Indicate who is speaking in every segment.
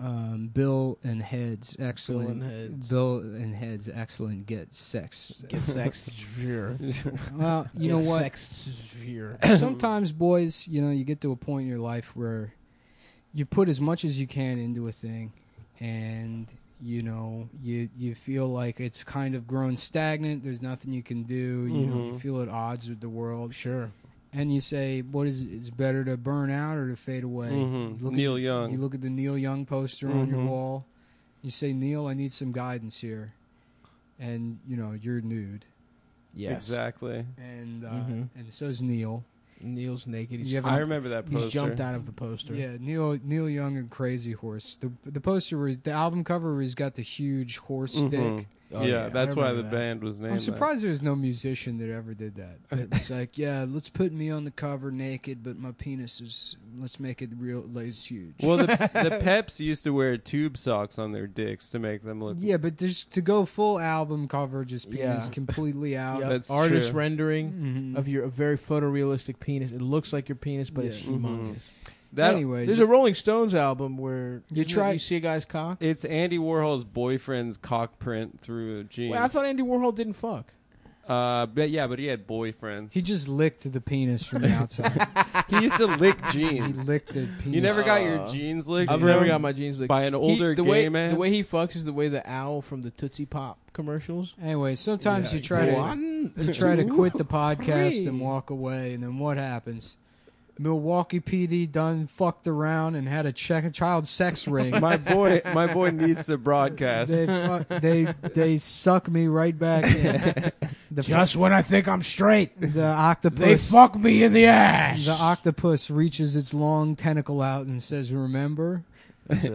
Speaker 1: um, Bill and Head's excellent.
Speaker 2: and Head's.
Speaker 1: Bill and Head's excellent. Get sex.
Speaker 2: Get sex sphere.
Speaker 1: well, you
Speaker 2: Get
Speaker 1: know what?
Speaker 2: Sex sphere.
Speaker 1: Sometimes, boys, you know, you get to a point in your life where you put as much as you can into a thing, and you know, you you feel like it's kind of grown stagnant. There's nothing you can do. You know, you
Speaker 2: Mhm.
Speaker 1: feel at odds with the world,
Speaker 2: Oh, Sure.
Speaker 1: and you say, "What is? It's better to burn out or to fade away."
Speaker 2: Mhm.
Speaker 1: You look at
Speaker 3: Mm-hmm. Neil Young. Mm-hmm.
Speaker 1: You look at the Neil Young poster on your
Speaker 2: Mhm.
Speaker 1: wall. You say, Neil, I need some guidance here. And, you know, you're nude.
Speaker 2: Yes.
Speaker 3: Exactly.
Speaker 1: And uh,
Speaker 3: Mm-hmm.
Speaker 2: Mhm.
Speaker 1: and so's Neil.
Speaker 2: Neil's naked. He's,
Speaker 1: You have
Speaker 3: I
Speaker 1: an-
Speaker 3: remember that poster.
Speaker 2: he's jumped out of the poster.
Speaker 1: Yeah, Neil Neil Young and Crazy Horse. The the poster where he's- the album cover where he's got the huge horse
Speaker 3: Mhm.
Speaker 1: dick.
Speaker 2: Oh,
Speaker 3: yeah,
Speaker 2: I
Speaker 3: that's why the
Speaker 2: remember that.
Speaker 3: band was named.
Speaker 1: I'm
Speaker 3: that.
Speaker 1: surprised there's no musician that ever did that. It's like, yeah, let's put me on the cover naked, but my penis is let's make it real like it's huge.
Speaker 3: Well, the, the Peps used to wear tube socks on their dicks to make them look.
Speaker 1: yeah, but just to go full album cover, just penis
Speaker 2: Yeah.
Speaker 1: completely out.
Speaker 2: Yep.
Speaker 3: That's
Speaker 2: Artist
Speaker 3: true.
Speaker 2: rendering
Speaker 1: Mhm.
Speaker 2: of your a very photorealistic penis. It looks like your penis, but it's
Speaker 1: Yeah.
Speaker 3: Mhm.
Speaker 2: humongous.
Speaker 3: That
Speaker 1: Anyways,
Speaker 2: There's a Rolling Stones album where
Speaker 1: You
Speaker 2: isn't it
Speaker 1: try-
Speaker 2: You see a guy's cock.
Speaker 3: it's Andy Warhol's boyfriend's cock print through a jeans.
Speaker 2: Wait, I thought Andy Warhol didn't fuck.
Speaker 3: uh, but yeah, but he had boyfriends.
Speaker 1: he just licked the penis from the outside.
Speaker 3: he used to lick
Speaker 1: he
Speaker 3: jeans.
Speaker 1: licked the penis.
Speaker 3: You never got your
Speaker 2: Uh,
Speaker 3: jeans licked.
Speaker 2: I've
Speaker 3: you
Speaker 2: never
Speaker 3: know,
Speaker 2: got my jeans licked.
Speaker 3: by an
Speaker 2: He-
Speaker 3: older
Speaker 2: the
Speaker 3: gay
Speaker 2: way,
Speaker 3: man.
Speaker 2: The way he fucks is the way the owl from the Tootsie Pop commercials.
Speaker 1: Anyway, sometimes
Speaker 3: Yeah,
Speaker 1: you try to
Speaker 2: One,
Speaker 1: you try to
Speaker 2: two,
Speaker 1: quit the podcast and
Speaker 2: three.
Speaker 1: walk away, and then what happens? Milwaukee PD done fucked around and had a check, child sex ring.
Speaker 3: my boy, my boy needs to broadcast.
Speaker 1: they, fuck, they they suck me right back in. The, fu-
Speaker 2: when I think I'm straight,
Speaker 1: the octopus
Speaker 2: me in the ass.
Speaker 1: the octopus reaches its long tentacle out and says, "Remember,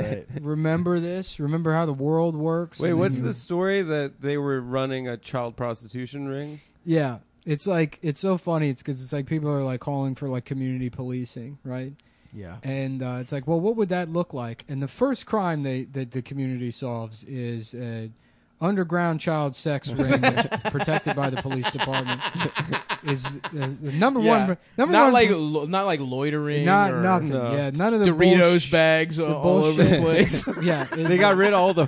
Speaker 1: remember this. Remember how the world works."
Speaker 3: Wait,
Speaker 1: And
Speaker 3: what's
Speaker 1: then
Speaker 3: the
Speaker 1: you-
Speaker 3: story that they were running a child prostitution ring?
Speaker 1: Yeah, it's like it's so funny. It's because it's like people are like calling for like community policing, right?
Speaker 2: Yeah.
Speaker 1: And uh, it's like, well, what would that look like? And the first crime they that the community solves is a underground child sex ring that's protected by the police department. is uh, the number
Speaker 2: Yeah.
Speaker 1: one number
Speaker 2: not
Speaker 1: one
Speaker 2: like lo- not like loitering.
Speaker 1: not
Speaker 2: or
Speaker 1: nothing.
Speaker 3: no.
Speaker 1: Yeah, none of the
Speaker 2: Doritos
Speaker 1: bullsh-
Speaker 2: bags all,
Speaker 1: the
Speaker 2: all over the place.
Speaker 1: Yeah,
Speaker 3: They got rid of all the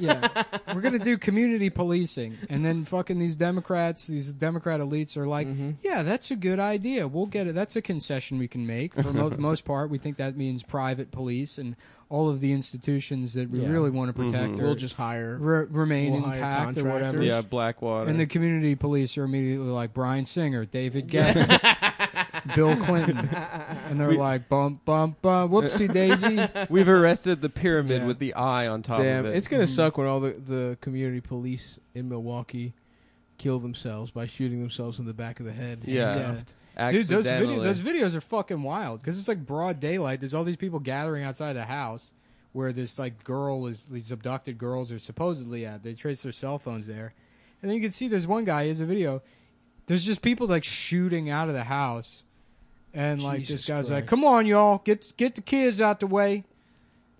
Speaker 1: yeah. We're gonna do community policing, and then fucking these Democrats, these Democrat elites are like,
Speaker 2: Mm-hmm.
Speaker 1: yeah, that's a good idea. We'll get it. That's a concession we can make. For most, most part, we think that means private police and all of the institutions that we
Speaker 2: Yeah. Mm-hmm.
Speaker 1: really want to protect are
Speaker 2: we'll just hire.
Speaker 1: re- remain
Speaker 2: we'll hire
Speaker 1: intact or whatever.
Speaker 2: contractors.
Speaker 3: Yeah, Blackwater.
Speaker 1: And the community police are immediately like Brian Singer, David Geffen, Bill Clinton, and they're like bump bump bump, whoopsie daisy.
Speaker 3: We've arrested the pyramid
Speaker 1: Yeah.
Speaker 3: with the eye on top
Speaker 2: Damn,
Speaker 3: of it.
Speaker 2: it's gonna suck when all the, the community police in Milwaukee kill themselves by shooting themselves in the back of the head.
Speaker 3: Yeah.
Speaker 2: handcuffed.
Speaker 1: Dude, those,
Speaker 3: Accidentally.
Speaker 1: video, those videos are fucking wild because it's like broad daylight. There's all these people gathering outside a house where this like girl is these abducted girls are supposedly at. They trace their cell phones there, and then you can see there's one guy. He has a video. There's just people like shooting out of the house, and like this
Speaker 2: Jesus
Speaker 1: guy's like,
Speaker 2: Christ.
Speaker 1: "Come on, y'all, get get the kids out the way."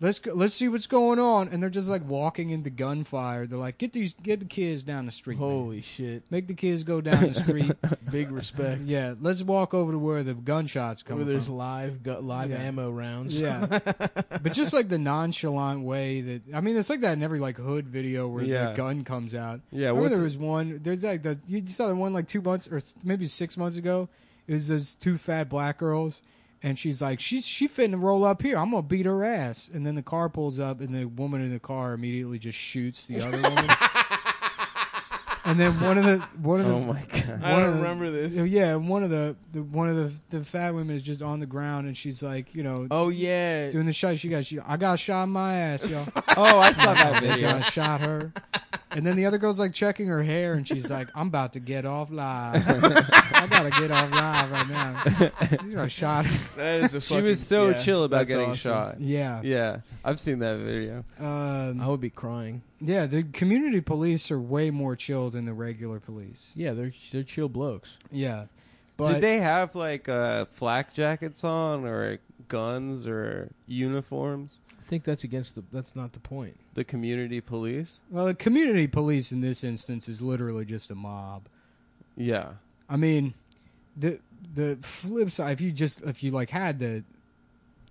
Speaker 1: Let's go, let's see what's going on, and they're just like walking into gunfire. They're like, "Get these, get the kids down the street, man.
Speaker 2: Holy shit!
Speaker 1: make the kids go down the street."
Speaker 2: Big respect.
Speaker 1: Yeah, let's walk over to where the gunshots come
Speaker 2: Where there's
Speaker 1: from.
Speaker 2: live gu- live
Speaker 1: Yeah.
Speaker 2: ammo rounds.
Speaker 1: Yeah, but just like the nonchalant way that I mean, it's like that in every like hood video where
Speaker 3: Yeah.
Speaker 1: the gun comes out.
Speaker 3: Yeah,
Speaker 1: remember
Speaker 3: what's-
Speaker 1: there was one. There's like the you saw the one like two months or s- maybe six months ago. It was those two fat black girls, and she's like, she's she fitting to roll up here. I'm gonna beat her ass. And then the car pulls up, and the woman in the car immediately just shoots the other woman. And then one of the one of the
Speaker 3: Oh my god.
Speaker 2: I
Speaker 1: One
Speaker 2: don't
Speaker 1: of the-
Speaker 2: remember this.
Speaker 1: yeah, and one of the, the one of the the fat women is just on the ground and she's like, you know,
Speaker 2: Oh yeah.
Speaker 1: doing the shot. She got she I got shot in my ass, y'all.
Speaker 3: Oh, I saw that
Speaker 1: they
Speaker 3: video.
Speaker 1: got shot her. And then the other girl's like checking her hair and she's like, I'm about to get off live. I gotta get off live right now. You got shot.
Speaker 2: That is a
Speaker 3: She was so
Speaker 2: yeah,
Speaker 3: chill about
Speaker 2: that's
Speaker 3: getting
Speaker 2: awesome.
Speaker 3: shot.
Speaker 1: Yeah.
Speaker 3: Yeah, Oh. I've seen that video.
Speaker 2: I
Speaker 1: Um,
Speaker 2: would be crying.
Speaker 1: yeah, the community police are way more chill than the regular police.
Speaker 2: Yeah, they're they're chill blokes.
Speaker 1: Yeah. But
Speaker 3: Did they have like uh, flak jackets on or guns or uniforms?
Speaker 2: I think that's against the. That's not the point.
Speaker 3: The community police?
Speaker 1: well the community police in this instance is literally just a mob.
Speaker 3: Yeah.
Speaker 1: I mean, the the flip side, if you just if you like had the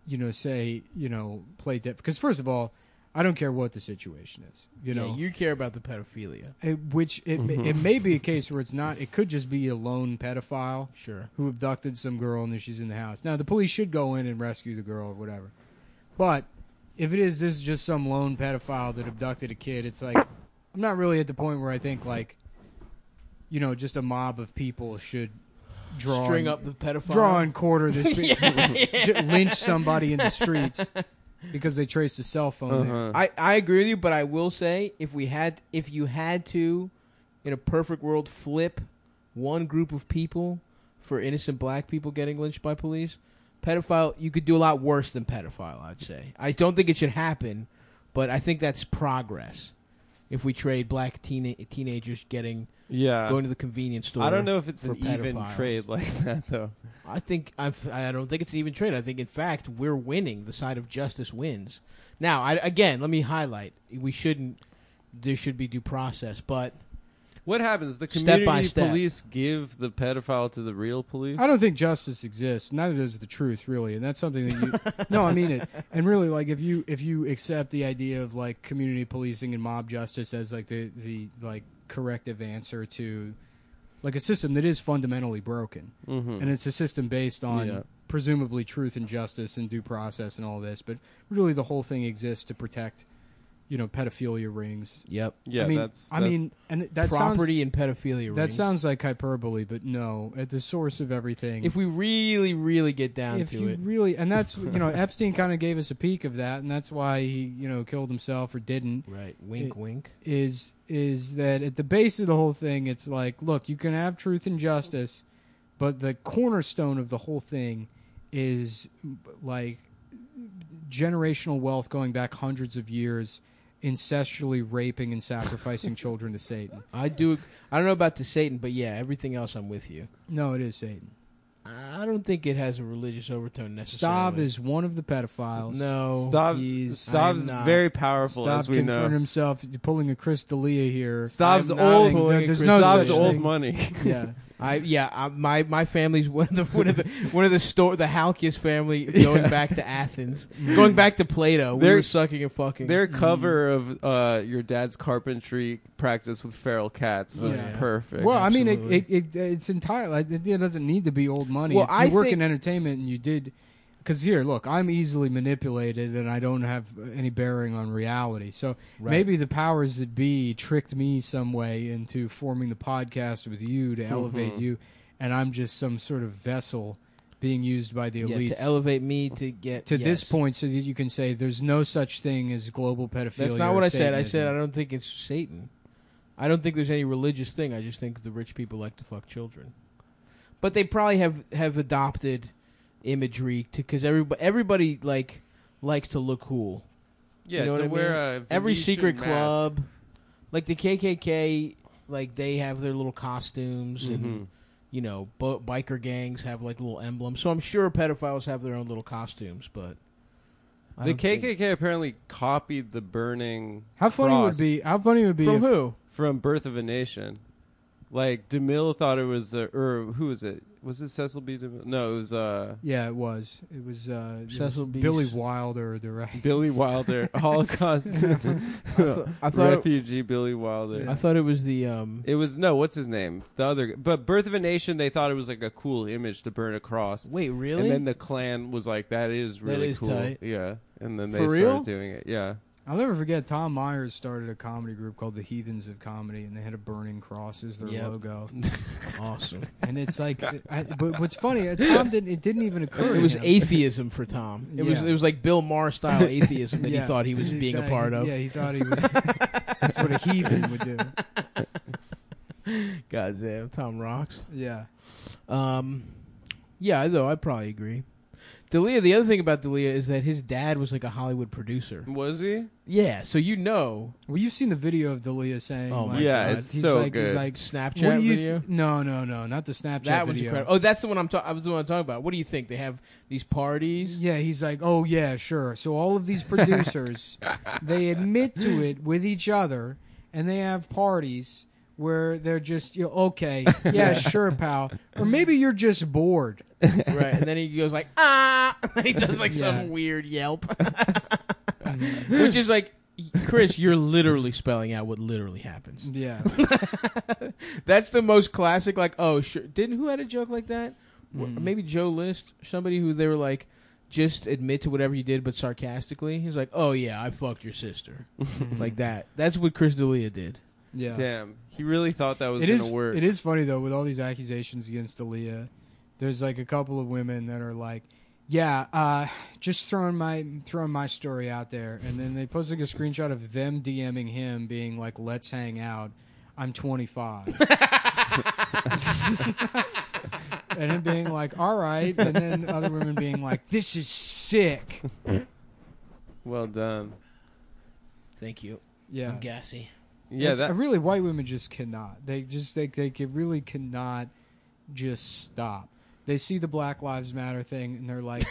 Speaker 1: you know, say, you know, play dead. Because first of all, I don't care what the situation is. You
Speaker 2: Yeah,
Speaker 1: know,
Speaker 2: you Mm-hmm. care about the pedophilia,
Speaker 1: It- which it may- it may be a case where it's not. It could just be a lone pedophile
Speaker 2: sure.
Speaker 1: who abducted some girl and then she's in the house. Now the police should go in and rescue the girl or whatever. But if it is this is just some lone pedophile that abducted a kid, it's like I'm not really at the point where I think like you know, just a mob of people should draw
Speaker 2: String
Speaker 1: and-
Speaker 2: up the pedophile.
Speaker 1: draw and quarter this pe- ju- lynch somebody in the streets because they traced a cell phone there.
Speaker 3: Uh-huh.
Speaker 2: I, I agree with you, but I will say if we had if you had to, in a perfect world, flip one group of people for innocent black people getting lynched by police, pedophile you could do a lot worse than pedophile, I'd say. I don't think it should happen, but I think that's progress. If we trade black teen- teenagers getting
Speaker 3: yeah.
Speaker 2: going to the convenience store,
Speaker 3: I don't know if it's
Speaker 2: for
Speaker 3: an even
Speaker 2: pedophiles.
Speaker 3: trade like that though.
Speaker 2: I think I've, I don't think it's an even trade. I think in fact we're winning. The side of justice wins. Now, I, again, let me highlight: we shouldn't. There should be due process, but
Speaker 3: What happens? The
Speaker 2: Step by
Speaker 3: community
Speaker 2: step.
Speaker 3: police give the pedophile to the real police.
Speaker 1: I don't think justice exists. Neither does the truth, really, and that's something that you. no, I mean it. And really, like if you if you accept the idea of like community policing and mob justice as like the the like corrective answer to like a system that is fundamentally broken,
Speaker 3: Mhm.
Speaker 1: and it's a system based on
Speaker 3: Yeah.
Speaker 1: presumably truth and justice and due process and all this, but really the whole thing exists to protect, you know, pedophilia rings.
Speaker 2: yep,
Speaker 3: Yeah,
Speaker 1: I mean,
Speaker 3: that's,
Speaker 1: I mean, and that
Speaker 2: property and pedophilia.
Speaker 1: sounds that
Speaker 2: rings.
Speaker 1: sounds like hyperbole, but no, at the source of everything,
Speaker 2: If we really, really get down
Speaker 1: if
Speaker 2: to
Speaker 1: you
Speaker 2: it,
Speaker 1: really and that's you know epstein kind of gave us a peek of that and that's why he you know killed himself or didn't
Speaker 2: right? Wink,
Speaker 1: It-
Speaker 2: wink.
Speaker 1: is is that at the base of the whole thing it's like look you can have truth and justice but the cornerstone of the whole thing is like generational wealth going back hundreds of years incestually raping and sacrificing children to satan
Speaker 2: I do. I don't know about the Satan, but yeah, everything else, I'm with you.
Speaker 1: no it is satan
Speaker 2: I don't think it has a religious overtone necessarily.
Speaker 1: stav is one of the pedophiles
Speaker 2: no.
Speaker 3: Stav,
Speaker 1: he's-
Speaker 3: Stav's
Speaker 2: I'm not-
Speaker 3: very powerful,
Speaker 1: Stav
Speaker 3: as we
Speaker 1: confronted
Speaker 3: know.
Speaker 1: himself pulling a Chris D'Elia here.
Speaker 3: Stav's
Speaker 2: I'm not
Speaker 3: old.
Speaker 2: pulling a
Speaker 1: There's
Speaker 2: Chris
Speaker 1: no
Speaker 3: Stav's
Speaker 1: such
Speaker 3: old
Speaker 1: thing.
Speaker 3: money.
Speaker 1: yeah,
Speaker 2: I yeah, I, my my family's one of the one of the one of the store the Halkias family going back to Athens, going back to Plato. We
Speaker 3: They're-
Speaker 2: were sucking and fucking.
Speaker 3: Their
Speaker 1: mm.
Speaker 3: cover of uh, your dad's carpentry practice with feral cats was
Speaker 1: Yeah.
Speaker 3: perfect.
Speaker 1: Well, I mean,
Speaker 2: Absolutely.
Speaker 1: it, it, it it's entirely. It, it doesn't need to be old money.
Speaker 2: Well,
Speaker 1: It's-
Speaker 2: I
Speaker 1: you work in
Speaker 2: think-
Speaker 1: entertainment, and you did. Because here, look, I'm easily manipulated, and I don't have any bearing on reality. So
Speaker 2: Right.
Speaker 1: maybe the powers that be tricked me some way into forming the podcast with you to elevate
Speaker 2: Mm-hmm.
Speaker 1: you, and I'm just some sort of vessel being used by the
Speaker 2: Yeah,
Speaker 1: elites
Speaker 2: to elevate me to get
Speaker 1: to this
Speaker 2: yes.
Speaker 1: point, so that you can say there's no such thing as global pedophilia.
Speaker 2: That's
Speaker 1: or
Speaker 2: not what I said. I
Speaker 1: Satanism.
Speaker 2: said I don't think it's Satan. I don't think there's any religious thing. I just think the rich people like to fuck children, but they probably have have adopted imagery to because everybody everybody like likes to look cool.
Speaker 3: yeah,
Speaker 2: you know
Speaker 3: to
Speaker 2: what I
Speaker 3: wear a
Speaker 2: every
Speaker 3: Venetian
Speaker 2: secret
Speaker 3: mask.
Speaker 2: club, like the KKK, like they have their little costumes,
Speaker 3: Mhm.
Speaker 2: and you know, bo- biker gangs have like little emblems. So I'm sure pedophiles have their own little costumes, but I
Speaker 3: The
Speaker 2: don't think-
Speaker 3: KKK apparently copied the burning
Speaker 1: How funny
Speaker 3: cross
Speaker 1: would be? How funny would be
Speaker 2: from
Speaker 1: if-
Speaker 2: who?
Speaker 3: from Birth of a Nation. Like DeMille thought it was, uh, or who was it? Was it Cecil B. DeMille? No, it was uh,
Speaker 1: Yeah, it was. It was, uh, it
Speaker 2: Cecil
Speaker 1: was
Speaker 2: B.
Speaker 1: Billy
Speaker 2: S-
Speaker 1: Wilder, the right.
Speaker 3: Billy Wilder, Holocaust
Speaker 2: I thought it,
Speaker 3: refugee Billy Wilder.
Speaker 2: I thought it was the um.
Speaker 3: It was no, what's his name? The other, but Birth of a Nation. They thought it was like a cool image to burn a cross.
Speaker 2: Wait, really?
Speaker 3: And then the Klan was like, "That is really
Speaker 2: is
Speaker 3: cool."
Speaker 2: tight.
Speaker 3: Yeah, and then they
Speaker 2: For
Speaker 3: started
Speaker 2: real?
Speaker 3: doing it. Yeah,
Speaker 1: I'll never forget. Tom Myers started a comedy group called the Heathens of Comedy, and they had a burning cross as their
Speaker 2: Yep.
Speaker 1: logo.
Speaker 2: awesome.
Speaker 1: And it's like, I, but what's funny, uh, Tom didn't. It didn't even occur.
Speaker 2: It
Speaker 1: to
Speaker 2: was
Speaker 1: him.
Speaker 2: atheism for Tom. It was
Speaker 1: Yeah.
Speaker 2: it was like Bill Maher style atheism that
Speaker 1: Yeah,
Speaker 2: he thought he was being a
Speaker 1: exactly.
Speaker 2: part of.
Speaker 1: Yeah, he thought he was. that's what a heathen would do.
Speaker 2: Goddamn, Tom rocks.
Speaker 1: Yeah.
Speaker 2: Um, yeah, though I probably agree. Dalia. The other thing about Dalia is that his dad was like a Hollywood producer.
Speaker 3: was he?
Speaker 2: Yeah, so you know,
Speaker 1: Well, you've seen the video of Dalia saying,
Speaker 2: Oh my
Speaker 1: like,
Speaker 2: Yeah,
Speaker 1: uh,
Speaker 3: it's
Speaker 1: he's
Speaker 3: so
Speaker 1: like, He's
Speaker 3: good.
Speaker 1: like,
Speaker 2: Snapchat
Speaker 1: what do you?
Speaker 2: video.
Speaker 1: Th- no, no, no, not the Snapchat
Speaker 2: that was
Speaker 1: video.
Speaker 2: incredible. Oh, that's the one I'm talking. I was the one I'm talking about. What do you think? They have these parties.
Speaker 1: Yeah, he's like, oh yeah, sure. So all of these producers, they admit to it with each other, and they have parties where they're just you know, okay, yeah, sure, pal, or maybe you're just bored.
Speaker 2: right? And then he goes like ah, and he does like
Speaker 1: Yeah.
Speaker 2: some weird yelp, which is like Chris, you're literally spelling out what literally happens.
Speaker 1: Yeah,
Speaker 2: That's the most classic. Like oh, sure. Didn't who had a joke like that? Wh-
Speaker 1: Mm.
Speaker 2: Maybe Joe List, somebody who they were like. Just admit to whatever you did, but sarcastically. He's like, "Oh yeah, I fucked your sister,"
Speaker 1: Mm-hmm.
Speaker 2: like that. That's what Chris D'Elia did.
Speaker 1: yeah.
Speaker 3: Damn, he really thought that was
Speaker 1: It
Speaker 3: gonna
Speaker 1: is.
Speaker 3: work.
Speaker 1: It is funny though with all these accusations against Aaliyah. There's like a couple of women that are like, "Yeah, uh, just throwing my throwing my story out there," and then they post like a screenshot of them DMing him, being like, "Let's hang out. I'm 25." and him being like, "All right," and then other women being like, "This is sick."
Speaker 3: Well done.
Speaker 2: Thank you.
Speaker 1: Yeah.
Speaker 2: I'm gassy.
Speaker 3: Yeah,
Speaker 1: It's-
Speaker 3: that
Speaker 1: really white women just cannot. They just they they can, really cannot just stop. They see the Black Lives Matter thing and they're like,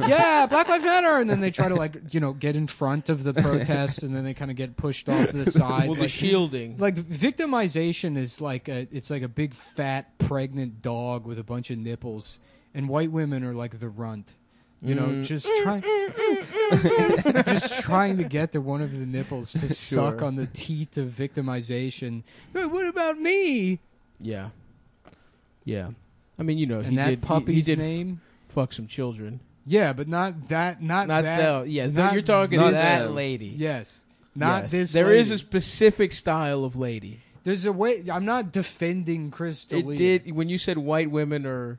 Speaker 1: "Yeah, Black Lives Matter," and then they try to like you know get in front of the protests and then they kind of get pushed off to the side.
Speaker 2: well, the
Speaker 1: like,
Speaker 2: shielding.
Speaker 1: like victimization is like a it's like a big fat pregnant dog with a bunch of nipples, and white women are like the runt. You know,
Speaker 2: Mm.
Speaker 1: just trying, just trying to get to one of the nipples to suck
Speaker 2: Sure.
Speaker 1: on the teat of victimization. "Hey, What about me?
Speaker 2: Yeah. Yeah. I mean, you know, he
Speaker 1: And that
Speaker 2: did, he-
Speaker 1: puppy's
Speaker 2: he, did
Speaker 1: name?
Speaker 2: fuck some children.
Speaker 1: Yeah, but not that. Not,
Speaker 2: Not
Speaker 1: that.
Speaker 2: that. Yeah, th-
Speaker 1: not
Speaker 2: you're talking
Speaker 3: not
Speaker 2: that
Speaker 3: them.
Speaker 2: lady.
Speaker 1: Yes, not
Speaker 2: Yes.
Speaker 1: this.
Speaker 2: There is
Speaker 1: lady.
Speaker 2: a specific style of lady.
Speaker 1: There's a way. I'm not defending Chris
Speaker 2: It
Speaker 1: D'Elia.
Speaker 2: did when you said white women are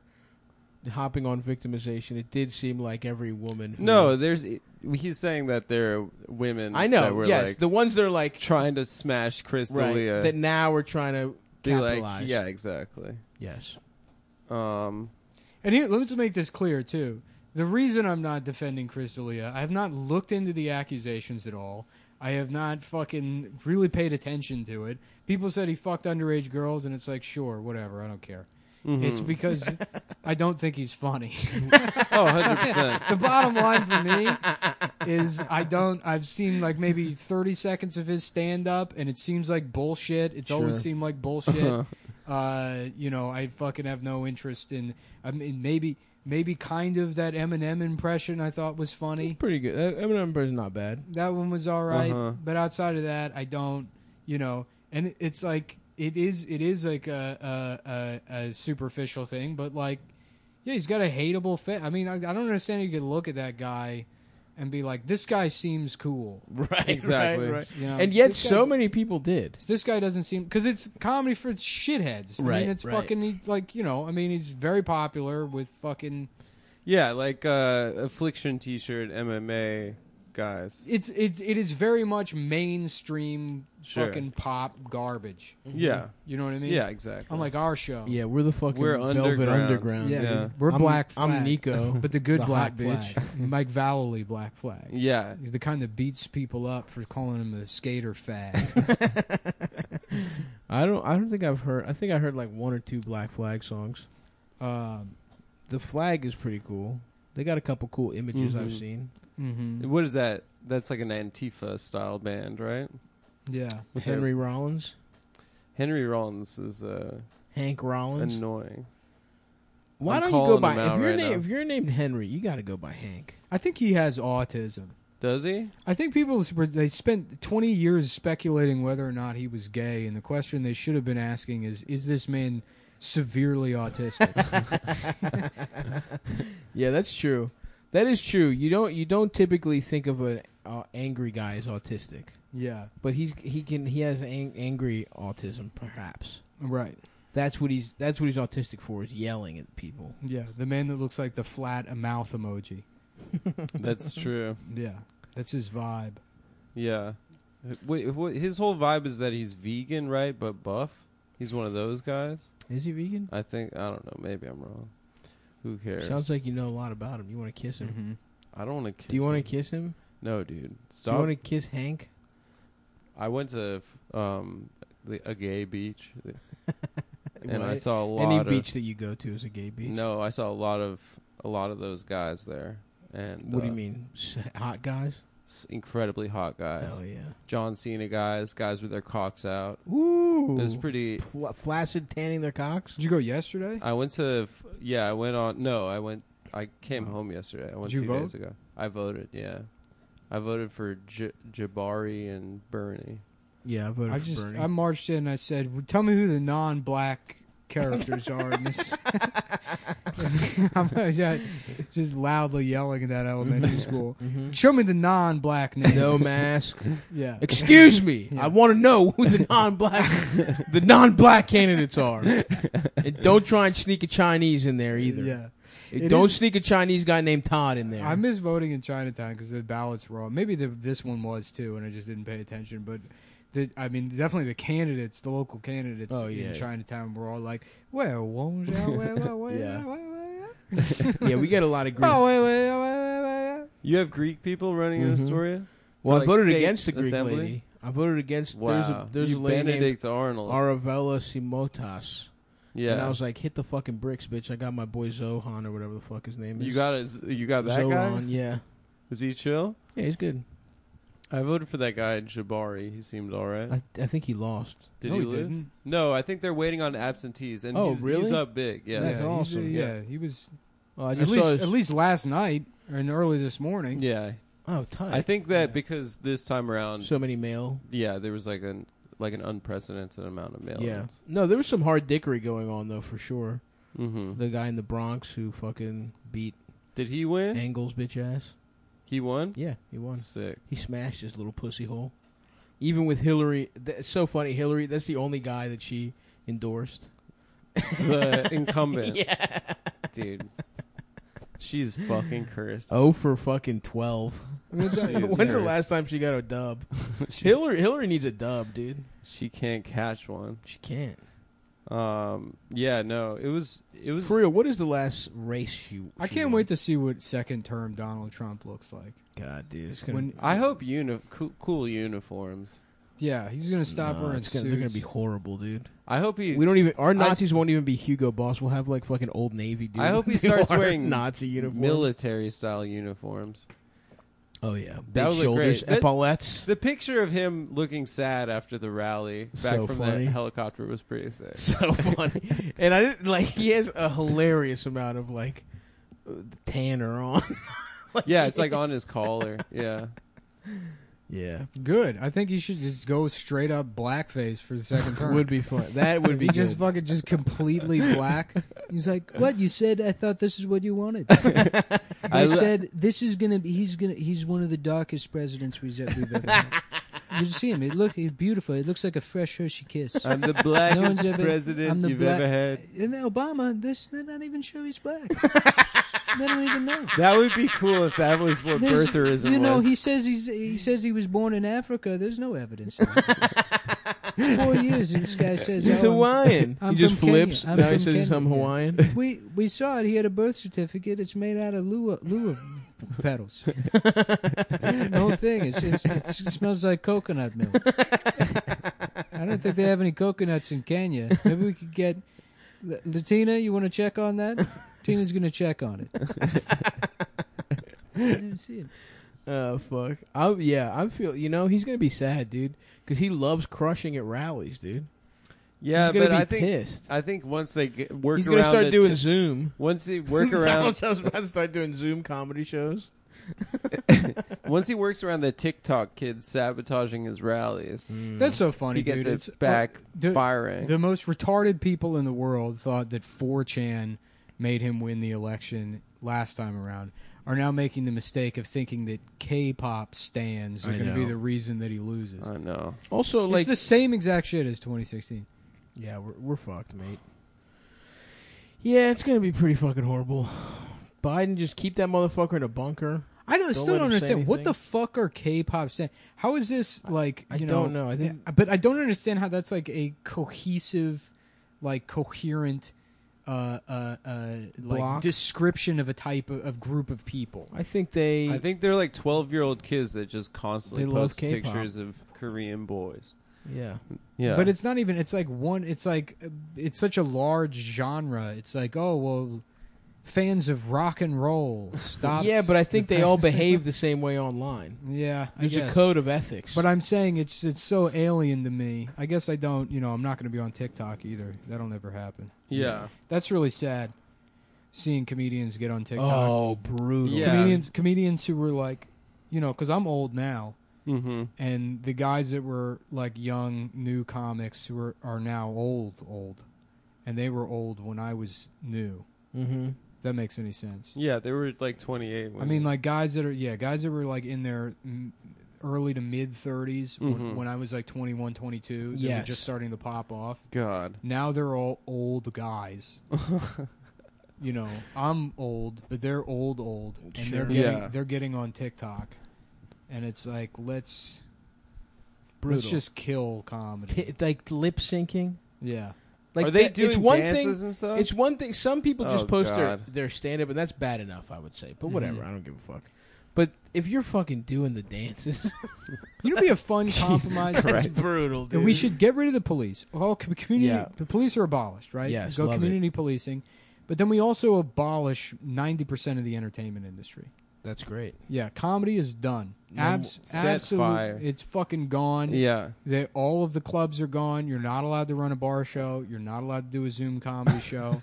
Speaker 2: hopping on victimization. It did seem like every woman. Who,
Speaker 3: no, there's. He's saying that there are women.
Speaker 2: I know.
Speaker 3: That were
Speaker 2: yes,
Speaker 3: like
Speaker 2: the ones that are like
Speaker 3: trying to smash Chris
Speaker 2: right,
Speaker 3: D'Elia.
Speaker 2: that now we're trying to
Speaker 3: Be like,
Speaker 2: capitalize.
Speaker 3: yeah, exactly.
Speaker 2: Yes.
Speaker 3: Um,
Speaker 1: And here, let me just make this clear too. The reason I'm not defending Chris D'Elia, I have not looked into the accusations at all. I have not fucking really paid attention to it. People said he fucked underage girls, and it's like, sure, whatever, I don't care. It's because I don't think he's funny.
Speaker 3: oh, 100 percent.
Speaker 1: the bottom line for me is I don't. I've seen like maybe 30 seconds of his stand up, and it seems like bullshit. It's always
Speaker 2: Sure.
Speaker 1: seemed like bullshit. uh, you know, I fucking have no interest in. I mean, maybe maybe kind of that Eminem impression I thought was funny.
Speaker 2: Pretty good. Uh, Eminem is not bad.
Speaker 1: That one was all right,
Speaker 3: Uh-huh.
Speaker 1: but outside of that, I don't. You know, and it- it's like it is. It is like a a, a, a superficial thing, but like, yeah, he's got a hateable fit. I mean, I, I don't understand. how You could look at that guy and be like, this guy seems cool.
Speaker 2: Right.
Speaker 3: Exactly.
Speaker 2: Right. right.
Speaker 1: You know,
Speaker 2: And yet,
Speaker 1: This guy-
Speaker 2: so many people did.
Speaker 1: This guy doesn't seem because it's comedy for shitheads. I
Speaker 2: Right,
Speaker 1: mean, it's
Speaker 2: right.
Speaker 1: fucking he- like you know. I mean, he's very popular with fucking.
Speaker 3: Yeah, like uh, affliction T-shirt MMA guys.
Speaker 1: It's it's it is very much mainstream
Speaker 3: Sure.
Speaker 1: fucking pop garbage.
Speaker 2: Mm-hmm.
Speaker 3: Yeah,
Speaker 1: You know what I mean?
Speaker 3: yeah, exactly.
Speaker 1: Unlike our show.
Speaker 2: Yeah, we're the fucking
Speaker 3: We're
Speaker 2: Velvet
Speaker 3: underground.
Speaker 2: Underground.
Speaker 1: Yeah,
Speaker 3: Yeah.
Speaker 1: dude. we're
Speaker 2: I'm-
Speaker 1: Black Flag.
Speaker 2: I'm Nico,
Speaker 1: but the good
Speaker 2: the
Speaker 1: Black
Speaker 2: hot bitch.
Speaker 1: Flag. Mike Vallely Black Flag.
Speaker 3: yeah,
Speaker 1: He's the kind that beats people up for calling him a skater fag.
Speaker 2: I don't. I don't think I've heard. I think I heard like one or two Black Flag songs.
Speaker 1: um,
Speaker 2: The flag is pretty cool. They got a couple cool images I've
Speaker 3: Mhm.
Speaker 2: seen. Hmm.
Speaker 1: mhm.
Speaker 3: What is that? That's like an Antifa style band, right?
Speaker 1: Yeah.
Speaker 3: With their-
Speaker 2: Henry Rollins,
Speaker 3: Henry Rollins is uh,
Speaker 2: Hank Rollins.
Speaker 3: annoying.
Speaker 2: Why
Speaker 3: I'm
Speaker 2: don't you go
Speaker 3: calling
Speaker 2: by
Speaker 3: him
Speaker 2: if
Speaker 3: out
Speaker 2: you're
Speaker 3: right
Speaker 2: named
Speaker 3: now.
Speaker 2: if you're named Henry, you got to go by Hank.
Speaker 1: I think he has autism.
Speaker 3: Does he?
Speaker 1: I think people were- they spent 20 years speculating whether or not he was gay, and the question they should have been asking is: Is this man severely autistic?
Speaker 2: Yeah, that's true. That is true. You don't you don't typically think of an uh, angry guy as autistic,
Speaker 1: yeah.
Speaker 2: but he's he can he has ang- angry autism perhaps.
Speaker 1: Right.
Speaker 2: That's what he's that's what he's autistic for is yelling at people.
Speaker 1: Yeah. The man that looks like the flat mouth emoji.
Speaker 3: That's true.
Speaker 1: Yeah. That's his vibe.
Speaker 3: Yeah. Wait, what, his whole vibe is that he's vegan, right? But buff. He's one of those guys.
Speaker 2: Is he vegan?
Speaker 3: I think. I don't know. Maybe I'm wrong. Who cares?
Speaker 2: Sounds like you know a lot about him. You want to kiss him?
Speaker 1: Mm-hmm.
Speaker 3: I don't want to kiss.
Speaker 2: Do you want
Speaker 3: him.
Speaker 2: to kiss him?
Speaker 3: No, dude.
Speaker 2: Do
Speaker 3: Stop.
Speaker 2: you want to kiss Hank?
Speaker 3: I went to f- um the, a gay beach, and I
Speaker 2: Right.
Speaker 3: saw a lot
Speaker 2: Any
Speaker 3: of
Speaker 2: beach that you go to is a gay beach.
Speaker 3: no. I saw a lot of a lot of those guys there, and
Speaker 2: What do you
Speaker 3: uh,
Speaker 2: mean, S- hot guys?
Speaker 3: s- Incredibly hot guys,
Speaker 2: Hell yeah!
Speaker 3: John Cena guys, guys with their cocks out.
Speaker 2: Woo! Ooh.
Speaker 3: It was pretty.
Speaker 2: Fla- flaccid tanning their cocks.
Speaker 1: Did you go yesterday?
Speaker 3: I went to. f- Yeah, I went on. No, I went. I came home yesterday. I went
Speaker 1: Did you
Speaker 3: two
Speaker 1: vote?
Speaker 3: days ago. I voted. Yeah, I voted for J- Jabari and Bernie.
Speaker 2: Yeah, I voted
Speaker 1: I
Speaker 2: for
Speaker 1: just
Speaker 2: Bernie.
Speaker 1: I marched in. and I said, "Well, "Tell me who the non-black characters are in this." I'm like, yeah, just loudly yelling at that elementary school.
Speaker 3: Mm-hmm.
Speaker 2: Mhm.
Speaker 1: Show me the non-black name.
Speaker 2: No mask.
Speaker 1: Yeah.
Speaker 2: Excuse me.
Speaker 1: Yeah.
Speaker 2: I want to know who the non-black the non-black candidates are. And don't try and sneak a Chinese in there either.
Speaker 1: Yeah.
Speaker 2: And
Speaker 1: It
Speaker 2: don't
Speaker 1: is-
Speaker 2: sneak a Chinese guy named Todd in there.
Speaker 1: I miss voting in Chinatown because the ballots were all. Maybe the, this one was too, and I just didn't pay attention. But the, I mean, definitely the candidates, the local candidates
Speaker 2: Oh, yeah.
Speaker 1: in Chinatown were all like, "Well, won't you? Well, well, well,
Speaker 2: Yeah.
Speaker 1: well, well,
Speaker 2: yeah, we got a lot of Greek.
Speaker 1: well, well, well, well, well, well."
Speaker 3: You have Greek people running
Speaker 2: Mhm.
Speaker 3: in Astoria.
Speaker 2: well, I
Speaker 3: like,
Speaker 2: voted
Speaker 3: state
Speaker 2: against the Greek
Speaker 3: assembly?
Speaker 2: lady. I voted against. There's a there's
Speaker 3: you
Speaker 2: a lady named
Speaker 3: Benedict Arnold.
Speaker 2: Aravella Simotas.
Speaker 3: yeah,
Speaker 2: And I was like, hit the fucking bricks, bitch. I got my boy Zohan or whatever the fuck his name is.
Speaker 3: you got it. You got that
Speaker 2: Zohan,
Speaker 3: guy.
Speaker 2: yeah.
Speaker 3: Is he chill?
Speaker 2: Yeah, he's good.
Speaker 3: I voted for that guy Jabari. He seemed all right.
Speaker 2: I, I think he lost.
Speaker 3: Did
Speaker 1: No,
Speaker 3: he,
Speaker 1: he
Speaker 3: lose?
Speaker 1: didn't.
Speaker 3: No, I think they're waiting on absentees, and
Speaker 2: Oh,
Speaker 3: he's,
Speaker 2: really?
Speaker 3: he's up big. Yeah,
Speaker 2: That's
Speaker 1: he's, uh,
Speaker 2: awesome.
Speaker 1: Yeah, he was
Speaker 2: Oh, I
Speaker 1: at
Speaker 2: just saw
Speaker 1: least
Speaker 2: his-
Speaker 1: at least last night or in early this morning.
Speaker 3: yeah.
Speaker 2: Oh, tight.
Speaker 3: I think that
Speaker 2: Yeah.
Speaker 3: because this time around,
Speaker 2: so many male.
Speaker 3: yeah, there was like an like an unprecedented amount of mail.
Speaker 2: Yeah. No, there was some hard dickery going on though for sure.
Speaker 3: Mm-hmm.
Speaker 2: The guy in the Bronx who fucking beat
Speaker 3: Did he win?
Speaker 2: Angle's bitch ass.
Speaker 3: He won.
Speaker 2: Yeah, he won.
Speaker 3: Sick.
Speaker 2: He smashed his little pussy hole. Even with Hillary, that's so funny. Hillary, that's the only guy that she endorsed.
Speaker 3: The incumbent,
Speaker 2: Yeah.
Speaker 3: dude. She's fucking cursed.
Speaker 2: Oh for fucking twelve.
Speaker 1: I mean,
Speaker 3: Jeez.
Speaker 1: that-
Speaker 2: When's the
Speaker 3: Hers.
Speaker 2: last time she got a dub?
Speaker 3: She's-
Speaker 2: Hillary Hillary needs a dub, dude.
Speaker 3: She can't catch one.
Speaker 2: She can't.
Speaker 3: Um. Yeah. No. It was. It was.
Speaker 2: For real, what is the last race she?
Speaker 1: I
Speaker 2: she
Speaker 1: can't
Speaker 2: won?
Speaker 1: wait to see what second term Donald Trump looks like.
Speaker 2: God, dude, it's gonna.
Speaker 1: When
Speaker 3: I hope uni- cool, cool uniforms.
Speaker 1: yeah, he's gonna stop
Speaker 2: Nah,
Speaker 1: wearing
Speaker 2: it's gonna, They're gonna
Speaker 1: suits.
Speaker 2: be horrible, dude.
Speaker 3: I hope he.
Speaker 2: We don't even. Our
Speaker 3: I-
Speaker 2: Nazis won't even be Hugo Boss. We'll have like fucking old Navy dude.
Speaker 3: I hope he
Speaker 2: do
Speaker 3: starts
Speaker 2: our
Speaker 3: wearing
Speaker 2: Nazi uniform.
Speaker 3: military style uniforms.
Speaker 2: oh yeah, big
Speaker 3: That would look
Speaker 2: shoulders,
Speaker 3: great. That-
Speaker 2: epaulettes.
Speaker 3: The picture of him looking sad after the rally back
Speaker 2: So
Speaker 3: from
Speaker 2: funny.
Speaker 3: that helicopter was pretty sick.
Speaker 2: so funny. And I didn't like. He has a hilarious amount of like uh, tanner on.
Speaker 3: Yeah, it's like on his collar. Yeah.
Speaker 2: Yeah,
Speaker 1: good. I think he should just go straight up blackface for the second term.
Speaker 2: would be fun. That would be
Speaker 1: He just
Speaker 2: good.
Speaker 1: fucking just completely black. He's like, "What you said? I thought this is what you wanted. I
Speaker 3: I lo-
Speaker 1: said this is gonna be. He's gonna. He's one of the darkest presidents we've ever we've ever had. You see him? It look. He's beautiful. It looks like a fresh Hershey kiss.
Speaker 3: I'm the
Speaker 1: No one's
Speaker 3: blackest
Speaker 1: ever- I'm
Speaker 3: president
Speaker 1: the
Speaker 3: you've
Speaker 1: black-
Speaker 3: ever had.
Speaker 1: And Obama, this they're not even sure he's black. they don't even know.
Speaker 3: That would be cool if that was what
Speaker 1: There's-
Speaker 3: birtherism
Speaker 1: you know,
Speaker 3: was.
Speaker 1: he says he's he says he was born in Africa. There's no evidence. of that. Four years, and this guy says
Speaker 2: He's
Speaker 1: oh, I'm-
Speaker 2: Hawaiian.
Speaker 1: I'm
Speaker 2: he just
Speaker 1: from Kenya.
Speaker 2: flips.
Speaker 1: I'm
Speaker 2: now he
Speaker 1: from
Speaker 2: says he's
Speaker 1: Kenya,
Speaker 2: I'm
Speaker 1: yeah.
Speaker 2: Hawaiian.
Speaker 1: We we saw it. He had a birth certificate. It's made out of lua lua petals. the whole thing. It's, it's, it's, it smells like coconut milk. I don't think they have any coconuts in Kenya. Maybe we could get L- Latina. You want to check on that? Tina's going to check on it. I didn't see it.
Speaker 2: Oh fuck! I yeah, I feel you know he's gonna be sad, dude, because he loves crushing at rallies, dude.
Speaker 3: yeah,
Speaker 2: he's gonna
Speaker 3: but
Speaker 2: be
Speaker 3: I think
Speaker 2: pissed.
Speaker 3: I think once they get, work
Speaker 2: he's gonna
Speaker 3: around
Speaker 2: start
Speaker 3: the
Speaker 2: doing
Speaker 3: t-
Speaker 2: Zoom.
Speaker 3: once he work
Speaker 2: Donald
Speaker 3: around
Speaker 2: Trump's about to start doing Zoom comedy shows.
Speaker 3: once he works around the TikTok kids sabotaging his rallies,
Speaker 1: That's so funny,
Speaker 3: Mm. he gets
Speaker 1: dude. uh,
Speaker 3: it back
Speaker 1: the-
Speaker 3: firing.
Speaker 1: The most retarded people in the world thought that 4chan made him win the election last time around are now making the mistake of thinking that K-pop stands are
Speaker 2: I
Speaker 1: going to be
Speaker 2: know.
Speaker 1: the reason that he loses.
Speaker 3: I know.
Speaker 2: also
Speaker 1: it's
Speaker 2: like
Speaker 1: the same exact shit as 2016.
Speaker 2: yeah, we're we're fucked, mate. Yeah, it's gonna be pretty fucking horrible. Biden just keep that motherfucker in a bunker.
Speaker 1: I don't, still
Speaker 2: let
Speaker 1: don't
Speaker 2: him say
Speaker 1: understand what the
Speaker 2: anything.
Speaker 1: fuck are K-pop stand. How is this like?
Speaker 2: I
Speaker 1: you
Speaker 2: don't know. I think-
Speaker 1: Yeah, but I don't understand how that's like a cohesive, like coherent, uh, uh, uh, like
Speaker 2: Block?
Speaker 1: description of a type of, of group of people.
Speaker 2: I think they.
Speaker 3: I think they're like twelve-year-old kids that just constantly
Speaker 2: They love
Speaker 3: post
Speaker 2: K-pop.
Speaker 3: pictures of Korean boys.
Speaker 2: yeah.
Speaker 3: Yeah,
Speaker 1: But it's not even. It's like one. It's like uh, it's such a large genre. It's like oh well, fans of rock and roll stop.
Speaker 2: yeah, but I think they all behave the same way online.
Speaker 1: Yeah, I
Speaker 2: There's a
Speaker 1: guess.
Speaker 2: code of ethics.
Speaker 1: But I'm saying it's it's so alien to me. I guess I don't. You know, I'm not going to be on TikTok either. That'll never happen.
Speaker 3: Yeah.
Speaker 1: That's really sad. Seeing comedians get on TikTok.
Speaker 2: oh, brutal.
Speaker 3: Yeah.
Speaker 1: comedians comedians who were like, you know, because I'm old now,
Speaker 3: Mm-hmm.
Speaker 1: and the guys that were like young new comics who are are now old old, and they were old when I was new.
Speaker 2: Mm-hmm.
Speaker 1: If that makes any sense?
Speaker 3: Yeah, they were like 28. When
Speaker 1: I mean, like guys that are yeah, guys that were like in their mm, early to mid 30s
Speaker 3: Mhm.
Speaker 2: Mm-hmm.
Speaker 1: when, when I was like 21, 22. They were
Speaker 2: Yes.
Speaker 1: just starting to pop off.
Speaker 3: God.
Speaker 1: Now they're all old guys. you know, I'm old, but they're old old, and they're
Speaker 2: Sure.
Speaker 1: getting,
Speaker 3: Yeah.
Speaker 1: they're getting on TikTok, and it's like let's
Speaker 2: Brutal.
Speaker 1: let's just kill comedy.
Speaker 2: T- like lip syncing.
Speaker 1: yeah,
Speaker 2: Like
Speaker 3: Are they
Speaker 2: that-
Speaker 3: doing
Speaker 2: it's one
Speaker 3: dances
Speaker 2: thing,
Speaker 3: and stuff?
Speaker 2: It's one thing. Some people just
Speaker 3: Oh,
Speaker 2: post their,
Speaker 3: God. Mm-hmm.
Speaker 2: their stand up, and that's bad enough, I would say. But whatever,
Speaker 1: Mhm.
Speaker 2: I don't give a fuck. But if you're fucking doing the dances,
Speaker 1: you know, be a fun
Speaker 2: Jesus
Speaker 1: compromise.
Speaker 2: that's brutal, dude.
Speaker 1: And we should get rid of the police. All com- community,
Speaker 2: Yeah.
Speaker 1: the police are abolished, right?
Speaker 2: Yes,
Speaker 1: go
Speaker 2: love it.
Speaker 1: community policing, but then we also abolish ninety percent of the entertainment industry.
Speaker 2: That's great.
Speaker 1: Yeah, comedy is done.
Speaker 2: No-
Speaker 1: Abs-
Speaker 3: Set
Speaker 1: absolute-
Speaker 3: fire.
Speaker 1: It's fucking gone.
Speaker 3: Yeah.
Speaker 1: They, all of the clubs are gone. You're not allowed to run a bar show. You're not allowed to do a Zoom comedy show.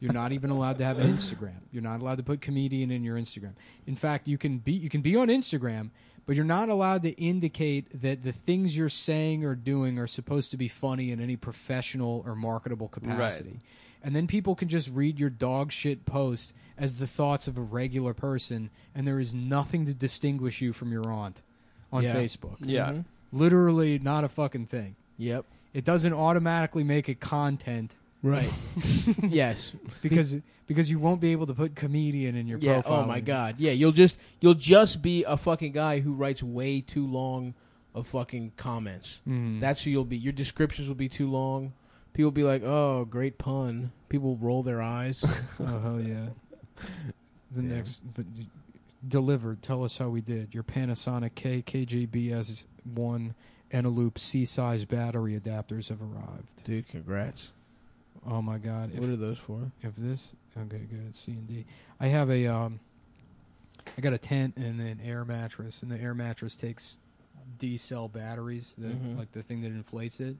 Speaker 1: You're not even allowed to have an Instagram. You're not allowed to put comedian in your Instagram. In fact, you can be you can be on Instagram, but you're not allowed to indicate that the things you're saying or doing are supposed to be funny in any professional or marketable capacity. And then people can just read your dog shit post as the thoughts of a regular person, and there is nothing to distinguish you from your aunt on
Speaker 2: Yeah.
Speaker 1: Facebook.
Speaker 3: Yeah.
Speaker 2: Mhm.
Speaker 1: Literally, not a fucking thing.
Speaker 2: Yep.
Speaker 1: It doesn't automatically make it content
Speaker 2: Right. yes.
Speaker 1: because because you won't be able to put comedian in your
Speaker 2: Yeah.
Speaker 1: profile.
Speaker 2: Oh my
Speaker 1: anymore.
Speaker 2: god. Yeah. You'll just you'll just be a fucking guy who writes way too long of fucking comments.
Speaker 1: Mhm.
Speaker 2: That's who you'll be. Your descriptions will be too long. People will be like, "Oh, great pun." People will roll their eyes.
Speaker 1: oh hell yeah. The
Speaker 3: Damn.
Speaker 1: next but d- delivered. Tell us how we did. Your Panasonic K KGBS one Eneloop C size battery adapters have arrived.
Speaker 2: Dude, congrats.
Speaker 1: Oh my god. If
Speaker 2: What are those for?
Speaker 1: if this okay good it's c and d i have a um i got a tent and an air mattress and the air mattress takes d cell batteries the,
Speaker 2: Mhm.
Speaker 1: like the thing that inflates it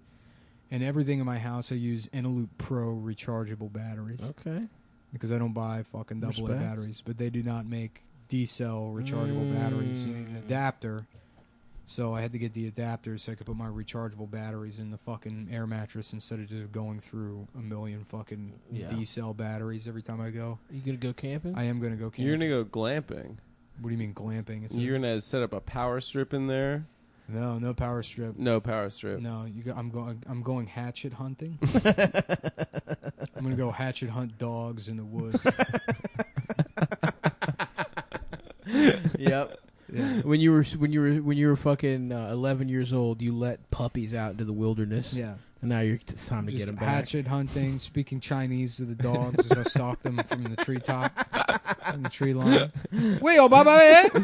Speaker 1: and everything in my house i use eneloop pro rechargeable batteries
Speaker 2: Okay.
Speaker 1: because i don't buy fucking double a
Speaker 2: Respect.
Speaker 1: batteries but they do not make d cell rechargeable batteries you need an
Speaker 2: Mm.
Speaker 1: adapter so I had to get the adapters so I could put my rechargeable batteries in the fucking air mattress instead of just going through a million fucking
Speaker 2: Yeah.
Speaker 1: D cell batteries every time I go.
Speaker 2: You gonna go camping?
Speaker 1: I am gonna go camping.
Speaker 3: You're gonna go glamping.
Speaker 1: what do you mean glamping? It's a-
Speaker 3: You're gonna set up a power strip in there.
Speaker 1: no, no power strip.
Speaker 3: No power strip.
Speaker 1: No, you go, I'm going. I'm going hatchet hunting. I'm gonna go hatchet hunt dogs in the woods.
Speaker 2: yep.
Speaker 1: yeah.
Speaker 2: When you were when you were when you were fucking uh, 11 years old, you let puppies out into the wilderness.
Speaker 1: Yeah,
Speaker 2: And now you're it's time to
Speaker 1: just
Speaker 2: get them back.
Speaker 1: hatchet hunting, speaking Chinese to the dogs as I stalk them from the treetop, from the tree line. Wait, oh, bye bye,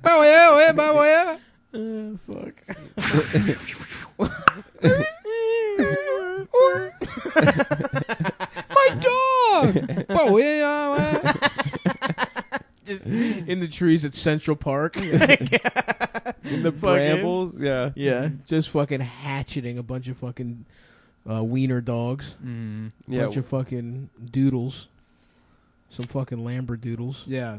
Speaker 1: bye bye, bye
Speaker 2: Uh, fuck.
Speaker 1: bye. My dog. eh? Bow, yeah, yeah.
Speaker 2: Just in the trees at Central Park.
Speaker 3: In the brambles. Yeah.
Speaker 1: Mm-hmm.
Speaker 2: Yeah, just fucking hatcheting a bunch of fucking uh, wiener dogs,
Speaker 1: Mm.
Speaker 3: Yeah.
Speaker 2: bunch of fucking doodles, some fucking lamberdoodles.
Speaker 1: Yeah,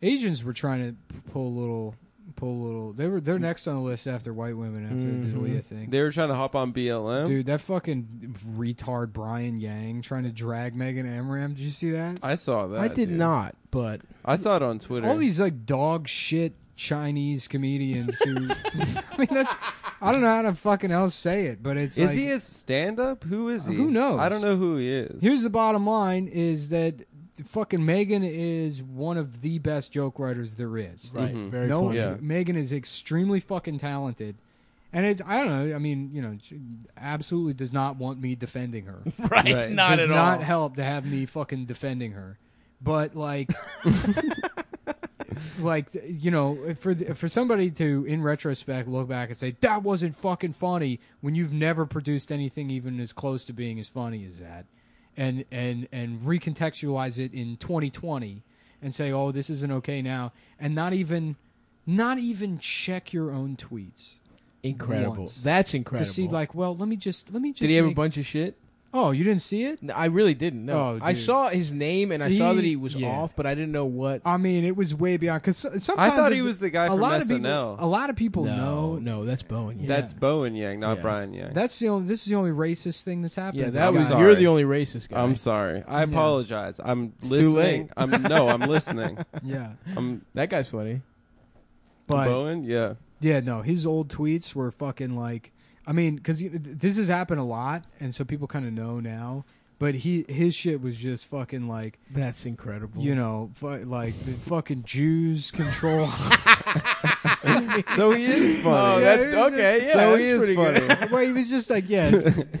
Speaker 1: Asians were trying to p- pull a little, pull a little. They were they're next on the list after white women after the
Speaker 2: Mhm.
Speaker 1: Dalia thing.
Speaker 3: They were trying to hop on BLM.
Speaker 1: Dude, that fucking retard Brian Yang trying to drag Megan Amram. Did you see that?
Speaker 3: I saw that.
Speaker 2: I did
Speaker 3: dude.
Speaker 2: not, but
Speaker 3: I saw it on Twitter.
Speaker 1: All these like dog shit Chinese comedians who. I mean, that's. I don't know how to fucking else say it, but it's
Speaker 3: is
Speaker 1: like,
Speaker 3: he a stand-up? Who
Speaker 2: Uh,
Speaker 3: is he?
Speaker 1: Who knows?
Speaker 3: I don't know who he is.
Speaker 1: Here's the bottom line: is that fucking Megan is one of the best joke writers there is.
Speaker 2: right,
Speaker 3: Mhm.
Speaker 2: very
Speaker 1: Mm-hmm. no,
Speaker 2: funny.
Speaker 3: Yeah.
Speaker 1: Megan is extremely fucking talented, and it's I don't know. I mean, you know, she absolutely does not want me defending her.
Speaker 2: Right,
Speaker 3: Right.
Speaker 2: not
Speaker 1: does
Speaker 2: at
Speaker 1: not
Speaker 2: all.
Speaker 1: help to have me fucking defending her, but like. Like you know, for the, for somebody to in retrospect look back and say that wasn't fucking funny when you've never produced anything even as close to being as funny as that, and and and recontextualize it in 2020 and say, "Oh, this isn't okay now," and not even not even check your own tweets
Speaker 2: Incredible.
Speaker 1: Once.
Speaker 2: That's incredible.
Speaker 1: to see like, well, let me just let me just
Speaker 2: Did he have a
Speaker 1: make-
Speaker 2: bunch of shit?
Speaker 1: Oh, you didn't see it?
Speaker 2: No, I really didn't. No,
Speaker 1: Oh,
Speaker 2: I
Speaker 1: dude.
Speaker 2: saw his name and I saw
Speaker 1: He-
Speaker 2: that he was
Speaker 1: yeah.
Speaker 2: off, but I didn't know what.
Speaker 1: I mean, it was way beyond because
Speaker 3: I
Speaker 1: sometimes
Speaker 3: thought he
Speaker 1: it's-
Speaker 3: was the guy
Speaker 1: a
Speaker 3: from
Speaker 1: lot
Speaker 3: SNL.
Speaker 1: of people. A lot of people know.
Speaker 2: no, that's Bowen. Yeah,
Speaker 3: That's Bowen Yang, not
Speaker 2: Yeah.
Speaker 3: Brian Yang.
Speaker 1: That's the only. This is the only racist thing that's happened.
Speaker 2: yeah,
Speaker 1: to
Speaker 2: that
Speaker 1: this
Speaker 2: was.
Speaker 1: guy.
Speaker 2: You're
Speaker 3: Sorry.
Speaker 2: the only racist guy. Um,
Speaker 3: I'm sorry. I
Speaker 1: No.
Speaker 3: apologize. I'm
Speaker 2: It's too
Speaker 3: listening.
Speaker 2: late.
Speaker 3: I'm no. I'm listening.
Speaker 1: yeah.
Speaker 3: I'm
Speaker 2: that guy's funny.
Speaker 1: But
Speaker 3: Bowen. Yeah.
Speaker 1: yeah, no, his old tweets were fucking like. I mean, because this has happened a lot, and so people kind of know now. But he his shit was just fucking like
Speaker 2: That's incredible.
Speaker 1: you know fu- like the fucking Jews control.
Speaker 3: So he is
Speaker 2: Oh,
Speaker 3: funny.
Speaker 1: Yeah,
Speaker 2: that's
Speaker 1: he was
Speaker 2: okay. Yeah,
Speaker 3: just- so
Speaker 2: that's
Speaker 3: he is
Speaker 2: pretty
Speaker 3: funny.
Speaker 2: good.
Speaker 1: Where he was just like yeah,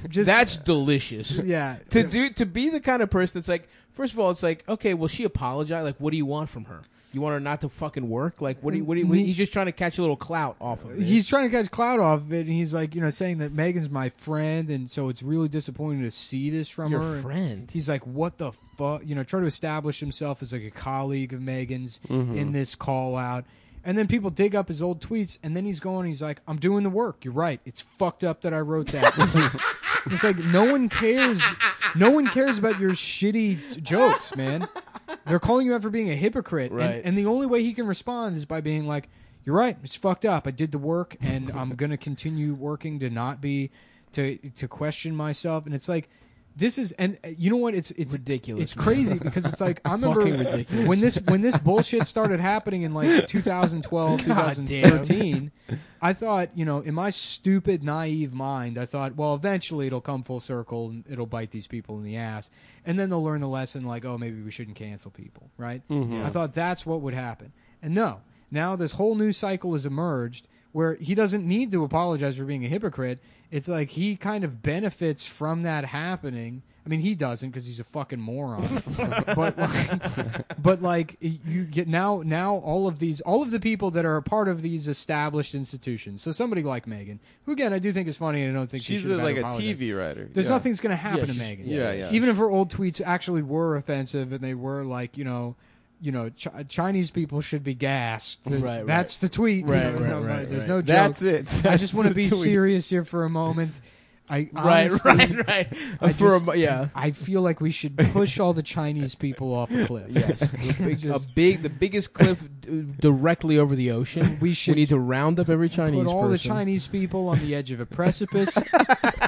Speaker 1: just
Speaker 2: that's delicious.
Speaker 1: yeah.
Speaker 2: to do to be the kind of person that's like, first of all, it's like, okay, well, she apologized. Like, what do you want from her? You want her not to fucking work? Like, what do you? What do you? what-
Speaker 1: Ne-
Speaker 2: he's just trying to catch a little clout off of it.
Speaker 1: Mm-hmm. he's trying to catch cloud off of it, and he's like, you know, saying that Megan's my friend, and so it's really disappointing to see this from her.
Speaker 2: your
Speaker 1: And
Speaker 2: friend.
Speaker 1: He's like, what the fuck? You know, trying to establish himself as like a colleague of Megan's
Speaker 2: Mm-hmm.
Speaker 1: in this call out. And then people dig up his old tweets, and then he's going, he's like, I'm doing the work. You're right. It's fucked up that I wrote that. It's like, it's like no one cares. No one cares about your shitty j- jokes, man. They're calling you out for being a hypocrite. and-
Speaker 2: Right.
Speaker 1: and the only way he can respond is by being like, you're right. It's fucked up. I did the work, and I'm going to continue working to not be to to question myself. And it's like this is and uh, you know what? It's it's
Speaker 2: Ridiculous,
Speaker 1: It's
Speaker 2: man.
Speaker 1: crazy because it's like I remember
Speaker 2: Fucking ridiculous.
Speaker 1: when this when this bullshit started happening in like 2012,
Speaker 2: God
Speaker 1: 2013. I thought you know in my stupid naive mind, I thought well eventually it'll come full circle and it'll bite these people in the ass, and then they'll learn the lesson like oh maybe we shouldn't cancel people, right? I thought that's what would happen. And no, now this whole new cycle has emerged where he doesn't need to apologize for being a hypocrite. It's like he kind of benefits from that happening. I mean, he doesn't because he's a fucking moron. but like, but like you get now now all of these all of the people that are a part of these established institutions. So somebody like Megan, who again I do think is funny and I don't think she
Speaker 3: She's
Speaker 1: should
Speaker 3: a,
Speaker 1: have
Speaker 3: like a
Speaker 1: apologized.
Speaker 3: TV writer.
Speaker 1: There's
Speaker 3: yeah.
Speaker 1: nothing's going to happen
Speaker 2: Yeah,
Speaker 1: to
Speaker 2: she's-
Speaker 1: Megan.
Speaker 3: Yeah, yeah.
Speaker 1: Even if her old tweets actually were offensive and they were like, you know, you know, Ch- Chinese people should be gassed. Th-
Speaker 2: Right, right.
Speaker 1: That's the tweet. you
Speaker 2: Right,
Speaker 1: know,
Speaker 2: right,
Speaker 1: no,
Speaker 2: right,
Speaker 1: There's
Speaker 2: right.
Speaker 1: no joke.
Speaker 3: That's it.
Speaker 1: I
Speaker 3: That's
Speaker 1: just want to
Speaker 3: the
Speaker 1: be
Speaker 3: tweet.
Speaker 1: serious here for a moment. I
Speaker 2: Right,
Speaker 1: honestly,
Speaker 2: right, right.
Speaker 1: I
Speaker 2: For a
Speaker 1: just-
Speaker 2: mo- yeah.
Speaker 1: I feel like we should push all the Chinese people off a cliff.
Speaker 2: Yes, a big,
Speaker 1: Just-
Speaker 2: a big, the biggest cliff d- directly over the ocean.
Speaker 1: We should
Speaker 2: we need to round up every Chinese
Speaker 1: Put all
Speaker 2: person.
Speaker 1: the Chinese people on the edge of a precipice,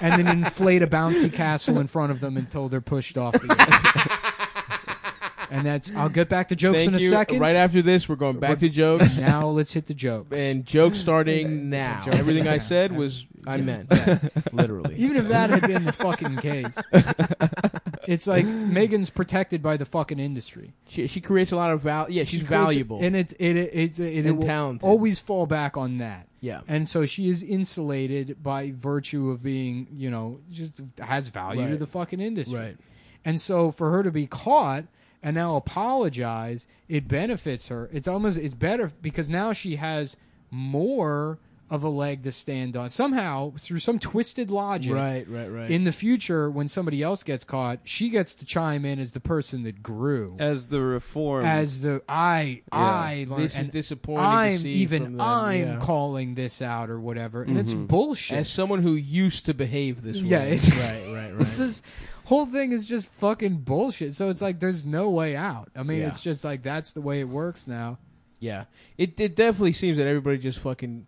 Speaker 1: and then inflate a bouncy castle in front of them until they're pushed off the edge. and that's. I'll get back to jokes
Speaker 2: Thank
Speaker 1: in a
Speaker 2: you.
Speaker 1: second.
Speaker 2: Right after this, we're going back to jokes
Speaker 1: now let's hit the jokes.
Speaker 2: and jokes starting now.
Speaker 1: Jokes
Speaker 2: Everything I
Speaker 1: now.
Speaker 2: said was I meant that, literally.
Speaker 1: Even if that had been the fucking case, it's like Megan's protected by the fucking industry.
Speaker 2: She, she creates a lot of value. Yeah, she's
Speaker 1: She creates-
Speaker 2: valuable.
Speaker 1: and it it it it, it,
Speaker 2: And
Speaker 1: will
Speaker 2: talented.
Speaker 1: always fall back on that.
Speaker 2: yeah,
Speaker 1: And so she is insulated by virtue of being, you know, just has value to
Speaker 2: Right.
Speaker 1: the fucking industry.
Speaker 2: right.
Speaker 1: And so for her to be caught and now apologize, it benefits her. It's almost it's better because now she has more of a leg to stand on. Somehow through some twisted logic.
Speaker 2: Right, right, right.
Speaker 1: In the future, when somebody else gets caught, she gets to chime in as the person that grew,
Speaker 3: as the reform.
Speaker 1: as the I,
Speaker 3: Yeah.
Speaker 1: I, learned,
Speaker 2: this is
Speaker 1: and
Speaker 2: disappointing. to
Speaker 1: I'm
Speaker 2: see from
Speaker 1: even
Speaker 2: them.
Speaker 1: I'm
Speaker 2: Yeah. Mm-hmm.
Speaker 1: calling this out or whatever, and it's bullshit.
Speaker 2: as someone who used to behave this
Speaker 1: Yeah,
Speaker 2: way.
Speaker 1: it's-
Speaker 2: right, right, right.
Speaker 1: This is whole thing is just fucking bullshit. So it's like there's no way out. I mean,
Speaker 2: Yeah.
Speaker 1: it's just like that's the way it works now.
Speaker 2: Yeah, it it definitely seems that everybody just fucking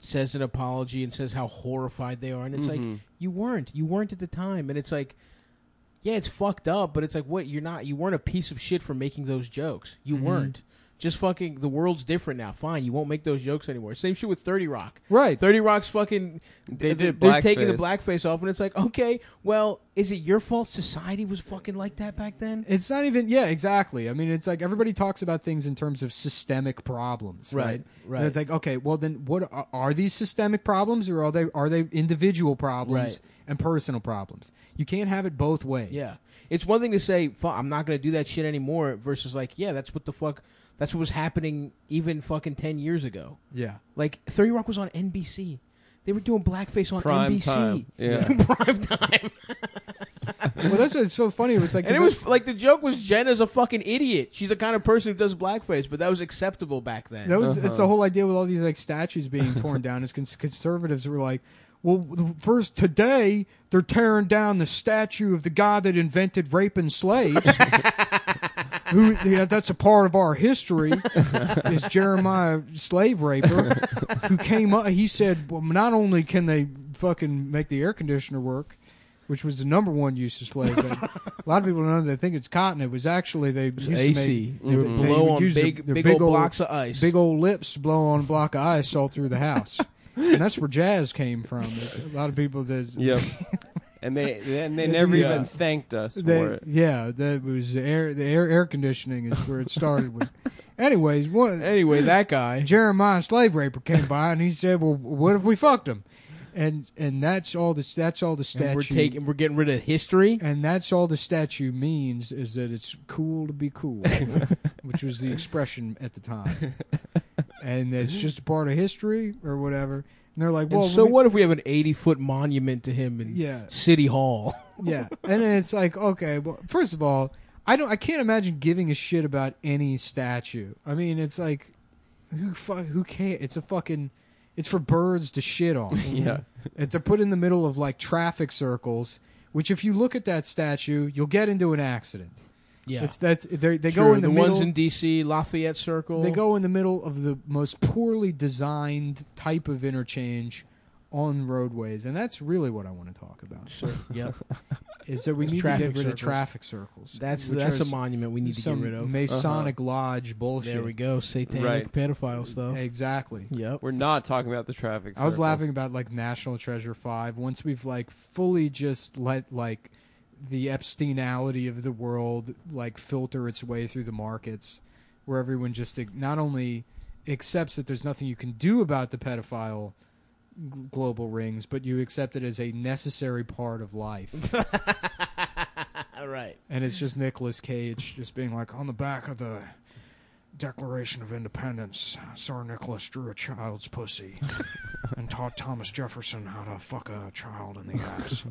Speaker 2: says an apology and says how horrified they are, and it's like
Speaker 3: Mhm.
Speaker 2: you weren't, you weren't at the time, and it's like, yeah, it's fucked up, but it's like what you're not, you weren't a piece of shit for making those jokes, you
Speaker 3: Mm-hmm.
Speaker 1: Mhm.
Speaker 2: weren't. Just fucking, the world's different now. Fine, you won't make those jokes anymore. Same shit with Thirty Rock.
Speaker 1: Right.
Speaker 2: Thirty Rock's fucking.
Speaker 3: They
Speaker 2: they're-
Speaker 3: did
Speaker 2: They're taking the
Speaker 3: blackface.
Speaker 2: blackface off, and it's like, okay, well, is it your fault society was fucking like that back then?
Speaker 1: It's not even yeah, exactly. I mean, it's like everybody talks about things in terms of systemic problems, right?
Speaker 2: Right, right.
Speaker 1: And it's like, okay, well then what are, are these systemic problems or are they are they individual problems
Speaker 2: Right.
Speaker 1: and personal problems? You can't have it both ways.
Speaker 2: Yeah, it's one thing to say "Fu- I'm not going to do that shit anymore versus like, yeah, that's what the fuck, that's what was happening even fucking ten years ago.
Speaker 1: Yeah.
Speaker 2: Like Thirty Rock was on NBC. They were doing blackface on
Speaker 3: Prime
Speaker 2: NBC.
Speaker 3: time. Yeah.
Speaker 2: prime time.
Speaker 1: Well, that's what's so funny. It was like
Speaker 2: And it was like the joke was Jenna's a fucking idiot. She's the kind of person who does blackface, but that was acceptable back then.
Speaker 1: That was it's the whole idea with all these like statues being torn down. Is cons- conservatives were like, well, the first today they're tearing down the statue of the guy that invented raping slaves. Who yeah, that's a part of our history is Jeremiah slave raper who came up. He said, well, not only can they fucking make the air conditioner work. Which was the number one use of slave? labor. a lot of people don't know. They think it's cotton. It was actually they used to make
Speaker 2: AC. They would
Speaker 1: Mhm. They
Speaker 2: blow
Speaker 1: would
Speaker 2: on
Speaker 1: use
Speaker 2: big,
Speaker 1: their
Speaker 2: big,
Speaker 1: big
Speaker 2: old,
Speaker 1: old-
Speaker 2: blocks of ice.
Speaker 1: big old lips blow on a block of ice all through the house. and that's where jazz came from. There's a lot of people that
Speaker 3: Yep. and they and they
Speaker 1: Yeah.
Speaker 3: never
Speaker 1: Yeah.
Speaker 3: even thanked us for
Speaker 1: they,
Speaker 3: it.
Speaker 1: yeah, that was the air the air air conditioning is where it started with. Anyways, one
Speaker 2: Anyway, that guy.
Speaker 1: Jeremiah slave raper came by and he said, "Well, what if we fucked him?" And and that's all the that's all the statue
Speaker 2: And we're taking, we're getting rid of history.
Speaker 1: and that's all the statue means is that it's cool to be cool, which was the expression at the time. And it's just a part of history or whatever. And they're like,
Speaker 2: And
Speaker 1: well,
Speaker 2: so
Speaker 1: we-
Speaker 2: what if we have an eighty foot monument to him in
Speaker 1: Yeah,
Speaker 2: City Hall?
Speaker 1: yeah. And then it's like, okay, well, first of all, I don't, I can't imagine giving a shit about any statue. I mean, it's like, who fuck, who cares? It's a fucking, it's for birds to shit on.
Speaker 3: Yeah.
Speaker 1: If they're put in the middle of like traffic circles, which if you look at that statue, you'll get into an accident.
Speaker 2: Yeah,
Speaker 1: It's that's they they
Speaker 2: True.
Speaker 1: go in the,
Speaker 2: the
Speaker 1: middle.
Speaker 2: ones in D.C. Lafayette Circle.
Speaker 1: They go in the middle of the most poorly designed type of interchange on roadways, and that's really what I want to talk about.
Speaker 2: So, yep.
Speaker 1: Is that we
Speaker 2: It's
Speaker 1: need to get rid
Speaker 2: traffic
Speaker 1: of
Speaker 2: circles.
Speaker 1: traffic circles.
Speaker 2: That's
Speaker 1: which
Speaker 2: that's
Speaker 1: are
Speaker 2: a monument we need to get
Speaker 1: some
Speaker 2: rid of. Uh-huh.
Speaker 1: Masonic lodge bullshit.
Speaker 2: There we go, satanic
Speaker 3: Right.
Speaker 2: pedophile stuff.
Speaker 1: Exactly.
Speaker 2: Yep.
Speaker 3: We're not talking about the traffic.
Speaker 1: I was
Speaker 3: circles.
Speaker 1: laughing about like National Treasure Five. Once we've like fully just let like the Epsteinality of the world like filter its way through the markets, where everyone just ig- not only accepts that there's nothing you can do about the pedophile g- global rings, but you accept it as a necessary part of life.
Speaker 2: All right.
Speaker 1: and it's just Nicolas Cage just being like on the back of the. Declaration of Independence. Sir Nicholas drew a child's pussy and taught Thomas Jefferson how to fuck a child in the ass.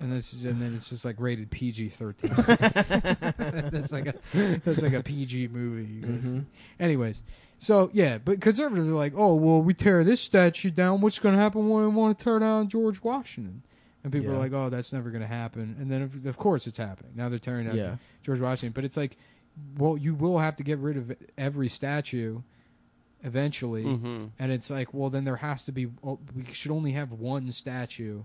Speaker 1: and this is, and then it's just like rated PG thirteen. that's like a that's like a PG movie. you
Speaker 2: Mm-hmm.
Speaker 1: guys. Anyways, so yeah, but conservatives are like, oh well, we tear this statue down. What's going to happen when we want to tear down George Washington? And people
Speaker 2: Yeah.
Speaker 1: are like, oh, that's never going to happen. And then of, of course it's happening. Now they're tearing down
Speaker 2: Yeah.
Speaker 1: George Washington, but it's like, well, you will have to get rid of every statue eventually.
Speaker 2: Mm.
Speaker 3: Mhm.
Speaker 1: And it's like, well, then there has to be. oh, We should only have one statue,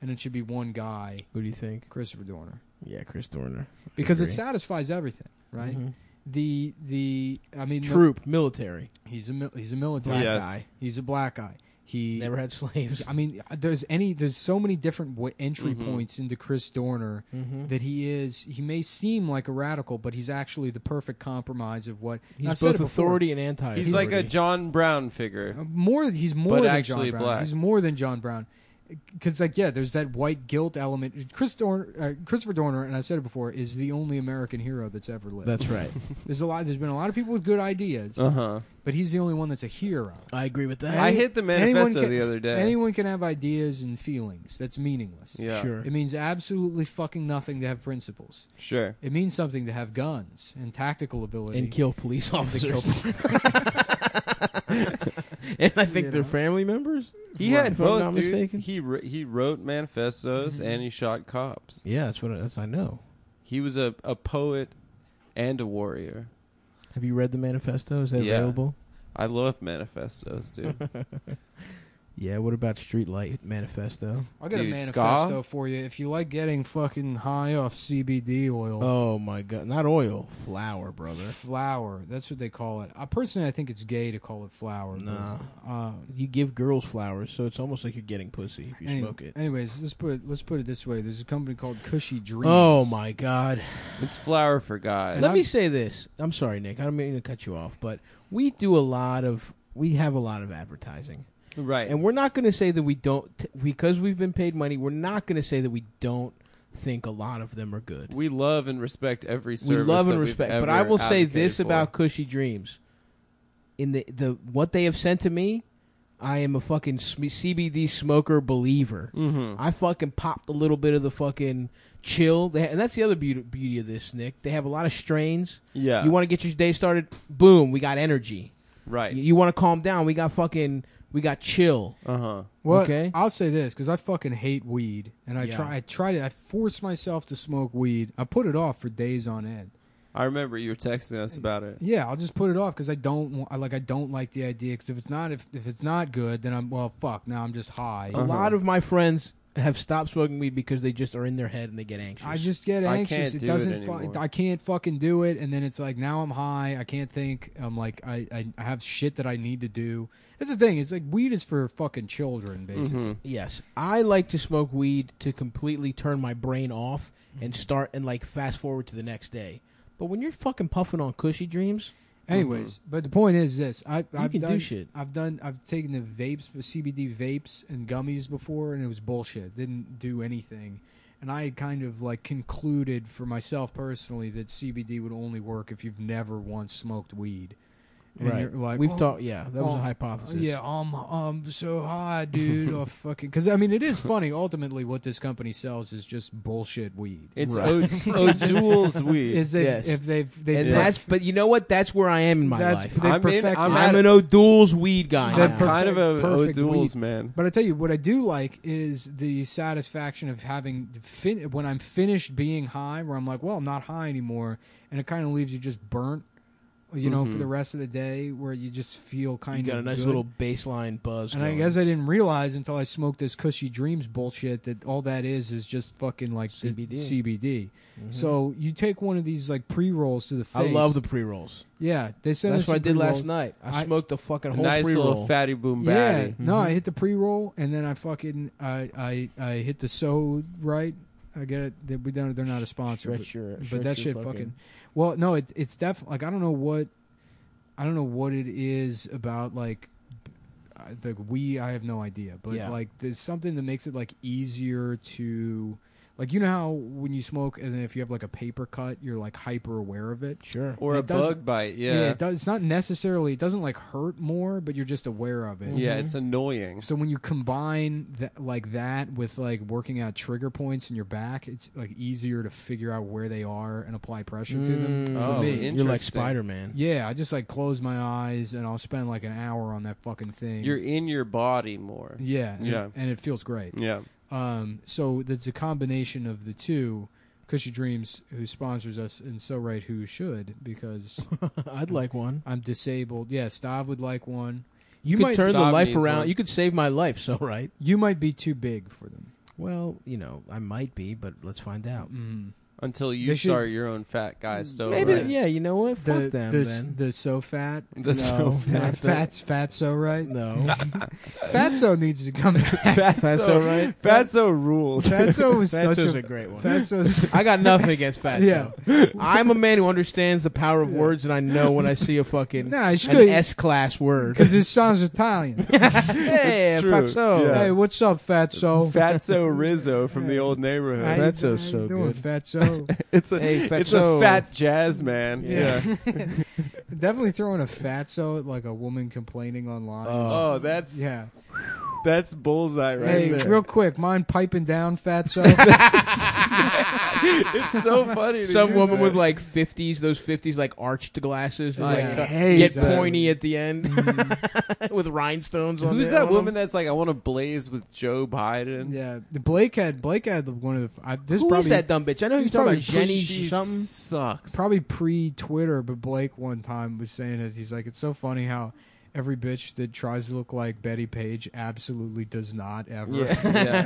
Speaker 1: and it should be one guy,
Speaker 2: Who do you think?
Speaker 1: Christopher Dorner,
Speaker 2: Yeah, Chris Dorner.
Speaker 1: because it
Speaker 2: agree.
Speaker 1: satisfies everything, right?
Speaker 2: Mhm.
Speaker 1: The the I mean, no-
Speaker 2: Troop, military,
Speaker 1: he's a mil- he's a
Speaker 2: black
Speaker 1: military.
Speaker 3: Yes.
Speaker 2: guy.
Speaker 1: He's a black guy. He
Speaker 2: Never had slaves.
Speaker 1: I mean, there's any there's so many different w- entry
Speaker 3: Mhm.
Speaker 1: points into Chris Dorner
Speaker 2: Mm-hmm.
Speaker 1: that he is. He may seem like a radical, but he's actually the perfect compromise of what
Speaker 2: He's
Speaker 1: I've said
Speaker 2: both
Speaker 1: it before.
Speaker 2: authority and anti.
Speaker 3: He's like a John Brown figure.
Speaker 1: Uh, more he's more
Speaker 3: But
Speaker 1: than
Speaker 3: actually
Speaker 1: John Brown.
Speaker 3: black.
Speaker 1: He's more than John Brown. Because like yeah, there's that white guilt element. Chris Dorner, uh, Christopher Dorner, and I said it before, is the only American hero that's ever lived.
Speaker 2: That's Uh-huh. right.
Speaker 1: there's a lot. There's been a lot of people with good ideas,
Speaker 3: Uh huh.
Speaker 1: but he's the only one that's a hero.
Speaker 2: I agree with that.
Speaker 3: I hit the
Speaker 1: anyone
Speaker 3: manifesto
Speaker 1: can-
Speaker 3: the other day.
Speaker 1: Anyone can have ideas and feelings. That's meaningless.
Speaker 3: yeah. Sure.
Speaker 2: Sure.
Speaker 1: It means absolutely fucking nothing to have principles.
Speaker 3: Sure.
Speaker 1: It means something to have guns and tactical ability.
Speaker 2: And kill police
Speaker 1: And to kill-
Speaker 2: officers. and I think
Speaker 1: You
Speaker 2: they're
Speaker 1: know?
Speaker 2: family members.
Speaker 3: He
Speaker 2: Right.
Speaker 3: had
Speaker 2: If I'm
Speaker 3: both,
Speaker 2: not
Speaker 3: dude.
Speaker 2: mistaken. Mm-hmm.
Speaker 3: He wr- he wrote manifestos and he shot cops.
Speaker 2: Yeah, that's what that's I know.
Speaker 3: He was a, a poet and a warrior.
Speaker 2: Have you read the manifesto? Is that
Speaker 3: Yeah.
Speaker 2: available?
Speaker 3: I love manifestos, dude.
Speaker 2: Yeah. What about Streetlight Manifesto?
Speaker 1: I got a
Speaker 3: Dude, ska?
Speaker 1: manifesto for you. If you like getting fucking high off CBD oil,
Speaker 2: Oh my god! Not oil, flour, brother.
Speaker 1: flower. That's what they call it. I personally, I think it's gay to call it flower. but,
Speaker 2: Nah.
Speaker 1: um,
Speaker 2: You give girls flowers, so it's almost like you're getting pussy if you
Speaker 1: any-
Speaker 2: smoke it.
Speaker 1: Anyways, let's put it. Let's put it this way. There's a company called Cushy Dreams.
Speaker 2: Oh my god!
Speaker 3: it's flower for guys.
Speaker 2: Let me say this. I'm sorry, Nick. I don't mean to cut you off, but we do a lot of we have a lot of advertising,
Speaker 3: right.
Speaker 2: and we're not going to say that we don't t- because we've been paid money. We're not going to say that we don't think a lot of them are good.
Speaker 3: we love and respect every
Speaker 2: We
Speaker 3: service.
Speaker 2: love
Speaker 3: that
Speaker 2: and
Speaker 3: we've
Speaker 2: respect, but
Speaker 3: ever
Speaker 2: I will say
Speaker 3: advocated
Speaker 2: this
Speaker 3: for.
Speaker 2: about Cushy Dreams: in the the what they have sent to me, I am a fucking sm- CBD smoker believer.
Speaker 3: Mm-hmm.
Speaker 2: I fucking popped a little bit of the fucking chill. They ha- and that's the other beauty, beauty of this, Nick. They have a lot of strains.
Speaker 3: Yeah.
Speaker 2: You want to get your day started? Boom, we got energy.
Speaker 3: right.
Speaker 2: You, you want to calm down? We got fucking, we got chill.
Speaker 3: Uh huh.
Speaker 1: Well,
Speaker 2: Okay.
Speaker 1: I'll say this because I fucking hate weed, and I
Speaker 2: Yeah.
Speaker 1: try, I try to, I force myself to smoke weed. I put it off for days on end.
Speaker 3: I remember you were texting us about it.
Speaker 1: Yeah, I'll just put it off because I don't, wa- I like, I don't like the idea. Because if it's not, if, if it's not good, then I'm well, fuck. Now I'm just high.
Speaker 2: A lot of my friends have stopped smoking weed because they just are in their head and they get anxious.
Speaker 1: I just get
Speaker 3: I
Speaker 1: anxious.
Speaker 3: can't
Speaker 1: it
Speaker 3: do it
Speaker 1: doesn't.
Speaker 3: anymore.
Speaker 1: fu- I can't fucking do it. And then it's like now I'm high. I can't think. I'm like I, I, I have shit that I need to do. That's the thing. It's like weed is for fucking children, basically.
Speaker 3: Mm-hmm.
Speaker 2: Yes, I like to smoke weed to completely turn my brain off
Speaker 1: Mm-hmm.
Speaker 2: and start and like fast forward to the next day. But when you're fucking puffing on cushy dreams,
Speaker 1: Anyways, but the point is this: I, I've
Speaker 2: can do
Speaker 1: done,
Speaker 2: shit.
Speaker 1: I've done. I've taken the vapes, the CBD vapes and gummies before, and it was bullshit. Didn't do anything. And I had kind of like concluded for myself personally that CBD would only work if you've never once smoked weed. And
Speaker 2: right?
Speaker 1: you're like
Speaker 2: We've
Speaker 1: oh,
Speaker 2: talked. Yeah, that was
Speaker 1: oh,
Speaker 2: a hypothesis.
Speaker 1: Yeah, I'm I'm so high, dude. I fucking because I mean it is funny. Ultimately, what this company sells is just bullshit weed.
Speaker 3: It's
Speaker 2: Right.
Speaker 3: O- O'Doul's weed.
Speaker 1: Is they
Speaker 2: yes.
Speaker 1: if they've they
Speaker 2: and
Speaker 3: Yeah.
Speaker 2: that's. But you know what? That's where I am in my
Speaker 1: that's
Speaker 2: life.
Speaker 1: they
Speaker 3: I'm in-
Speaker 1: perfected
Speaker 3: I'm
Speaker 1: it.
Speaker 3: at
Speaker 2: I'm an O'Doul's weed guy.
Speaker 1: That
Speaker 3: I'm
Speaker 2: now.
Speaker 1: per-
Speaker 3: kind of a
Speaker 1: perfect
Speaker 3: O'Doul's man.
Speaker 1: But I tell you what I do like is the satisfaction of having fin- when I'm finished being high, where I'm like, well, I'm not high anymore, and it kind of leaves you just burnt, you know, for
Speaker 3: Mhm.
Speaker 1: the rest of the day, where you just feel kind
Speaker 2: Mm-hmm. you
Speaker 1: of
Speaker 2: got a nice
Speaker 1: good.
Speaker 2: little baseline buzz.
Speaker 1: And I
Speaker 2: going.
Speaker 1: guess I didn't realize until I smoked this cushy dreams bullshit that all that is is just fucking like the
Speaker 2: CBD.
Speaker 1: CBD. So you take one of these like pre rolls to the face.
Speaker 2: Mm-hmm. I love the pre rolls.
Speaker 1: yeah. They send
Speaker 2: That's
Speaker 1: us
Speaker 2: what I
Speaker 1: the
Speaker 2: did last
Speaker 1: pre-rolls.
Speaker 2: night. I,
Speaker 1: I-
Speaker 2: smoked a fucking
Speaker 3: A
Speaker 2: whole
Speaker 3: nice
Speaker 2: pre-roll.
Speaker 3: little fatty boom
Speaker 1: Yeah,
Speaker 3: batty.
Speaker 1: no, I
Speaker 2: Mm-hmm.
Speaker 1: hit the pre roll and then I fucking I I, I hit the so right. I get it. They, we don't. They're not a sponsor, but,
Speaker 2: Stretch your-
Speaker 1: but
Speaker 2: stretch
Speaker 1: that
Speaker 2: your
Speaker 1: shit
Speaker 2: fucking-
Speaker 1: fucking. Well, no, it, it's definitely like I don't know what, I don't know what it is about like, I- like we. I have no idea, but
Speaker 2: Yeah.
Speaker 1: like there's something that makes it like easier to, like you know how when you smoke and then if you have like a paper cut, you're like hyper aware of it.
Speaker 2: Sure.
Speaker 3: Or a
Speaker 1: It doesn't-
Speaker 3: bug bite. Yeah.
Speaker 1: it does, it's not necessarily. It doesn't like hurt more, but you're just aware of it.
Speaker 3: Yeah, it's annoying.
Speaker 1: So when you combine that like that with like working out trigger points in your back, it's like easier to figure out where they are and apply pressure to them.
Speaker 2: Mm.
Speaker 1: For
Speaker 3: Oh,
Speaker 1: me,
Speaker 3: in-
Speaker 2: You're like
Speaker 3: Interesting.
Speaker 2: Spider Man.
Speaker 1: yeah, I just like close my eyes and I'll spend like an hour on that fucking thing.
Speaker 3: You're in your body more.
Speaker 1: yeah, and,
Speaker 3: Yeah.
Speaker 1: and it feels great.
Speaker 3: Yeah.
Speaker 1: Um, so that's a combination of the two. Cushy Dreams, who sponsors us, and so right, who should because
Speaker 2: I'd like one.
Speaker 1: I'm disabled. Yeah, Stav would like one.
Speaker 2: You,
Speaker 1: You,
Speaker 2: could
Speaker 1: might
Speaker 2: turn the
Speaker 3: Stop
Speaker 2: life
Speaker 3: me as
Speaker 2: around.
Speaker 3: well.
Speaker 2: You could save my life. So right.
Speaker 1: you might be too big for them.
Speaker 2: Well, you know, I might be, but let's find out.
Speaker 1: Mm.
Speaker 3: Until you
Speaker 1: They should-
Speaker 3: start your own fat guy stove.
Speaker 2: Maybe,
Speaker 3: Oh, right?
Speaker 2: yeah. You know what?
Speaker 1: the,
Speaker 2: Fuck them.
Speaker 1: the,
Speaker 2: then.
Speaker 1: the so fat.
Speaker 3: The
Speaker 1: no,
Speaker 3: so
Speaker 1: Not
Speaker 2: fat.
Speaker 1: fat's fatso, right?
Speaker 2: no.
Speaker 1: Fatso needs to come back.
Speaker 2: Fatso, right?
Speaker 3: Fatso rules.
Speaker 1: Fatso was such
Speaker 2: Fatso's
Speaker 1: a,
Speaker 2: a, great one.
Speaker 1: Fatso's
Speaker 2: I got nothing against Fatso. I'm a man who understands the power of words, and I know when I see a fucking
Speaker 1: Nah, it's
Speaker 2: an
Speaker 1: good.
Speaker 2: S class word.
Speaker 1: because his son's Italian. Oh,
Speaker 2: hey,
Speaker 3: true.
Speaker 2: Fatso.
Speaker 3: Yeah.
Speaker 1: Hey, what's up, Fatso?
Speaker 3: Fatso Rizzo from the old
Speaker 1: How
Speaker 3: neighborhood.
Speaker 1: you-
Speaker 2: Fatso's
Speaker 1: how you
Speaker 2: so
Speaker 1: doing,
Speaker 2: good.
Speaker 1: Fatso.
Speaker 3: It's a
Speaker 2: Hey,
Speaker 3: it's a
Speaker 2: Fatso.
Speaker 3: fat jazz man.
Speaker 2: Yeah.
Speaker 3: Yeah.
Speaker 1: Definitely throwing a Fatso at like a woman complaining online.
Speaker 2: Oh.
Speaker 3: Oh, that's
Speaker 1: yeah.
Speaker 3: that's bullseye right
Speaker 1: hey,
Speaker 3: there.
Speaker 1: real quick, mind piping down, Fatso?
Speaker 3: it's so funny. To
Speaker 2: Some
Speaker 3: use
Speaker 2: woman
Speaker 3: that.
Speaker 2: with like fifties, those fifties like arched glasses, that,
Speaker 1: Yeah.
Speaker 2: like, uh, cut-
Speaker 3: Hey,
Speaker 2: get
Speaker 1: exactly.
Speaker 2: pointy at the end with rhinestones. on
Speaker 3: Who's
Speaker 2: the-
Speaker 3: that
Speaker 2: on
Speaker 3: woman
Speaker 2: them.
Speaker 3: that's like I want to blaze with Joe Biden?
Speaker 1: yeah, Blake had Blake had one of the. I, this
Speaker 2: Who is
Speaker 1: probably
Speaker 2: that dumb bitch? I know you're
Speaker 1: He's
Speaker 2: talking about
Speaker 1: probably
Speaker 2: Jenny
Speaker 3: she
Speaker 2: something.
Speaker 3: sucks.
Speaker 1: probably pre Twitter, but Blake one time was saying it. He's like, it's so funny how every bitch that tries to look like Betty Page absolutely does not ever.
Speaker 3: yeah.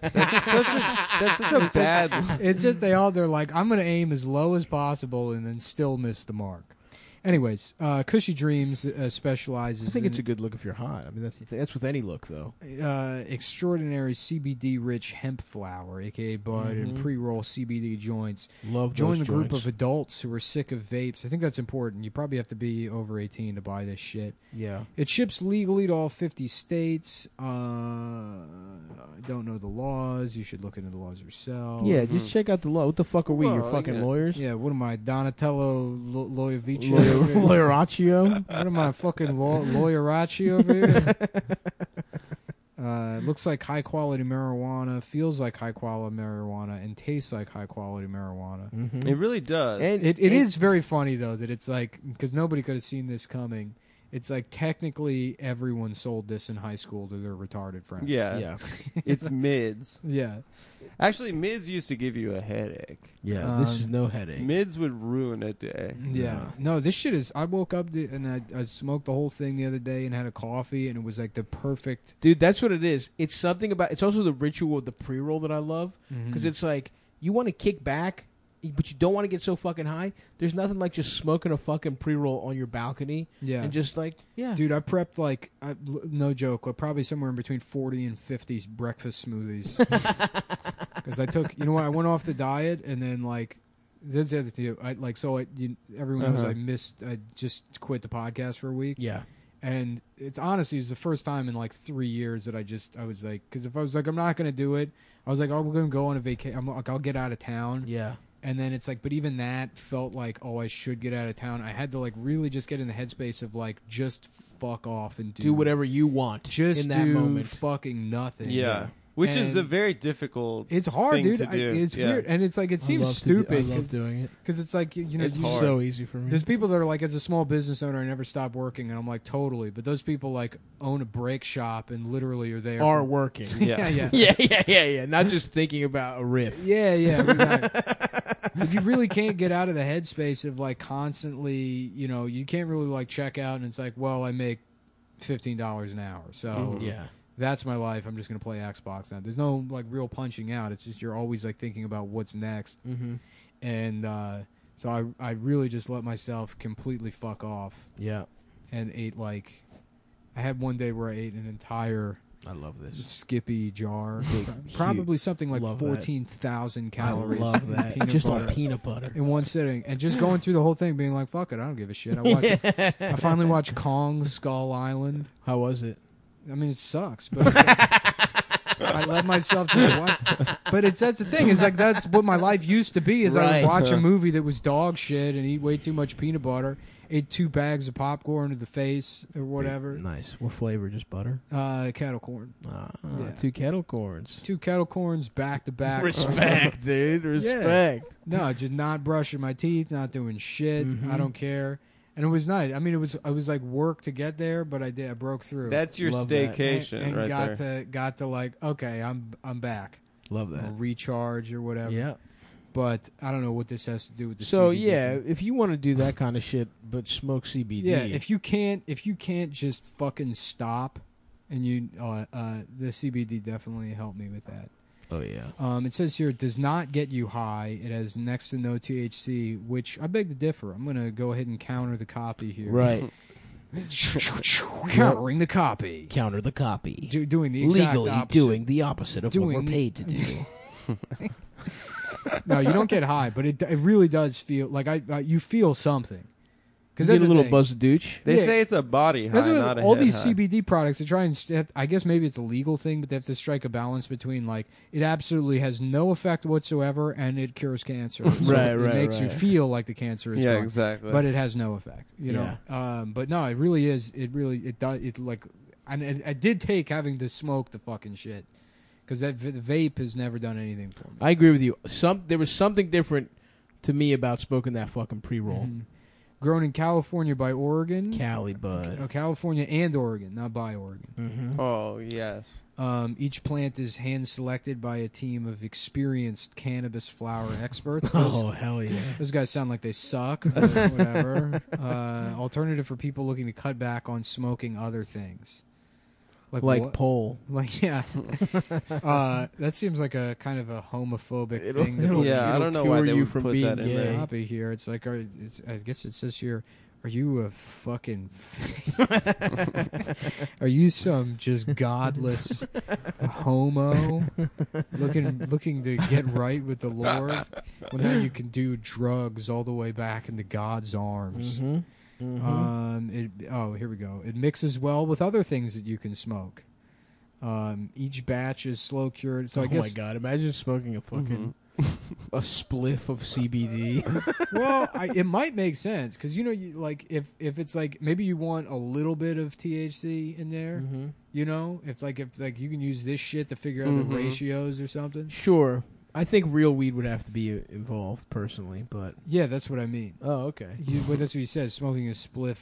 Speaker 3: that's such a that's such a bad.
Speaker 1: it's just they all they're like, I'm gonna aim as low as possible and then still miss the mark. Anyways, uh, Cushy Dreams uh, specializes.
Speaker 2: I think
Speaker 1: in,
Speaker 2: it's a good look if you're hot. I mean, that's the thing. that's with any look though.
Speaker 1: uh, extraordinary CBD rich hemp flower, aka bud, and pre roll CBD joints.
Speaker 2: Love
Speaker 1: Join the
Speaker 2: Mm-hmm. those
Speaker 1: group
Speaker 2: joints.
Speaker 1: of adults who are sick of vapes. I think that's important. You probably have to be over 18 to buy this shit.
Speaker 2: yeah.
Speaker 1: It ships legally to all 50 states. Uh, I don't know the laws. You should look into the laws
Speaker 2: Oh,
Speaker 1: yourself.
Speaker 2: mm-hmm. Yeah, just check out the law. What the fuck are we? your
Speaker 3: Well,
Speaker 2: fucking
Speaker 3: yeah.
Speaker 2: lawyers?
Speaker 1: Yeah, what am I, Donatello Lo- Loyovici?
Speaker 2: Lawyer
Speaker 1: over here.
Speaker 2: Lawyer
Speaker 1: What am I, fucking law- lawyerachi over here? Uh, looks like high quality marijuana, feels like high quality marijuana, and tastes like high quality marijuana.
Speaker 2: Mm-hmm.
Speaker 3: It really does.
Speaker 2: And-
Speaker 1: It, it is very funny though that it's like because nobody could have seen this coming. It's like technically everyone sold this in high school to their retarded friends.
Speaker 3: yeah,
Speaker 2: Yeah.
Speaker 3: it's mids.
Speaker 1: yeah.
Speaker 3: Actually, mids used to give you a headache.
Speaker 2: Yeah. this is
Speaker 1: Um,
Speaker 2: no headache.
Speaker 3: Mids would ruin a day.
Speaker 1: Yeah. No, this shit is. I woke up the, and I, I smoked the whole thing the other day and had a coffee, and it was like the perfect.
Speaker 2: Dude, that's what it is. It's something about. It's also the ritual of the pre roll that I love
Speaker 1: Mm.
Speaker 2: because it's like you want to kick back, but you don't want to get so fucking high. There's nothing like just smoking a fucking pre roll on your balcony
Speaker 1: yeah.
Speaker 2: and just like yeah,
Speaker 1: Dude, I prepped like, I, l- no joke, but probably somewhere in between 40 and 50 breakfast smoothies. Because I took, you know what, I went off the diet and then like, this is the other thing. I like, so I, you, everyone knows
Speaker 3: Uh-huh.
Speaker 1: I missed, I just quit the podcast for a week.
Speaker 2: yeah.
Speaker 1: And it's honestly, it was the first time in like three years that I just, I was like, because if I was like, I'm not going to do it, I was like, oh, we're going to go on a vacation. I'm like, I'll get out of town.
Speaker 2: Yeah.
Speaker 1: And then it's like, but even that felt like, oh, I should get out of town. I had to like really just get in the headspace of like, just fuck off and do,
Speaker 2: Do whatever you want
Speaker 1: Just
Speaker 2: in that
Speaker 1: do
Speaker 2: moment.
Speaker 1: fucking nothing.
Speaker 3: Yeah. Which is a
Speaker 1: And-
Speaker 3: very difficult.
Speaker 1: It's hard,
Speaker 3: Thing
Speaker 1: dude.
Speaker 3: to
Speaker 1: I-
Speaker 3: do,
Speaker 1: it's
Speaker 3: yeah.
Speaker 1: weird, and it's like it
Speaker 2: I
Speaker 1: seems
Speaker 2: love to do- I love
Speaker 1: stupid
Speaker 2: doing it.
Speaker 1: because it's like you you know
Speaker 3: It's
Speaker 1: you-
Speaker 3: hard.
Speaker 2: So easy for me.
Speaker 1: there's people that are like as a small business owner I never stop working, and I'm like totally. But those people like own a brake shop and literally are there
Speaker 2: are
Speaker 1: for-
Speaker 2: working.
Speaker 1: yeah, yeah.
Speaker 2: yeah, yeah, yeah, yeah. Not just thinking about a riff.
Speaker 1: Yeah, yeah. we got- But you really can't get out of the headspace of like constantly, you know, you can't really like check out and it's like, well, I make fifteen dollars an hour, so
Speaker 3: Mhm.
Speaker 2: Mm-hmm. Yeah.
Speaker 1: that's my life. I'm just gonna play Xbox now. There's no like real punching out. It's just you're always like thinking about what's next,
Speaker 2: Mm-hmm.
Speaker 1: and uh, so I I really just let myself completely fuck off
Speaker 2: Yeah.
Speaker 1: and ate like. I had one day where I ate an entire
Speaker 2: I love this.
Speaker 1: Skippy jar,
Speaker 2: Big,
Speaker 1: probably something like
Speaker 2: Love that.
Speaker 1: fourteen thousand calories.
Speaker 2: I love
Speaker 1: in
Speaker 2: that.
Speaker 1: peanut
Speaker 2: just
Speaker 1: butter
Speaker 2: on peanut butter.
Speaker 1: in one sitting and just going through the whole thing being like fuck it i don't give a shit i, watch, I finally watched kong skull island
Speaker 2: How was it?
Speaker 1: i mean it sucks but i let myself just watch but it's that's the thing it's like that's what my life used to be is i
Speaker 2: Right.
Speaker 1: would watch a movie that was dog shit and eat way too much peanut butter ate two bags of popcorn to the face or whatever
Speaker 2: Nice. What flavor? Just butter.
Speaker 1: uh kettle corn
Speaker 2: Ah,
Speaker 1: Yeah.
Speaker 2: Two kettle corns.
Speaker 1: two kettle corns back to back
Speaker 2: Respect, dude. Respect.
Speaker 1: No, just not brushing my teeth, not doing shit.
Speaker 2: Mhm.
Speaker 1: I don't care. And it was nice. I mean, it was I was like work to get there, but I did. I broke through.
Speaker 3: That's your
Speaker 2: Love that.
Speaker 3: staycation
Speaker 1: and, and
Speaker 3: right
Speaker 1: got
Speaker 3: there.
Speaker 1: to got to like okay, I'm I'm back.
Speaker 2: Love
Speaker 1: I'll recharge or whatever.
Speaker 2: Yeah.
Speaker 1: But I don't know what this has to do with the.
Speaker 2: So
Speaker 1: CBD
Speaker 2: yeah,
Speaker 1: thing.
Speaker 2: if you want to do that kind of shit, but smoke CBD.
Speaker 1: yeah. If you can't if you can't just fucking stop, and you uh, uh, the CBD definitely helped me with that.
Speaker 2: oh yeah.
Speaker 1: Um, it says here it does not get you high. It has next to no THC, which I beg to differ. I'm going to go ahead and counter the copy here.
Speaker 2: Right.
Speaker 1: Countering the copy.
Speaker 2: Counter the copy.
Speaker 1: Do, doing the exact
Speaker 2: Legally
Speaker 1: opposite.
Speaker 2: doing the opposite of what
Speaker 1: Doing-
Speaker 2: we're paid to do.
Speaker 1: No, you don't get high, but it it really does feel like I, I you feel something. Because
Speaker 2: You
Speaker 1: that's
Speaker 2: get
Speaker 1: the
Speaker 2: a little
Speaker 1: thing.
Speaker 2: buzz of douche.
Speaker 3: They
Speaker 1: yeah.
Speaker 3: say it's a body high,
Speaker 1: That's what-
Speaker 3: not a
Speaker 1: all
Speaker 3: head
Speaker 1: these
Speaker 3: high.
Speaker 1: CBD products they try and st- I guess maybe it's a legal thing, but they have to strike a balance between like it absolutely has no effect whatsoever and it cures cancer. So
Speaker 2: Right,
Speaker 1: it
Speaker 2: right,
Speaker 1: makes you
Speaker 2: right.
Speaker 1: feel like the cancer is
Speaker 3: Yeah,
Speaker 1: gone.
Speaker 3: exactly.
Speaker 1: but it has no effect you know um but no it really is it really it does it like and it, i did take having to smoke the fucking shit because that v- the vape has never done anything for me
Speaker 2: I agree with you. Some there was something different to me about smoking that fucking pre roll.
Speaker 1: Mhm. grown in california by oregon
Speaker 2: Cali bud.
Speaker 1: Oh, california and oregon not by oregon
Speaker 2: Mm-hmm.
Speaker 3: oh yes.
Speaker 1: um, each plant is hand selected by a team of experienced cannabis flower experts Those-
Speaker 2: Oh hell yeah!
Speaker 1: Those guys sound like they suck, but whatever. uh, alternative for people looking to cut back on smoking other things,
Speaker 2: Like
Speaker 1: what?
Speaker 2: pole.
Speaker 1: Like yeah, uh, that seems like a kind of a homophobic
Speaker 2: It'll-
Speaker 1: thing. that
Speaker 2: it'll-
Speaker 1: we
Speaker 3: yeah, I
Speaker 2: it'll
Speaker 3: don't know why
Speaker 2: cure
Speaker 3: they
Speaker 2: you
Speaker 3: would
Speaker 2: from
Speaker 3: put
Speaker 2: being
Speaker 3: that in
Speaker 2: gay.
Speaker 3: there.
Speaker 1: copy here. It's like, are, it's, I guess it says here, are you a fucking? are you some just godless homo looking looking to get right with the Lord? Well, now you can do drugs all the way back into God's arms.
Speaker 2: Mm-hmm.
Speaker 1: Um, it, oh, here we go. It mixes well with other things that you can smoke. Um, each batch is slow cured, so
Speaker 2: oh
Speaker 1: I guess Mm-hmm.
Speaker 3: Mm-hmm.
Speaker 2: my god! Imagine smoking a fucking a spliff of CBD.
Speaker 1: well, I, it might make sense because you know, you, like if if it's like maybe you want a little bit of THC in there,
Speaker 2: Mm-hmm.
Speaker 1: you know, if like if like you can use this shit to figure out
Speaker 2: Mm-hmm.
Speaker 3: Mhm.
Speaker 1: the ratios or something.
Speaker 2: Sure, I think real weed would have to be i- involved personally, but
Speaker 1: Yeah, that's what I mean.
Speaker 2: oh okay.
Speaker 1: You, well, that's what you said. Smoking a spliff.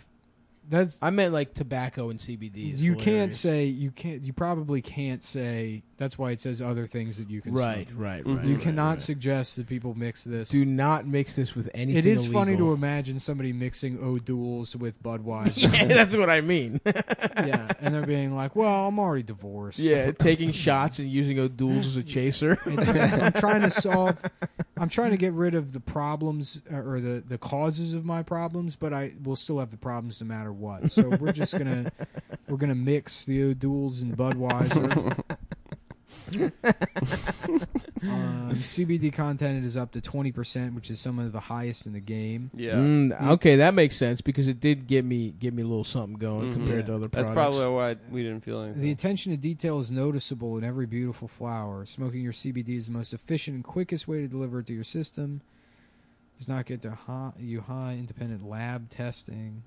Speaker 1: That's
Speaker 2: I meant like tobacco and CBD. Ah, is
Speaker 1: you can't
Speaker 2: hilarious.
Speaker 1: say you can't. You probably can't say. That's why it says other things that you can. smoke.
Speaker 2: right,
Speaker 1: Mm-hmm.
Speaker 2: right, right.
Speaker 3: Mhm.
Speaker 1: You
Speaker 2: right,
Speaker 1: cannot
Speaker 2: right.
Speaker 1: suggest that people mix this.
Speaker 2: Do not mix this with anything.
Speaker 1: it is funny to
Speaker 2: illegal.
Speaker 1: imagine somebody mixing O'Douls with Budweiser.
Speaker 2: yeah, that's what I mean.
Speaker 1: yeah, and they're being like, "Well, I'm already divorced.
Speaker 2: yeah, taking shots and using O'Doul's as a chaser.
Speaker 1: It's, I'm trying to solve. I'm trying to get rid of the problems uh, or the the causes of my problems, but I will still have the problems no matter what. So we're just gonna we're gonna mix the O'Douls and Budweiser. um, CBD content is up to twenty percent, which is some of the highest in the game.
Speaker 3: Yeah.
Speaker 2: Mm, okay, that makes sense because it did get me get me a little something going
Speaker 3: Mhm.
Speaker 2: compared
Speaker 1: Mm-hmm.
Speaker 2: to
Speaker 1: Yeah.
Speaker 2: other products.
Speaker 3: That's probably why we didn't feel anything.
Speaker 1: The attention to detail is noticeable in every beautiful flower. Smoking your CBD is the most efficient and quickest way to deliver it to your system. Does not get to high, you high independent lab testing.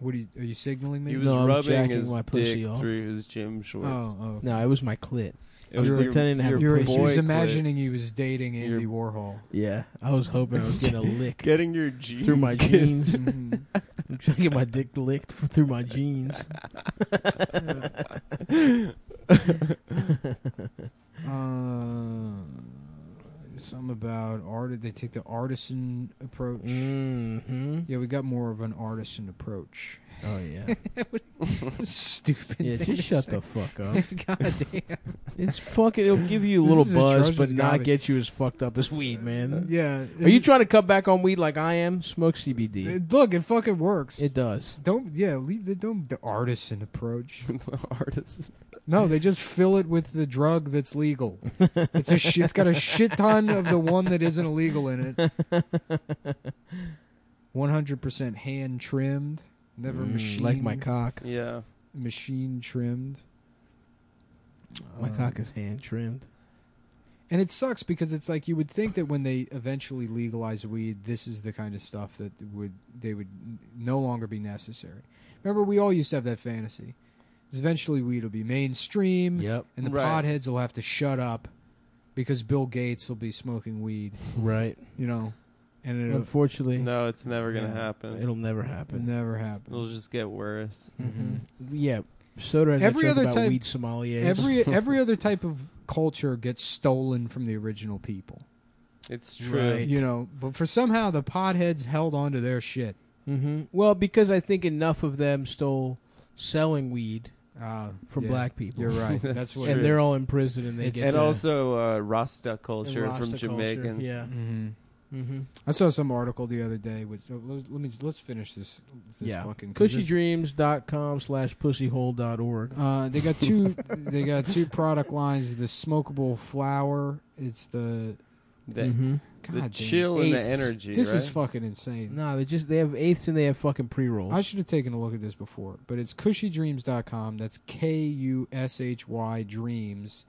Speaker 1: What are you, are you signaling me?
Speaker 3: he was
Speaker 2: No, I'm
Speaker 3: rubbing
Speaker 2: jacking
Speaker 3: his
Speaker 2: my
Speaker 3: dick
Speaker 2: pussy off.
Speaker 3: through his gym shorts.
Speaker 1: oh, oh.
Speaker 2: no, it was my clit.
Speaker 3: It was
Speaker 2: You're
Speaker 3: your,
Speaker 2: pretending to have
Speaker 3: your
Speaker 1: you were,
Speaker 2: pussy.
Speaker 1: he
Speaker 3: boy
Speaker 1: was
Speaker 3: clit.
Speaker 1: imagining he was dating Andy
Speaker 3: Your-
Speaker 1: Warhol.
Speaker 2: Yeah, I was hoping I was getting a lick.
Speaker 3: getting your jeans
Speaker 2: Through my jeans.
Speaker 3: kissed.
Speaker 1: Mhm.
Speaker 2: I'm trying to get my dick licked f- through my jeans.
Speaker 1: uh, some about art. They take the artisan approach.
Speaker 2: Mm-hmm.
Speaker 1: Yeah, we got more of an artisan approach.
Speaker 2: Oh yeah.
Speaker 1: Stupid.
Speaker 2: Yeah,
Speaker 1: thing to
Speaker 2: just shut
Speaker 1: say.
Speaker 2: the fuck up.
Speaker 1: God damn.
Speaker 2: It's fucking. It'll give you a
Speaker 1: This
Speaker 2: little
Speaker 1: is
Speaker 2: buzz,
Speaker 1: atrocious
Speaker 2: but not
Speaker 1: garbage.
Speaker 2: get you as fucked up as weed, man.
Speaker 1: Yeah.
Speaker 2: Are you trying to cut back on weed like I am? Smoke CBD.
Speaker 1: It- Look, it fucking works.
Speaker 2: It does.
Speaker 1: don't yeah, leave the don't the artisan approach.
Speaker 3: Artists.
Speaker 1: No, they just fill it with the drug that's legal. It's a sh- it's got a shit ton of the one that isn't illegal in it. One hundred percent hand trimmed, never
Speaker 2: Mm,
Speaker 1: machine
Speaker 2: like my cock.
Speaker 3: Yeah.
Speaker 1: machine trimmed.
Speaker 2: My
Speaker 1: Um,
Speaker 2: cock is hand trimmed.
Speaker 1: And it sucks because it's like you would think that when they eventually legalize weed, this is the kind of stuff that would they would n- no longer be necessary. Remember, we all used to have that fantasy. Is eventually weed will be mainstream,
Speaker 2: Yep.
Speaker 1: and the
Speaker 3: Right.
Speaker 1: potheads will have to shut up because Bill Gates will be smoking weed,
Speaker 2: Right.
Speaker 1: you know, and it'll
Speaker 2: Unfortunately,
Speaker 3: No, it's never gonna
Speaker 1: Yeah.
Speaker 3: happen. It'll,
Speaker 2: it'll never happen. Mm-hmm.
Speaker 1: never happen.
Speaker 3: just get worse.
Speaker 1: Mhm.
Speaker 2: Yeah. Soda has
Speaker 1: Every
Speaker 2: a joke
Speaker 1: other
Speaker 2: about
Speaker 1: type-
Speaker 2: weed sommeliers.
Speaker 1: Every every other type of culture gets stolen from the original people,
Speaker 3: It's true.
Speaker 2: Right.
Speaker 1: you know. But for somehow the potheads held on to their shit.
Speaker 3: Mm-hmm.
Speaker 2: hmm Well, because I think enough of them stole selling weed
Speaker 1: Uh,
Speaker 2: from
Speaker 1: yeah.
Speaker 2: black people.
Speaker 1: You're right. That's
Speaker 3: That's
Speaker 1: what.
Speaker 3: true.
Speaker 1: it
Speaker 2: and
Speaker 1: is.
Speaker 2: they're all in prison, and they
Speaker 1: It's-
Speaker 2: get
Speaker 3: And
Speaker 2: to-
Speaker 3: also uh, Rasta
Speaker 2: and
Speaker 3: culture
Speaker 2: Rasta
Speaker 3: from
Speaker 2: culture,
Speaker 3: Jamaicans.
Speaker 2: Yeah.
Speaker 1: Mhm.
Speaker 2: Mm-hmm.
Speaker 1: I saw some article the other day. Which oh, let's- let me let's finish this. this
Speaker 2: Yeah.
Speaker 1: fucking 'cause this-
Speaker 2: CushyDreams.com slash pussyhole.org.
Speaker 1: Uh, they got two. they got two product lines. The smokable flour. It's the
Speaker 3: The,
Speaker 2: Mm-hmm.
Speaker 1: God
Speaker 3: the
Speaker 1: damn,
Speaker 3: chill and the
Speaker 1: eighths.
Speaker 3: energy.
Speaker 1: This
Speaker 3: right?
Speaker 1: is fucking insane.
Speaker 2: No, they just they have eighths and they have fucking pre rolls.
Speaker 1: I should have taken a look at this before, but it's cushydreams.com. That's K U S H Y dreams.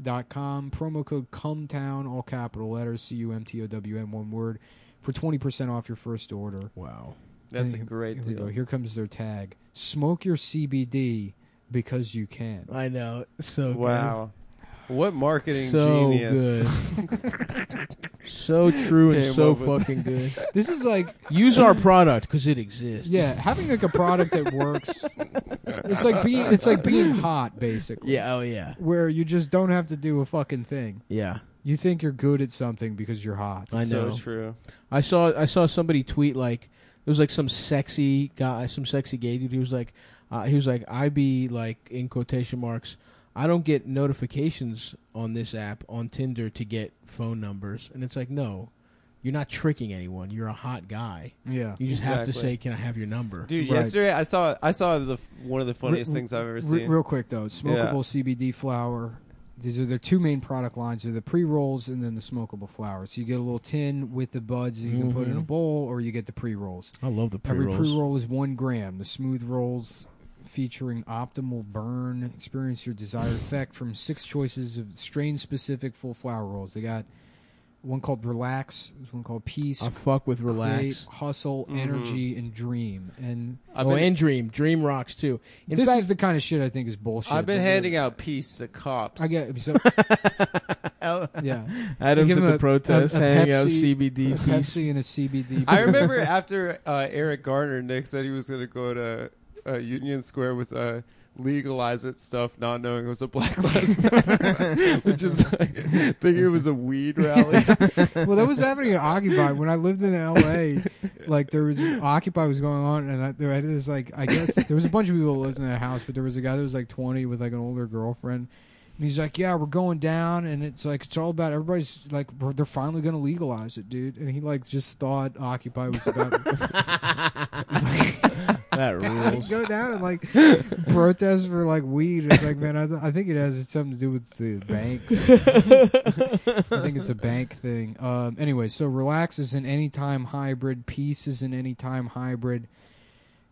Speaker 1: Dot com promo code cumtown all capital letters c u m t o w n one word for 20% off your first order
Speaker 2: wow.
Speaker 3: That's a
Speaker 1: Here-
Speaker 3: great
Speaker 1: Here we go.
Speaker 3: deal.
Speaker 1: Here comes their tag. Smoke your CBD because you can.
Speaker 2: I know. So
Speaker 3: Wow. What marketing
Speaker 2: Good. So
Speaker 3: genius.
Speaker 2: good. so true and
Speaker 3: Came
Speaker 2: so
Speaker 3: up with-
Speaker 2: fucking good.
Speaker 1: This is like,
Speaker 2: Use our product because it exists.
Speaker 1: yeah, having like a product that works. It's like being, it's like being hot, basically.
Speaker 2: Yeah. Oh yeah.
Speaker 1: Where you just don't have to do a fucking thing.
Speaker 2: Yeah.
Speaker 1: You think you're good at something because you're hot.
Speaker 2: I know.
Speaker 3: So true.
Speaker 2: I saw I saw somebody tweet like it was like some sexy guy, some sexy gay dude. He was like, uh, he was like, I be like in quotation marks. I don't get notifications on this app on Tinder to get phone numbers, and it's like, no, you're not tricking anyone. You're a hot guy.
Speaker 1: Yeah.
Speaker 2: You just have to
Speaker 3: Exactly.
Speaker 2: say, can I have your number?
Speaker 3: Dude,
Speaker 1: Right.
Speaker 3: yesterday I saw I saw the one of the funniest
Speaker 1: Re-
Speaker 3: things I've ever
Speaker 1: Re-
Speaker 3: seen.
Speaker 1: real quick though, smokable CBD flower. These are their two main product lines: are the pre rolls and then the smokable flour. So you get a little tin with the buds that you can put in a
Speaker 2: Mhm.
Speaker 1: bowl, or you get the pre rolls.
Speaker 2: I love the
Speaker 1: Every
Speaker 2: pre-rolls.
Speaker 1: pre-roll is one gram. The smooth rolls featuring optimal burn. Experience your desired effect from six choices of strain-specific full flower rolls. They got one called Relax, there's one called Peace,
Speaker 2: I fuck with relax.
Speaker 1: Create, Hustle,
Speaker 3: Mhm.
Speaker 1: Energy, and Dream. And
Speaker 3: I've
Speaker 2: oh,
Speaker 3: been,
Speaker 2: and Dream. Dream rocks too. In
Speaker 1: this
Speaker 2: fact,
Speaker 1: is the kind of shit I think is bullshit.
Speaker 3: I've been
Speaker 1: But
Speaker 3: handing out peace to cops.
Speaker 1: I get so yeah.
Speaker 2: Adams
Speaker 1: Give
Speaker 2: at
Speaker 1: him
Speaker 2: the
Speaker 1: a- a-
Speaker 2: protest,
Speaker 1: a
Speaker 2: hanging out
Speaker 1: Pepsi-
Speaker 2: CBD.
Speaker 1: A
Speaker 2: piece.
Speaker 1: Pepsi and a CBD.
Speaker 3: I remember after uh, Eric Garner, Nick said he was going to go to uh, Union Square with uh, legalize it stuff, not knowing it was a Black Lives Matter, which is like thinking it was a weed rally.
Speaker 1: well, that was happening at Occupy when I lived in L.A. Like there was Occupy was going on, and I, there I was like, I guess there was a bunch of people who lived in that house, but there was a guy that was like 20 with like an older girlfriend, and he's like, "Yeah, we're going down," and it's like it's all about everybody's like we're- they're finally gonna legalize it, dude. And he like just thought Occupy was about
Speaker 2: that rules.
Speaker 1: go down and like protest for like weed. It's like, man, I, th- I think it has something to do with the banks. I think it's a bank thing. Um, anyway, so relax is an anytime hybrid. Peace is an anytime hybrid.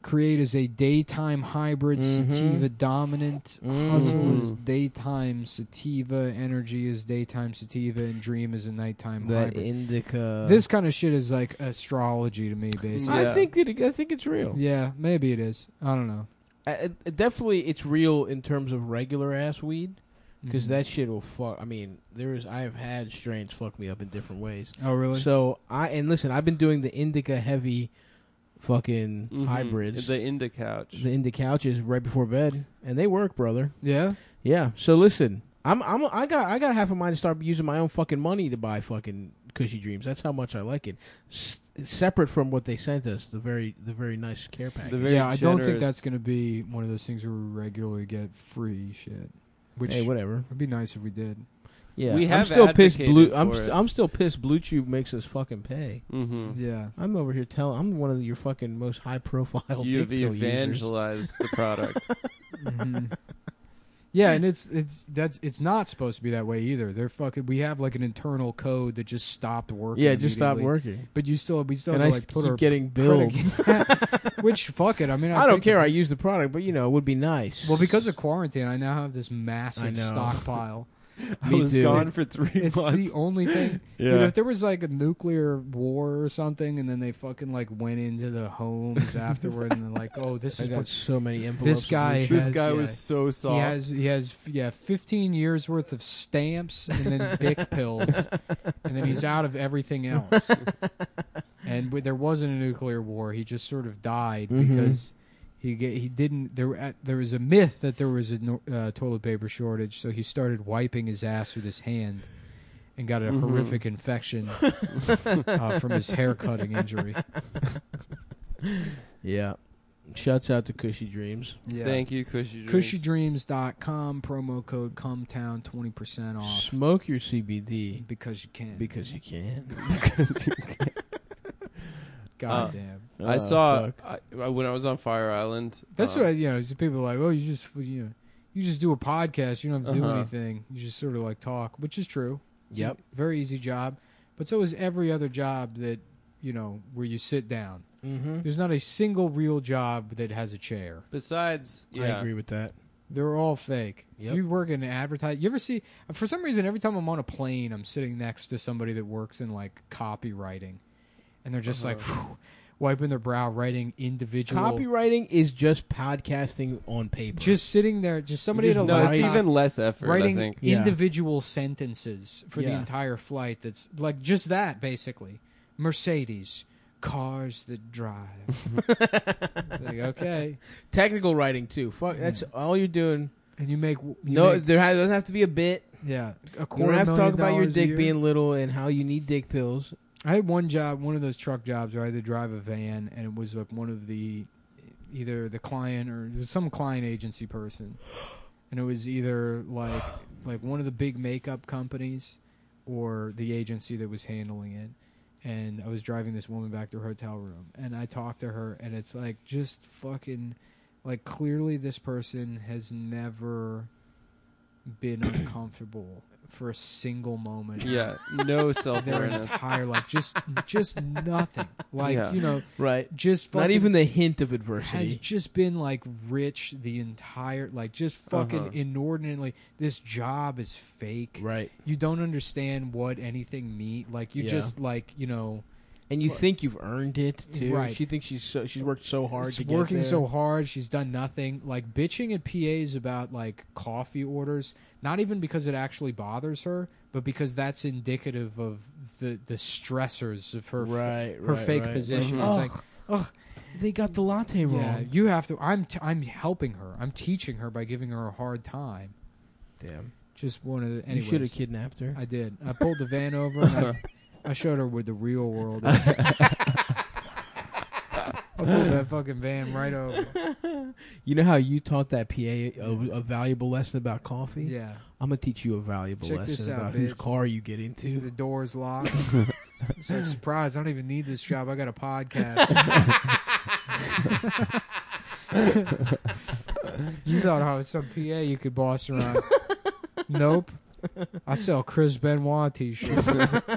Speaker 1: Create is a daytime hybrid.
Speaker 2: Mhm.
Speaker 1: Sativa dominant.
Speaker 2: Mm.
Speaker 1: Hustle is daytime sativa. Energy is daytime sativa, and dream is a nighttime
Speaker 2: that uh,
Speaker 1: hybrid.
Speaker 2: indica.
Speaker 1: this kind of shit is like astrology to me, basically.
Speaker 2: I
Speaker 3: Yeah.
Speaker 2: think that it, I think it's real.
Speaker 1: Yeah, maybe it is. I don't know.
Speaker 2: I, I- definitely, it's real in terms of regular ass weed because
Speaker 1: Mhm.
Speaker 2: that shit will fuck. I mean, there is. I have had strains fuck me up in different ways.
Speaker 1: Oh really?
Speaker 2: So I and listen, I've been doing the indica heavy, fucking hybrids.
Speaker 3: Mm-hmm. The Inda Couch.
Speaker 2: the indica couches right before bed, and they work, brother.
Speaker 1: yeah.
Speaker 2: Yeah. So listen, I'm I'm I got I got half a mind to start using my own fucking money to buy fucking cushy dreams. That's how much I like it. S- separate from what they sent us, the very the very nice care package.
Speaker 3: The very
Speaker 1: yeah, I don't think
Speaker 3: generous-
Speaker 1: that's going to be one of those things where we regularly get free shit. Which
Speaker 2: hey,
Speaker 1: would
Speaker 2: whatever.
Speaker 1: be nice if we did.
Speaker 2: Yeah,
Speaker 3: We
Speaker 2: I'm
Speaker 3: have
Speaker 2: still pissed.
Speaker 3: advocated
Speaker 2: Blue, I'm
Speaker 3: for
Speaker 2: st-
Speaker 3: it.
Speaker 2: I'm still pissed. BlueTube makes us fucking pay.
Speaker 3: Mm-hmm.
Speaker 2: Mm.
Speaker 1: Yeah.
Speaker 2: I'm over here telling. I'm one of your fucking most high profile.
Speaker 3: You've
Speaker 2: evangelist.
Speaker 3: evangelized the product.
Speaker 1: Mhm. yeah, and it's it's that's it's not supposed to be that way either. They're fucking. We have like an internal code that just stopped working.
Speaker 2: Yeah, just stop
Speaker 1: immediately.
Speaker 2: working.
Speaker 1: But you still we still
Speaker 2: And
Speaker 1: have
Speaker 2: I
Speaker 1: to, like put
Speaker 2: keep
Speaker 1: our
Speaker 2: getting billed.
Speaker 1: credit- which fuck it. I mean, I,
Speaker 2: I don't
Speaker 1: think-
Speaker 2: care. I use the product, but you know, it would be nice.
Speaker 1: Well, because of quarantine, I now have this massive
Speaker 2: know.
Speaker 1: stockpile.
Speaker 3: I
Speaker 2: Me
Speaker 3: was
Speaker 2: too.
Speaker 3: gone for three
Speaker 1: it's
Speaker 3: months.
Speaker 1: the only thing Dude,
Speaker 3: yeah.
Speaker 1: if there was like a nuclear war or something, and then they fucking like went into the homes afterward, and they're like, "Oh, this
Speaker 2: I
Speaker 1: is
Speaker 2: got
Speaker 1: what
Speaker 2: so many envelopes.
Speaker 1: This
Speaker 2: of
Speaker 1: guy
Speaker 2: Blue Chew.
Speaker 3: this
Speaker 1: has,
Speaker 3: guy
Speaker 1: yeah.
Speaker 3: was so
Speaker 1: he
Speaker 3: soft.
Speaker 1: has." He has f- yeah, fifteen years worth of stamps and then dick pills, and then he's out of everything else. and w- there wasn't a nuclear war; he just sort of died
Speaker 2: Mhm.
Speaker 3: Mm-hmm.
Speaker 1: because he ga- he didn't. There were- there was a myth that there was a no- uh, toilet paper shortage, so he started wiping his ass with his hand. And got a
Speaker 3: Mhm.
Speaker 1: horrific infection uh, from his hair cutting injury.
Speaker 2: yeah. Shouts out to Cushy Dreams.
Speaker 1: Yeah.
Speaker 3: Thank you, Cushy Dreams.
Speaker 1: Cushydreams.com, promo code Cumtown, 20% off
Speaker 2: Smoke your CBD
Speaker 1: because you can.
Speaker 2: because you can.
Speaker 1: God damn.
Speaker 3: I
Speaker 2: Oh,
Speaker 3: saw
Speaker 2: fuck.
Speaker 3: I, I- when I was on Fire Island.
Speaker 1: That's
Speaker 3: um,
Speaker 1: what, I- you know, people are like, oh, you just, you know, you just do a podcast. You don't have to do
Speaker 3: Uh-huh.
Speaker 1: anything. You just sort of like talk, which is true. It's a
Speaker 2: Yep.
Speaker 1: very easy job. But so is every other job that, you know, where you sit down.
Speaker 2: Mm-hmm.
Speaker 1: There's not a single real job that has a chair.
Speaker 3: Besides, yeah,
Speaker 2: I agree with that.
Speaker 1: They're all fake.
Speaker 2: Yep.
Speaker 1: If you work in advertising, you ever see? For some reason, every time I'm on a plane, I'm sitting next to somebody that works in like copywriting, and they're just like phew, wiping their brow, writing individual.
Speaker 2: Copywriting is just podcasting on paper.
Speaker 1: Just sitting there, just somebody
Speaker 2: just-
Speaker 1: at a
Speaker 2: no,
Speaker 3: no, it's
Speaker 1: laptop
Speaker 3: even less effort. I
Speaker 1: writing
Speaker 3: think.
Speaker 2: Yeah.
Speaker 1: individual sentences for the
Speaker 2: Yeah.
Speaker 1: entire flight. That's like just that, basically. Mercedes cars that drive. like, okay,
Speaker 2: technical writing too. Fuck, that's all you're doing.
Speaker 1: and you make you
Speaker 2: no,
Speaker 1: make-
Speaker 2: there ha- doesn't have to be a bit.
Speaker 1: yeah, a
Speaker 2: You
Speaker 1: quarter
Speaker 2: don't have to
Speaker 1: million
Speaker 2: talk about your
Speaker 1: dollars a
Speaker 2: dick
Speaker 1: year.
Speaker 2: being little and how you need dick pills.
Speaker 1: I had one job, one of those truck jobs where I had to drive a van, and it was like one of the either the client or it was some client agency person, and it was either like like one of the big makeup companies or the agency that was handling it. And I was driving this woman back to her hotel room, and I talked to her, and it's like just fucking like clearly this person has never been uncomfortable for a single moment.
Speaker 3: Yeah, no self
Speaker 1: Their
Speaker 3: awareness.
Speaker 1: entire life, just just nothing. Like
Speaker 3: Yeah.
Speaker 1: you know,
Speaker 2: Right.
Speaker 1: just
Speaker 2: Not
Speaker 1: fucking-
Speaker 2: even the hint of
Speaker 1: has
Speaker 2: adversity.
Speaker 1: just been like rich the entire like just fucking
Speaker 3: Uh-huh.
Speaker 1: inordinately. This job is fake.
Speaker 2: Right.
Speaker 1: You don't understand what anything mean. Like you
Speaker 2: Yeah.
Speaker 1: just like you know,
Speaker 2: And you
Speaker 1: Right.
Speaker 2: think you've earned it too.
Speaker 1: Right.
Speaker 2: She thinks she's so, she's worked so hard
Speaker 1: it's
Speaker 2: to get
Speaker 1: working
Speaker 2: there.
Speaker 1: so hard. She's done nothing. Like bitching at PAs about like coffee orders, not even because it actually bothers her, but because that's indicative of the the stressors of her
Speaker 2: right,
Speaker 1: her
Speaker 2: right,
Speaker 1: fake
Speaker 2: right.
Speaker 1: position.
Speaker 2: Like,
Speaker 1: It's
Speaker 2: "Ugh,
Speaker 1: like, ugh,
Speaker 2: they got the latte wrong.
Speaker 1: yeah, you have to. I'm t- I'm helping her. I'm teaching her by giving her a hard time.
Speaker 2: Damn.
Speaker 1: Just one of the.
Speaker 2: You should have
Speaker 1: Anyways,
Speaker 2: kidnapped her. Uh-huh.
Speaker 1: I did. I pulled the van over. and I, I showed her where the real world is. I pulled that fucking van right over.
Speaker 2: You know how you taught that PA a, a valuable lesson about coffee?
Speaker 1: Yeah,
Speaker 2: I'm gonna teach you a valuable
Speaker 1: Check this
Speaker 2: lesson
Speaker 1: out,
Speaker 2: about whose
Speaker 1: bitch.
Speaker 2: car you get
Speaker 1: the
Speaker 2: into.
Speaker 1: door's locked. It's like surprise. I don't even need this job. I got a podcast. you thought I was some PA you could boss around. nope. I sell Chris Benoit t-shirts.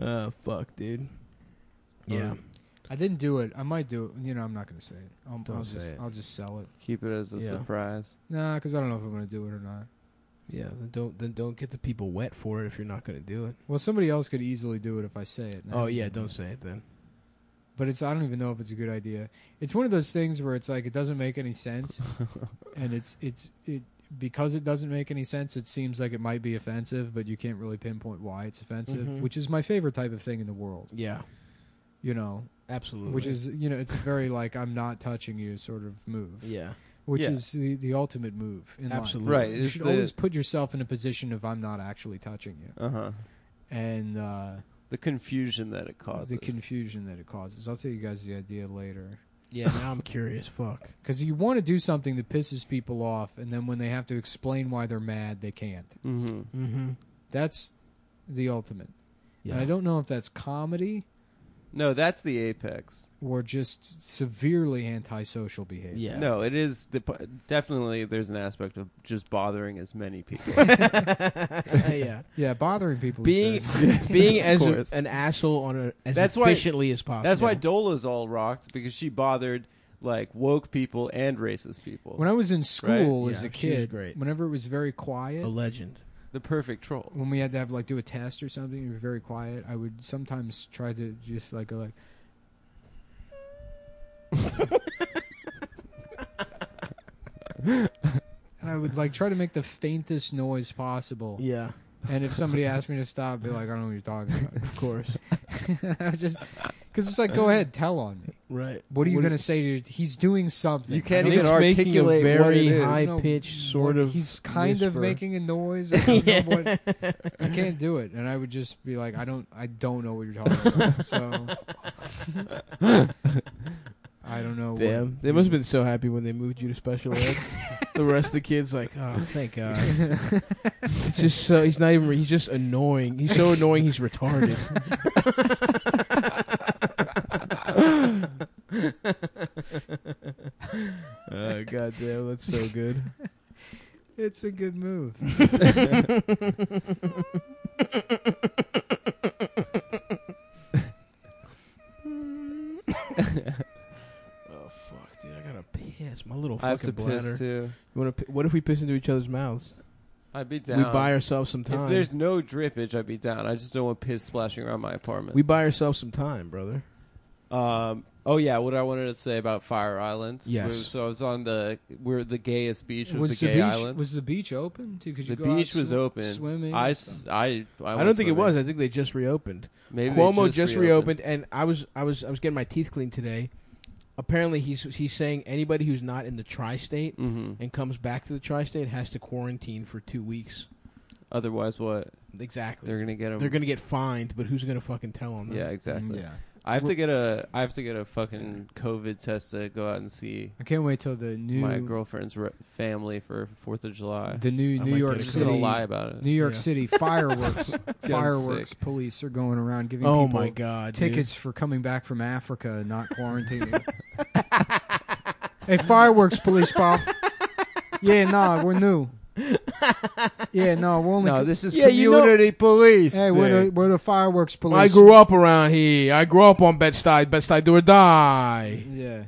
Speaker 2: Uh, fuck, dude. Yeah.
Speaker 1: Um, I didn't do it. I might do it. You know, I'm not going to say it. I'll,
Speaker 2: Don't
Speaker 1: I'll
Speaker 2: say
Speaker 1: just,
Speaker 2: it.
Speaker 1: I'll just sell it.
Speaker 3: Keep it as a
Speaker 2: Yeah.
Speaker 3: surprise.
Speaker 1: Nah, because I don't know if I'm going to do it or not.
Speaker 2: Yeah, then don't then don't get the people wet for it if you're not gonna do it.
Speaker 1: Well, somebody else could easily do it if I say it.
Speaker 2: Oh yeah, don't say it then.
Speaker 1: But it's I don't even know if it's a good idea. It's one of those things where it's like it doesn't make any sense, and it's it's it because it doesn't make any sense. It seems like it might be offensive, but you can't really pinpoint why it's offensive,
Speaker 3: Mm-hmm.
Speaker 2: Mhm.
Speaker 1: which is my favorite type of thing in the world.
Speaker 2: Yeah,
Speaker 1: You know,
Speaker 3: Mm-hmm.
Speaker 2: absolutely.
Speaker 1: which is you know it's a very like I'm not touching you sort of move,
Speaker 2: yeah,
Speaker 1: which
Speaker 3: Yeah.
Speaker 1: is the, the ultimate move in life.
Speaker 2: absolutely.
Speaker 3: Right.
Speaker 1: Mm-hmm. You
Speaker 3: It's
Speaker 1: should
Speaker 3: the,
Speaker 1: always put yourself in a position of I'm not actually touching you,
Speaker 3: uh-huh.
Speaker 1: and uh,
Speaker 3: the confusion that it causes.
Speaker 1: the confusion that it causes. I'll tell you guys the idea later
Speaker 2: Yeah. Now I'm curious. Fuck.
Speaker 1: because you want to do something that pisses people off, and then when they have to explain why they're mad, they can't.
Speaker 3: mm-hmm.
Speaker 2: Mm-hmm.
Speaker 1: That's the ultimate.
Speaker 2: Yeah.
Speaker 1: And I don't know if that's comedy
Speaker 3: No, that's the apex.
Speaker 1: or just severely antisocial behavior.
Speaker 2: Yeah.
Speaker 3: No, it is the p- definitely. There's an aspect of just bothering as many people.
Speaker 2: yeah.
Speaker 1: Yeah, bothering people. is
Speaker 2: Being
Speaker 1: bad.
Speaker 2: being
Speaker 3: of
Speaker 2: as a-
Speaker 3: course.
Speaker 2: an asshole on a, as
Speaker 3: That's why-
Speaker 2: efficiently as possible.
Speaker 3: That's why Dola's all rocked because she bothered like woke people and racist people.
Speaker 1: when I was in school
Speaker 2: Right.
Speaker 1: as
Speaker 2: Yeah,
Speaker 1: a
Speaker 2: she was
Speaker 1: kid,
Speaker 2: great.
Speaker 1: whenever it was very quiet,
Speaker 2: a legend.
Speaker 3: the perfect troll.
Speaker 1: when we had to have like do a test or something, it was very quiet. I would sometimes try to just like go like. And I would like try to make the faintest noise possible.
Speaker 2: Yeah.
Speaker 1: And if somebody asked me to stop, I'd be like, I don't know what you're talking
Speaker 2: Of course.
Speaker 1: about. I would just because it's like, go ahead, tell on me.
Speaker 2: right.
Speaker 1: What are you gonna say to? He's doing something.
Speaker 3: You
Speaker 1: I
Speaker 3: can't
Speaker 1: don't
Speaker 2: Nick's
Speaker 3: even
Speaker 1: know
Speaker 2: making a
Speaker 3: articulate what it
Speaker 2: very
Speaker 3: is.
Speaker 1: I
Speaker 2: high
Speaker 1: don't know
Speaker 2: pitched
Speaker 1: what-
Speaker 2: sort of.
Speaker 1: He's kind of
Speaker 2: whisper.
Speaker 1: making a noise. I don't know what I can't do it, and I would just be like, I don't, I don't know what you're talking about. So I don't know.
Speaker 2: Damn,
Speaker 1: what-
Speaker 2: they must have been so happy when they moved you to special ed. the rest of the kids like, oh, thank God. It's just so he's not even. He's just annoying. He's so annoying. He's retarded. uh, God damn, that's so good.
Speaker 1: It's a good move.
Speaker 2: Oh, Oh fuck, dude, I gotta piss. My little
Speaker 3: I have
Speaker 2: fucking
Speaker 3: to
Speaker 2: bladder.
Speaker 3: piss too.
Speaker 2: You wanna? P- what if we piss into each other's mouths?
Speaker 3: I'd be down.
Speaker 2: We buy ourselves some time.
Speaker 3: if there's no drippage, I'd be down. I just don't want piss splashing around my apartment.
Speaker 2: we buy ourselves some time, brother.
Speaker 3: Um. Oh yeah. What I wanted to say about Fire Island.
Speaker 2: Yes.
Speaker 3: We- so I was on the we're the gayest beach of
Speaker 1: was
Speaker 3: the
Speaker 1: the,
Speaker 3: gay
Speaker 1: beach
Speaker 3: island.
Speaker 1: was the beach open? Too? Could you
Speaker 3: the
Speaker 1: go out
Speaker 3: beach was
Speaker 1: swi-
Speaker 3: open.
Speaker 1: Swimming.
Speaker 3: I
Speaker 1: and
Speaker 3: s-
Speaker 1: stuff?
Speaker 3: I I,
Speaker 2: I,
Speaker 3: went
Speaker 2: don't think it was.
Speaker 3: swimming.
Speaker 2: I think they just reopened.
Speaker 3: Maybe they
Speaker 2: Cuomo just, reopened. and I was I was I was getting my teeth cleaned today. Apparently, he's he's saying anybody who's not in the tri-state
Speaker 3: Mm-hmm.
Speaker 2: and comes back to the tri-state has to quarantine for two weeks.
Speaker 3: Otherwise, what
Speaker 2: Exactly.
Speaker 3: they're gonna get them?
Speaker 2: They're gonna get fined, but who's gonna fucking tell on them?
Speaker 3: yeah, exactly.
Speaker 1: Mm, Yeah.
Speaker 3: I have to get a I have to get a fucking COVID test to go out and see
Speaker 1: I can't wait till the new
Speaker 3: my girlfriend's re- family for Fourth of July.
Speaker 1: the new
Speaker 2: I
Speaker 1: New
Speaker 2: might
Speaker 1: York
Speaker 2: get a
Speaker 3: I'm just gonna
Speaker 1: City
Speaker 3: lie about it.
Speaker 1: New York
Speaker 2: Yeah.
Speaker 1: City fireworks fireworks
Speaker 3: sick.
Speaker 1: police are going around giving
Speaker 2: Oh
Speaker 1: people
Speaker 2: my god. dude.
Speaker 1: tickets for coming back from Africa and not quarantining. hey, fireworks police, Bob. Yeah, nah, we're new. Yeah, no, we're only.
Speaker 3: No, this is
Speaker 2: Oh Yeah, you know-
Speaker 3: community police.
Speaker 1: hey, we're the,
Speaker 3: thing.
Speaker 1: we're the fireworks police.
Speaker 2: I grew up around here. I grew up on Bed-Stuy. Bed-Stuy do or die.
Speaker 1: Yeah.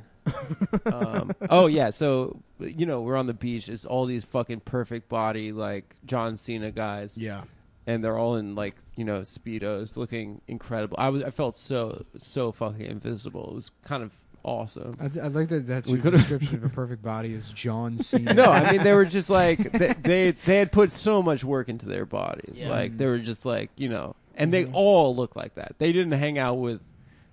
Speaker 3: um, oh yeah, so you know we're on the beach. It's all these fucking perfect body like John Cena guys,
Speaker 2: Yeah.
Speaker 3: and they're all in like you know speedos, looking incredible. I was I felt so so fucking invisible. It was kind of awesome.
Speaker 1: I, I like that. That's
Speaker 3: We
Speaker 1: your
Speaker 3: could've-
Speaker 1: description of a perfect body is John Cena.
Speaker 3: No, I mean they were just like they, they they had put so much work into their bodies.
Speaker 2: Yeah. Mm-hmm.
Speaker 3: Like they were just like you know, and they all look like that. They didn't hang out with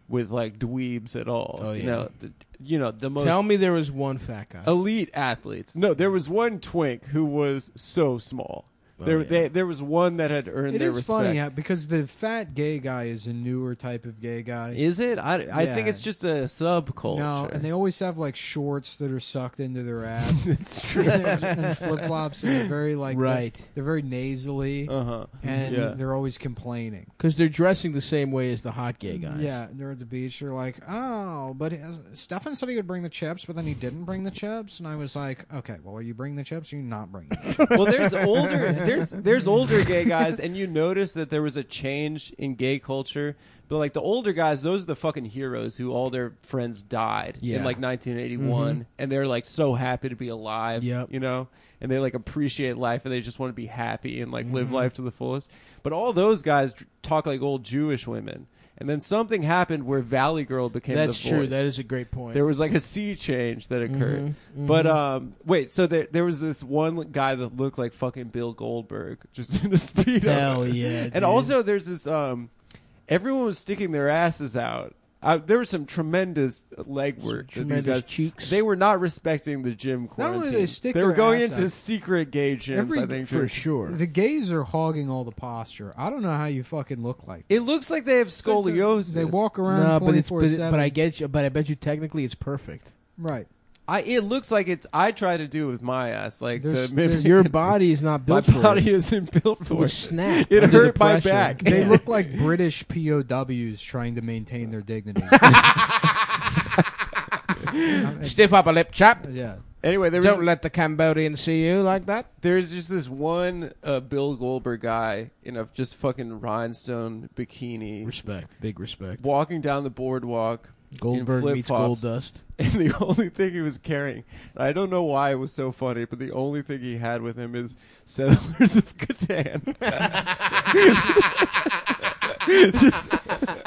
Speaker 3: with like dweebs at all.
Speaker 2: Oh, yeah.
Speaker 3: You know, the, you know the most.
Speaker 2: Tell me there was one fat guy.
Speaker 3: elite athletes. No, there was one twink who was so small. there,
Speaker 2: yeah.
Speaker 3: they, there was one that had earned
Speaker 1: it
Speaker 3: their
Speaker 1: is
Speaker 3: respect.
Speaker 1: funny how, because the fat gay guy is a newer type of gay guy.
Speaker 3: Is it? I, I
Speaker 1: Yeah.
Speaker 3: think it's just a subculture.
Speaker 1: no, and they always have like shorts that are sucked into their ass
Speaker 3: it's true.
Speaker 1: and flip flops, and they're very like
Speaker 2: right.
Speaker 1: They're very nasally,
Speaker 3: Uh huh.
Speaker 1: and
Speaker 3: yeah.
Speaker 1: they're always complaining.
Speaker 2: Because they're dressing the same way as the hot gay guys.
Speaker 1: Yeah, they're at the beach. They're like, "Oh, but has- Stefan said he would bring the chips, but then he didn't bring the chips." And I was like, "Okay, well, are you bringing the chips? or Are you not bringing?" The chips?
Speaker 3: Well, there's older, there's there's older gay guys, and you notice that there was a change in gay culture. But like the older guys, those are the fucking heroes who all their friends died
Speaker 2: Yeah. Mm-hmm.
Speaker 3: in like 1981, and they're like so happy to be alive.
Speaker 2: Yep.
Speaker 3: you know, and they like appreciate life, and they just want to be happy and like
Speaker 2: Mm-hmm.
Speaker 3: live life to the fullest. But all those guys dr- talk like old Jewish women, and then something happened where Valley Girl became
Speaker 2: That's
Speaker 3: the
Speaker 2: true.
Speaker 3: voice.
Speaker 2: That is a great point.
Speaker 3: There was like a sea change that occurred. But um, wait, so there there was this one guy that looked like fucking Bill Goldberg, just in the speedo.
Speaker 2: Hell yeah.
Speaker 3: and
Speaker 2: dude.
Speaker 3: also there's this um, everyone was sticking their asses out. Uh, there was some tremendous leg work. that these
Speaker 2: tremendous
Speaker 3: guys-
Speaker 2: cheeks.
Speaker 3: They were not respecting the gym
Speaker 1: Not
Speaker 3: quarantine.
Speaker 1: only did they stick
Speaker 3: were
Speaker 1: their
Speaker 3: going
Speaker 1: ass
Speaker 3: into
Speaker 1: out-
Speaker 3: secret gay gyms.
Speaker 1: Every-
Speaker 3: I think
Speaker 2: for
Speaker 3: to-
Speaker 2: sure.
Speaker 1: the gays are hogging all the posture. I don't know how you fucking look like.
Speaker 3: It looks like they have scoliosis.
Speaker 1: They walk
Speaker 2: No,
Speaker 1: around
Speaker 2: but
Speaker 1: twenty
Speaker 2: it's
Speaker 1: four
Speaker 2: but,
Speaker 1: seven.
Speaker 2: but I get you. But I bet you technically it's perfect.
Speaker 1: right.
Speaker 3: I it looks like it's. I try to do with my ass, like
Speaker 1: There's-
Speaker 3: to mimic
Speaker 1: there's-
Speaker 2: Your body is not
Speaker 3: My
Speaker 2: built for
Speaker 3: body
Speaker 2: it.
Speaker 3: isn't built
Speaker 2: It
Speaker 3: for
Speaker 2: would
Speaker 3: it.
Speaker 2: snap.
Speaker 3: It
Speaker 2: under the
Speaker 3: hurt my
Speaker 2: pressure.
Speaker 3: back.
Speaker 1: They
Speaker 2: Yeah.
Speaker 1: look like British POWs trying to maintain their dignity.
Speaker 2: stiff upper lip chap.
Speaker 1: yeah.
Speaker 3: Anyway, there was
Speaker 2: Don't let the Cambodian see you like that.
Speaker 3: there's just this one uh, Bill Goldberg guy in a just fucking rhinestone bikini
Speaker 2: Respect, big respect.
Speaker 3: walking down the boardwalk. in
Speaker 2: Goldberg meets Gold
Speaker 3: flip-flops,
Speaker 2: Dust.
Speaker 3: And the only thing he was carrying, I don't know why it was so funny, but the only thing he had with him is Settlers of Catan.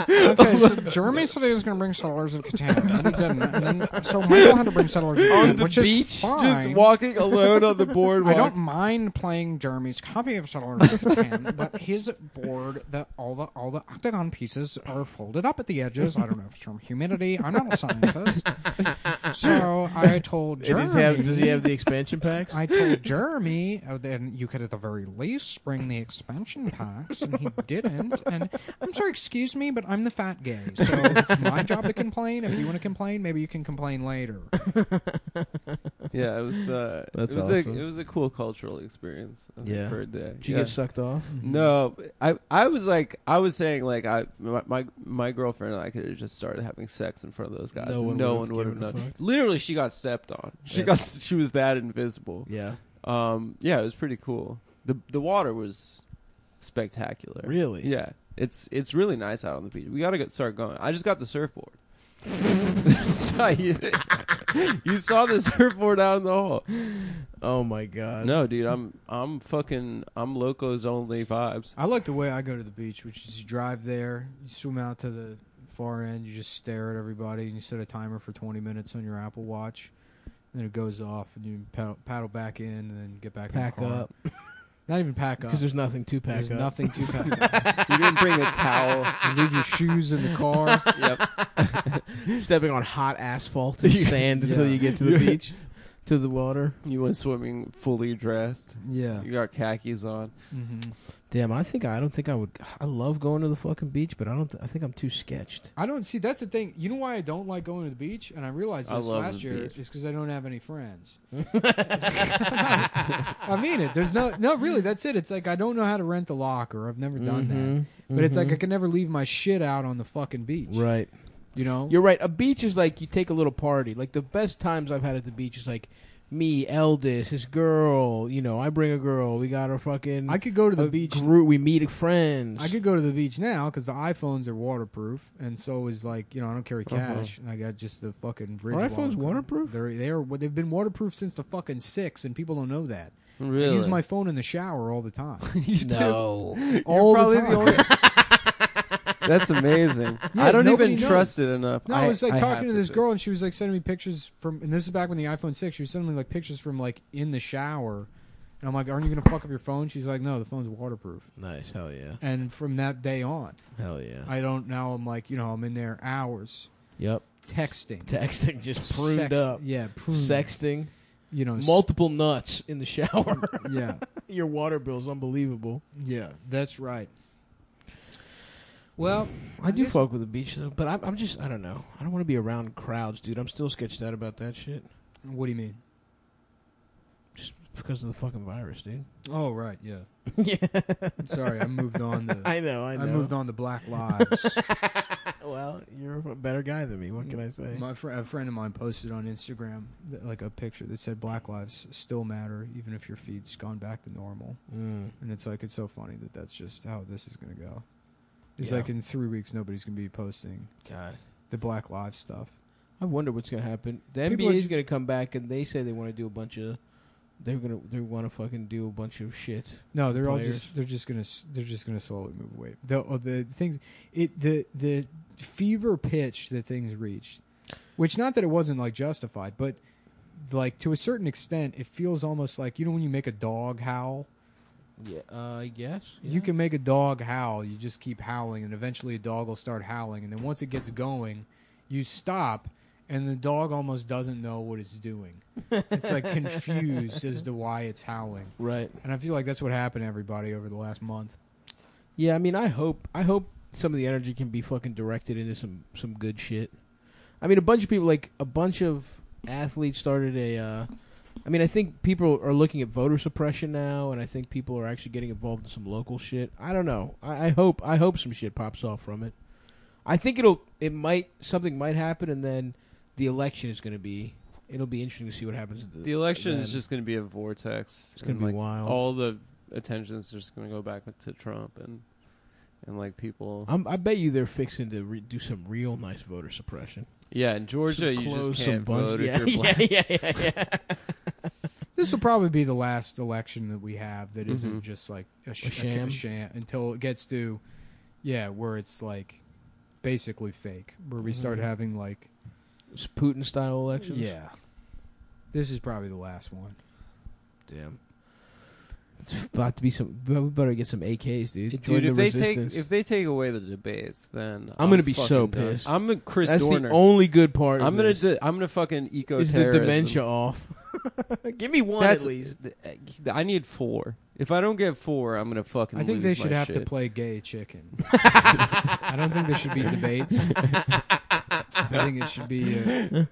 Speaker 1: Okay, so Jeremy said he was going to bring Settlers of Catan, and he didn't. And then, so Michael had to bring Settlers of Catan,
Speaker 3: on the
Speaker 1: which is
Speaker 3: beach,
Speaker 1: fine.
Speaker 3: just walking alone on the
Speaker 1: I
Speaker 3: boardwalk.
Speaker 1: don't mind playing Jeremy's copy of Settlers of Catan, but his board that all the all the octagon pieces are folded up at the edges. I don't know if it's from humidity. I'm not a scientist, so I told
Speaker 2: And
Speaker 1: Jeremy.
Speaker 2: does, he have, does he have the expansion packs?
Speaker 1: I told Jeremy, oh, then you could at the very least bring the expansion packs, and he didn't. And I'm sorry, excuse me, but I'm the fat gay, so it's my job to complain. If you want to complain, maybe you can complain later.
Speaker 3: Yeah, it was. Uh,
Speaker 2: That's
Speaker 3: it was
Speaker 2: awesome.
Speaker 3: a, It was a cool cultural experience. I think,
Speaker 2: Yeah.
Speaker 3: for a day.
Speaker 2: Did you
Speaker 3: Yeah.
Speaker 2: get sucked off?
Speaker 3: No, I I was like I was saying like I my my, my girlfriend and I could have just started having sex in front of those guys.
Speaker 2: No
Speaker 3: No
Speaker 2: one would've
Speaker 3: one, would have
Speaker 2: given a
Speaker 3: known.
Speaker 2: fuck.
Speaker 3: Literally, she got stepped on. She
Speaker 2: Yeah.
Speaker 3: got she was that invisible.
Speaker 2: Yeah.
Speaker 3: Um, yeah, it was pretty cool. the The water was spectacular.
Speaker 2: Really?
Speaker 3: Yeah, it's it's really nice out on the beach. We gotta get, start going. I just got the surfboard. you, you saw the surfboard out in the hall.
Speaker 2: Oh my god.
Speaker 3: No, dude, I'm I'm fucking I'm locos only vibes.
Speaker 1: I like the way I go to the beach, which is you drive there, you swim out to the far end, you just stare at everybody, and you set a timer for 20 minutes on your Apple Watch, and then it goes off, and you paddle, paddle back in, and then get back
Speaker 2: Pack
Speaker 1: in the car.
Speaker 2: up
Speaker 1: Not even pack up.
Speaker 2: because there's nothing to pack
Speaker 1: There's
Speaker 2: up.
Speaker 1: nothing to pack up.
Speaker 3: You didn't bring a towel.
Speaker 1: You leave your shoes in the car.
Speaker 3: yep.
Speaker 2: Stepping on hot asphalt and
Speaker 3: Yeah.
Speaker 2: sand until
Speaker 1: Yeah.
Speaker 2: you get to the
Speaker 3: Yeah.
Speaker 2: beach, to the water.
Speaker 3: You went swimming fully dressed.
Speaker 1: Yeah.
Speaker 3: You got khakis on.
Speaker 1: Mm-hmm.
Speaker 2: Damn, I think I don't think I would. I love going to the fucking beach, but I don't. Th- I think I'm too sketched.
Speaker 1: I don't see. That's the thing. You know why I don't like going to the beach, and I realized
Speaker 3: I
Speaker 1: this
Speaker 3: love
Speaker 1: last
Speaker 3: the
Speaker 1: year
Speaker 3: beach.
Speaker 1: is because I don't have any friends. I mean it. There's no, no, really. That's it. It's like I don't know how to rent a locker. I've never done
Speaker 2: Mm-hmm.
Speaker 1: that. But it's like I can never leave my shit out on the fucking beach.
Speaker 2: Right.
Speaker 1: You know.
Speaker 2: You're right. A beach is like you take a little party. Like the best times I've had at the beach is like me, eldest, this girl. You know, I bring a girl. We got our fucking.
Speaker 1: I could go to the
Speaker 2: a
Speaker 1: beach.
Speaker 2: Group, we meet friends.
Speaker 1: I could go to the beach now because the iPhones are waterproof, and so is like you know I don't carry cash, and I got just the fucking. Ridge
Speaker 2: Are
Speaker 1: wallet.
Speaker 2: iPhones waterproof?
Speaker 1: They're they are they've been waterproof since the fucking six, and people don't know that.
Speaker 3: Really?
Speaker 1: I use my phone in the shower all the time.
Speaker 3: You do.
Speaker 2: no.
Speaker 1: all the
Speaker 3: probably
Speaker 1: time.
Speaker 3: the only- That's amazing.
Speaker 1: Yeah,
Speaker 3: I don't
Speaker 1: nobody
Speaker 3: even
Speaker 1: knows.
Speaker 3: trust it enough.
Speaker 1: No,
Speaker 3: I,
Speaker 1: I was like
Speaker 3: I have
Speaker 1: talking to this
Speaker 3: do
Speaker 1: girl, and she was like sending me pictures from. And this is back when the iPhone six. She was sending me like pictures from like in the shower, and I'm like, "Aren't you gonna fuck up your phone?" She's like, "No, the phone's waterproof."
Speaker 2: Nice. Hell yeah.
Speaker 1: And from that day on,
Speaker 2: Hell yeah.
Speaker 1: I don't. Now I'm like, you know, I'm in there hours
Speaker 2: yep.
Speaker 1: texting,
Speaker 2: Texting just pruned
Speaker 1: sext-
Speaker 2: up.
Speaker 1: yeah, pruned,
Speaker 2: Sexting.
Speaker 1: you know, s-
Speaker 2: Multiple nuts in the shower.
Speaker 1: yeah,
Speaker 2: Your water bill's unbelievable.
Speaker 1: yeah, that's right. Well,
Speaker 2: I do
Speaker 1: guess-
Speaker 2: fuck with the beach though, but I'm, I'm just I don't know. I don't want to be around crowds, dude. I'm still sketched out about that shit
Speaker 1: What do you mean?
Speaker 2: just because of the fucking virus, dude.
Speaker 1: Oh, right, yeah.
Speaker 2: yeah,
Speaker 1: Sorry, I moved on to.
Speaker 2: I know. I know.
Speaker 1: moved on to Black Lives.
Speaker 2: Well, you're a better guy than me. What can I say?
Speaker 1: My fr- a friend of mine posted on Instagram that, like a picture that said "Black lives still matter, even if your feed's gone back to normal."
Speaker 2: Mm.
Speaker 1: And it's like it's so funny that that's just how this is going to go. It's
Speaker 2: Yeah.
Speaker 1: like in three weeks, nobody's going to be posting
Speaker 2: God,
Speaker 1: the Black Lives stuff.
Speaker 2: I wonder what's gonna happen. The
Speaker 1: People are
Speaker 2: NBA is
Speaker 1: ju-
Speaker 2: gonna come back and they say they want to do a bunch of. They're gonna they want to fucking do a bunch of shit.
Speaker 1: No, they're all
Speaker 2: Players.
Speaker 1: just they're just going to they're just going to slowly move away. The uh, the things it the the fever pitch that things reached, which not that it wasn't like justified, but like to a certain extent, it feels almost like you know when you make a dog howl.
Speaker 2: Yeah, uh, I guess
Speaker 1: You can make a dog howl. You just keep howling, and eventually a dog will start howling. And then once it gets going, you stop, and the dog almost doesn't know what it's doing. It's like confused as to why it's howling.
Speaker 2: right.
Speaker 1: And I feel like that's what happened to everybody over the last month.
Speaker 2: Yeah, I mean, I hope I hope some of the energy can be fucking directed into some some good shit. I mean, a bunch of people like a bunch of athletes started a. Uh, I mean, I think people are looking at voter suppression now, and I think people are actually getting involved in some local shit. I don't know. I, I hope I hope some shit pops off from it. I think it'll it might something might happen, and then the election is going to be. It'll be interesting to see what happens. at
Speaker 3: The election
Speaker 2: then.
Speaker 3: is just going to be a vortex.
Speaker 2: It's gonna
Speaker 3: and,
Speaker 2: be
Speaker 3: like,
Speaker 2: wild.
Speaker 3: All the attention is just going to go back to Trump and and like people.
Speaker 2: I'm, I bet you they're fixing to re- do some real nice voter suppression.
Speaker 3: yeah, in Georgia,
Speaker 2: Some
Speaker 3: you
Speaker 2: clothes,
Speaker 3: just
Speaker 2: some
Speaker 3: can't
Speaker 2: buns-
Speaker 3: vote
Speaker 2: yeah,
Speaker 3: if you're black.
Speaker 2: yeah, yeah, yeah, yeah.
Speaker 1: This will probably be the last election that we have that not
Speaker 3: Mhm.
Speaker 1: just like Mm-hmm. a, sh- a
Speaker 2: sham?
Speaker 1: sham. sham until it gets to, yeah, where it's like basically fake, where we start
Speaker 2: Mhm.
Speaker 1: having like,
Speaker 2: It's Putin style elections.
Speaker 1: yeah, this is probably the last one.
Speaker 2: Damn. It's about to be some. We better get some AKs, dude. Join
Speaker 3: Dude,
Speaker 2: the
Speaker 3: if they take
Speaker 2: resistance.
Speaker 3: if they take away the debates, then
Speaker 2: I'm gonna be so
Speaker 3: fucking done.
Speaker 2: pissed.
Speaker 3: I'm a Chris
Speaker 2: That's
Speaker 3: Dorner.
Speaker 2: the only good part.
Speaker 3: I'm
Speaker 2: of
Speaker 3: gonna
Speaker 2: this,
Speaker 3: di- I'm gonna fucking eco
Speaker 2: is the dementia off. Give me one
Speaker 3: That's
Speaker 2: at least.
Speaker 3: th- I need four. If I don't get four, I'm gonna fucking.
Speaker 1: I think
Speaker 3: lose
Speaker 1: they should
Speaker 3: my
Speaker 1: have to
Speaker 3: shit.
Speaker 1: play gay chicken. I don't think there should be debates. I think it should be uh, in-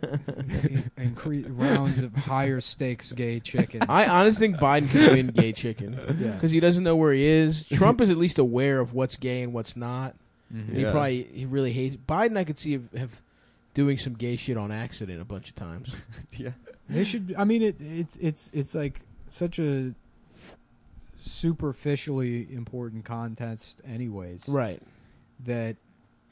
Speaker 1: incre- rounds of higher stakes gay chicken.
Speaker 2: I honestly think Biden could win gay chicken
Speaker 1: Yeah.
Speaker 2: because he doesn't know where he is. Trump is at least aware of what's gay and what's not.
Speaker 1: Mm-hmm.
Speaker 2: And He
Speaker 3: Yeah.
Speaker 2: probably he really hates Biden. I could see have, have doing some gay shit on accident a bunch of times.
Speaker 3: Yeah.
Speaker 1: They should. I mean, it, it's it's it's like such a superficially important contest, anyways.
Speaker 2: right.
Speaker 1: That,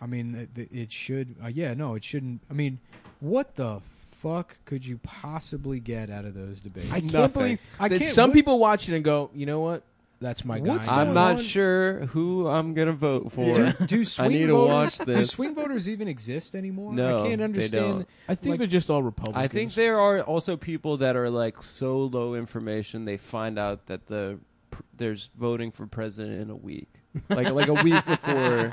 Speaker 1: I mean, that- that it should. Uh, yeah, no, it shouldn't. I mean, what the fuck could you possibly get out of those debates?
Speaker 2: I can't
Speaker 3: Nothing.
Speaker 2: believe
Speaker 1: I
Speaker 2: that
Speaker 1: can't-
Speaker 2: some
Speaker 1: what-
Speaker 2: people watch it and go, you know what? That's my
Speaker 1: What's
Speaker 2: guy.
Speaker 1: going
Speaker 3: I'm not
Speaker 1: on?
Speaker 3: sure who I'm gonna vote for.
Speaker 1: Do, do swing
Speaker 3: need to
Speaker 1: voters,
Speaker 3: watch
Speaker 1: Do
Speaker 3: this.
Speaker 1: swing voters even exist anymore?
Speaker 3: No,
Speaker 1: I can't
Speaker 3: they
Speaker 1: understand.
Speaker 3: don't.
Speaker 2: I think
Speaker 1: Like-
Speaker 2: they're just all Republicans.
Speaker 3: I think there are also people that are like so low information they find out that the pr- there's voting for president in a week, like like a week before.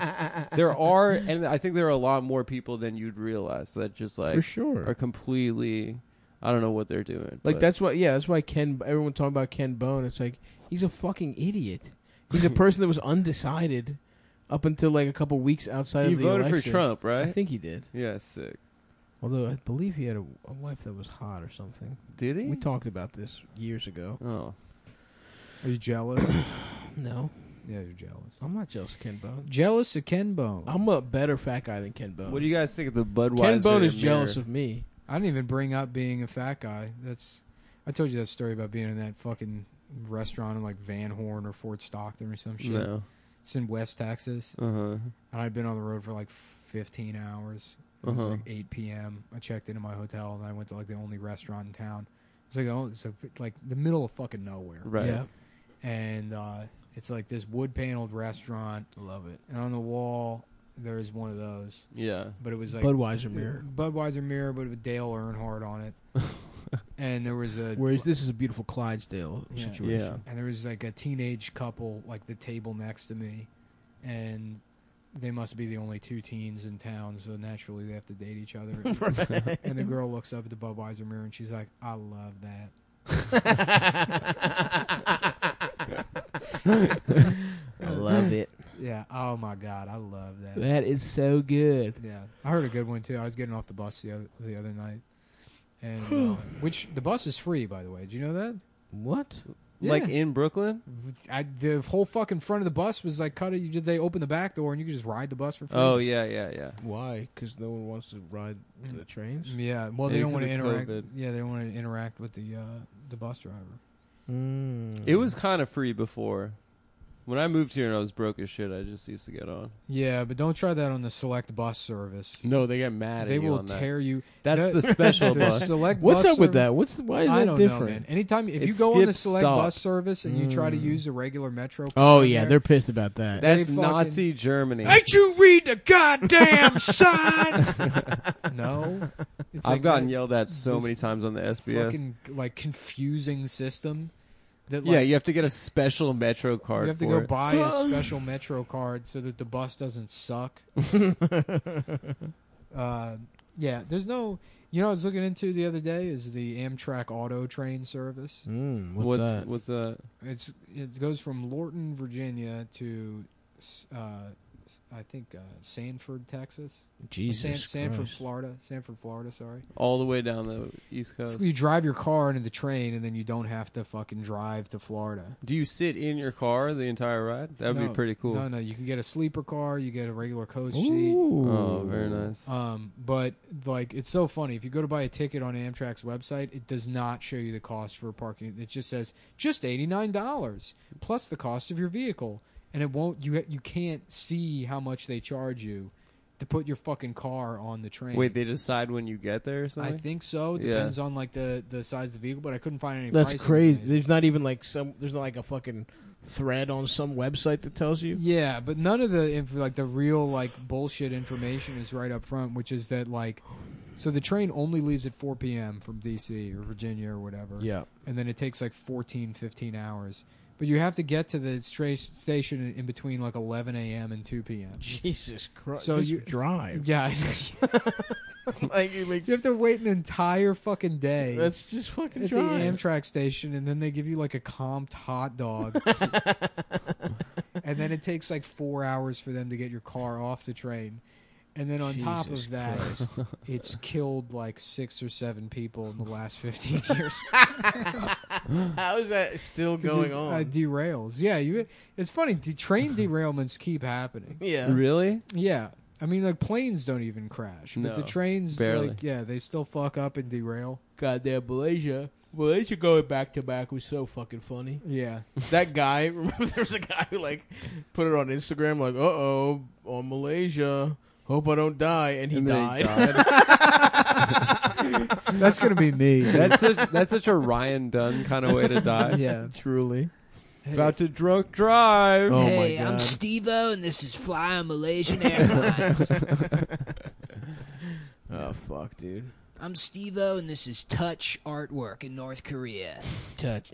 Speaker 3: There are, and I think there are a lot more people than you'd realize that just
Speaker 2: for
Speaker 3: like are
Speaker 2: sure.
Speaker 3: completely. I don't know what they're doing.
Speaker 2: Like
Speaker 3: but-
Speaker 2: that's why, yeah, that's why Ken. Everyone talking about Ken Bone. It's like he's a fucking idiot. He's a person that was undecided up until like a couple weeks outside
Speaker 3: He
Speaker 2: of the
Speaker 3: voted for
Speaker 2: election.
Speaker 3: Trump, right?
Speaker 2: I think he did.
Speaker 3: yeah, sick.
Speaker 2: Although I believe he had a, a wife that was hot or something.
Speaker 3: Did he?
Speaker 2: We talked about this years ago.
Speaker 3: oh,
Speaker 1: Are you jealous?
Speaker 2: No,
Speaker 1: yeah, you're jealous.
Speaker 2: I'm not jealous of Ken Bone.
Speaker 1: Jealous of Ken Bone.
Speaker 2: I'm a better fat guy than Ken Bone.
Speaker 3: what do you guys think of the Budweiser?
Speaker 2: Ken Bone is
Speaker 3: mirror?
Speaker 2: jealous of me.
Speaker 1: I didn't even bring up being a fat guy. That's I I told you that story about being in that fucking restaurant in like Van Horn or Fort Stockton or some shit.
Speaker 3: No.
Speaker 1: It's in West Texas,
Speaker 3: Uh huh.
Speaker 1: and I'd been on the road for like 15 hours. It was
Speaker 3: Uh-huh.
Speaker 1: like 8 p.m. I checked into my hotel, and I went to like the only restaurant in town. It's like oh, it's a, like the middle of fucking nowhere,
Speaker 3: Right.
Speaker 4: Yeah.
Speaker 1: and uh, it's like this wood paneled restaurant,
Speaker 2: Love it.
Speaker 1: and on the wall there is one of those,
Speaker 3: Yeah.
Speaker 1: but it was like
Speaker 4: Budweiser mirror.
Speaker 1: Budweiser mirror, but with Dale Earnhardt on it, and there was a
Speaker 2: Whereas this is a beautiful Clydesdale
Speaker 1: Yeah.
Speaker 2: situation.
Speaker 3: Yeah.
Speaker 1: and there was like a teenage couple like the table next to me and they must be the only two teens in town so naturally they have to date each other and the girl looks up at the budweiser mirror and she's like i love that
Speaker 2: I love it.
Speaker 1: yeah oh my god i love that
Speaker 2: That is so good.
Speaker 1: yeah i heard a good one too i was getting off the bus the other, the other night and uh, which the bus is free by the way did you know that
Speaker 2: What?
Speaker 3: Like
Speaker 1: Yeah.
Speaker 3: in Brooklyn?
Speaker 1: I, the whole fucking front of the bus was like cut. You did they open the back door and you could just ride the bus for free?
Speaker 3: Oh yeah, yeah, yeah.
Speaker 2: Why? Because no one wants to ride
Speaker 3: Mm.
Speaker 2: the trains.
Speaker 1: Yeah, well,
Speaker 3: Maybe
Speaker 1: they don't
Speaker 3: 'cause
Speaker 1: want to
Speaker 3: of
Speaker 1: interact.
Speaker 3: COVID.
Speaker 1: Yeah, they don't want to interact with the uh, the bus driver.
Speaker 2: Mm.
Speaker 3: It was kind of free before. When I moved here and I was broke as shit, I just used to get on.
Speaker 1: Yeah, but don't try that on the select bus service.
Speaker 3: No, they get mad.
Speaker 1: They
Speaker 3: at you
Speaker 1: will
Speaker 3: on that.
Speaker 1: tear you.
Speaker 3: That's
Speaker 1: No,
Speaker 3: the special
Speaker 1: the
Speaker 3: bus.
Speaker 1: select.
Speaker 2: What's
Speaker 1: bus
Speaker 2: up with
Speaker 1: serv-
Speaker 2: that? What's why is
Speaker 1: I
Speaker 2: that
Speaker 1: don't
Speaker 2: different?
Speaker 1: know, man. Anytime if
Speaker 3: It
Speaker 1: you go on the
Speaker 3: skips
Speaker 1: select bus
Speaker 3: stops.
Speaker 1: service and you try to
Speaker 2: Mm.
Speaker 1: use the regular metro.
Speaker 2: Oh
Speaker 1: card
Speaker 2: yeah,
Speaker 1: there-
Speaker 2: they're pissed about that.
Speaker 3: That's
Speaker 1: fucking-
Speaker 3: Nazi Germany.
Speaker 1: Ain't you read the goddamn sign? no, it's
Speaker 3: I've
Speaker 1: like
Speaker 3: gotten
Speaker 1: that
Speaker 3: yelled at so
Speaker 1: this
Speaker 3: many times on the SBS.
Speaker 1: fucking like confusing system. That like,
Speaker 3: yeah, you have to get a special Metro card.
Speaker 1: You have to
Speaker 3: for
Speaker 1: go
Speaker 3: it.
Speaker 1: buy a special Metro card so that the bus doesn't suck. uh, yeah, there's no. You know, what I was looking into the other day is the Amtrak auto train service.
Speaker 2: Mm, what's,
Speaker 3: What's
Speaker 2: that?
Speaker 3: what's that?
Speaker 1: It's it goes from Lorton, Virginia to, s- uh, s- I think uh, Sanford, Texas, Or
Speaker 2: Jesus
Speaker 1: San, Sanford,
Speaker 2: Christ.
Speaker 1: Florida, Sanford, Florida. Sorry.
Speaker 3: all the way down the East Coast?
Speaker 1: Basically, you drive your car into the train, and then you don't have to fucking drive to Florida.
Speaker 3: Do you sit in your car the entire ride? That would
Speaker 1: No,
Speaker 3: be pretty cool.
Speaker 1: No, no, you can get a sleeper car, you get a regular coach seat.
Speaker 2: Ooh.
Speaker 3: Oh, very nice.
Speaker 1: Um, but like it's so funny. If you go to buy a ticket on Amtrak's website, it does not show you the cost for parking. It just says just eighty nine dollars plus the cost of your vehicle, and it won't. You you can't see how much they charge you to put your fucking car on the train.
Speaker 3: Wait, they decide when you get there or something?
Speaker 1: I think so. It
Speaker 3: Yeah.
Speaker 1: Depends on like the the size of the vehicle, but I couldn't find any.
Speaker 2: That's
Speaker 1: pricing
Speaker 2: crazy.
Speaker 1: on it.
Speaker 2: There's not even like some. There's not like a fucking thread on some website that tells you.
Speaker 1: Yeah, but none of the inf- like the real like bullshit information is right up front, which is that like, so the train only leaves at four p.m. from D.C. or Virginia or whatever.
Speaker 2: Yeah.
Speaker 1: and then it takes like 14 15 hours but you have to get to the stra- station in- in between like 11 a.m and 2 p.m
Speaker 2: Jesus Christ.
Speaker 1: So
Speaker 2: Just
Speaker 1: you-
Speaker 2: drive.
Speaker 1: yeah
Speaker 2: like it makes,
Speaker 1: you have to wait an entire fucking day
Speaker 2: That's just fucking
Speaker 1: at the
Speaker 2: drive.
Speaker 1: amtrak station and then they give you like a comped hot dog and then it takes like four hours for them to get your car off the train and then on top
Speaker 2: Jesus
Speaker 1: of that it's killed like six or seven people in the last 15 years
Speaker 2: How is that still
Speaker 1: 'Cause
Speaker 2: going
Speaker 1: it,
Speaker 2: on?
Speaker 1: Uh, derails. Yeah, you. It's funny. De- train derailments keep happening.
Speaker 2: yeah.
Speaker 3: Really?
Speaker 1: Yeah, I mean, like planes don't even crash, but the
Speaker 3: No,
Speaker 1: trains,
Speaker 3: barely.
Speaker 1: like, yeah, they still fuck up and derail.
Speaker 2: Goddamn Malaysia. Malaysia going back to back was so fucking funny.
Speaker 1: Yeah,
Speaker 2: That guy, remember there was a guy who like put it on Instagram like, uh oh, on Malaysia. Hope I don't die, and he
Speaker 3: And then he
Speaker 2: died.
Speaker 1: that's gonna be me.
Speaker 3: That's such, that's such a Ryan Dunn kind of way to die.
Speaker 1: yeah.
Speaker 2: Truly.
Speaker 3: About to drunk drive.
Speaker 2: Oh my god.
Speaker 5: Steve O, and this is Flying Malaysian Airlines.
Speaker 2: oh fuck, dude.
Speaker 5: I'm Steve O, and this is Touch Artwork in North Korea.
Speaker 2: Touch.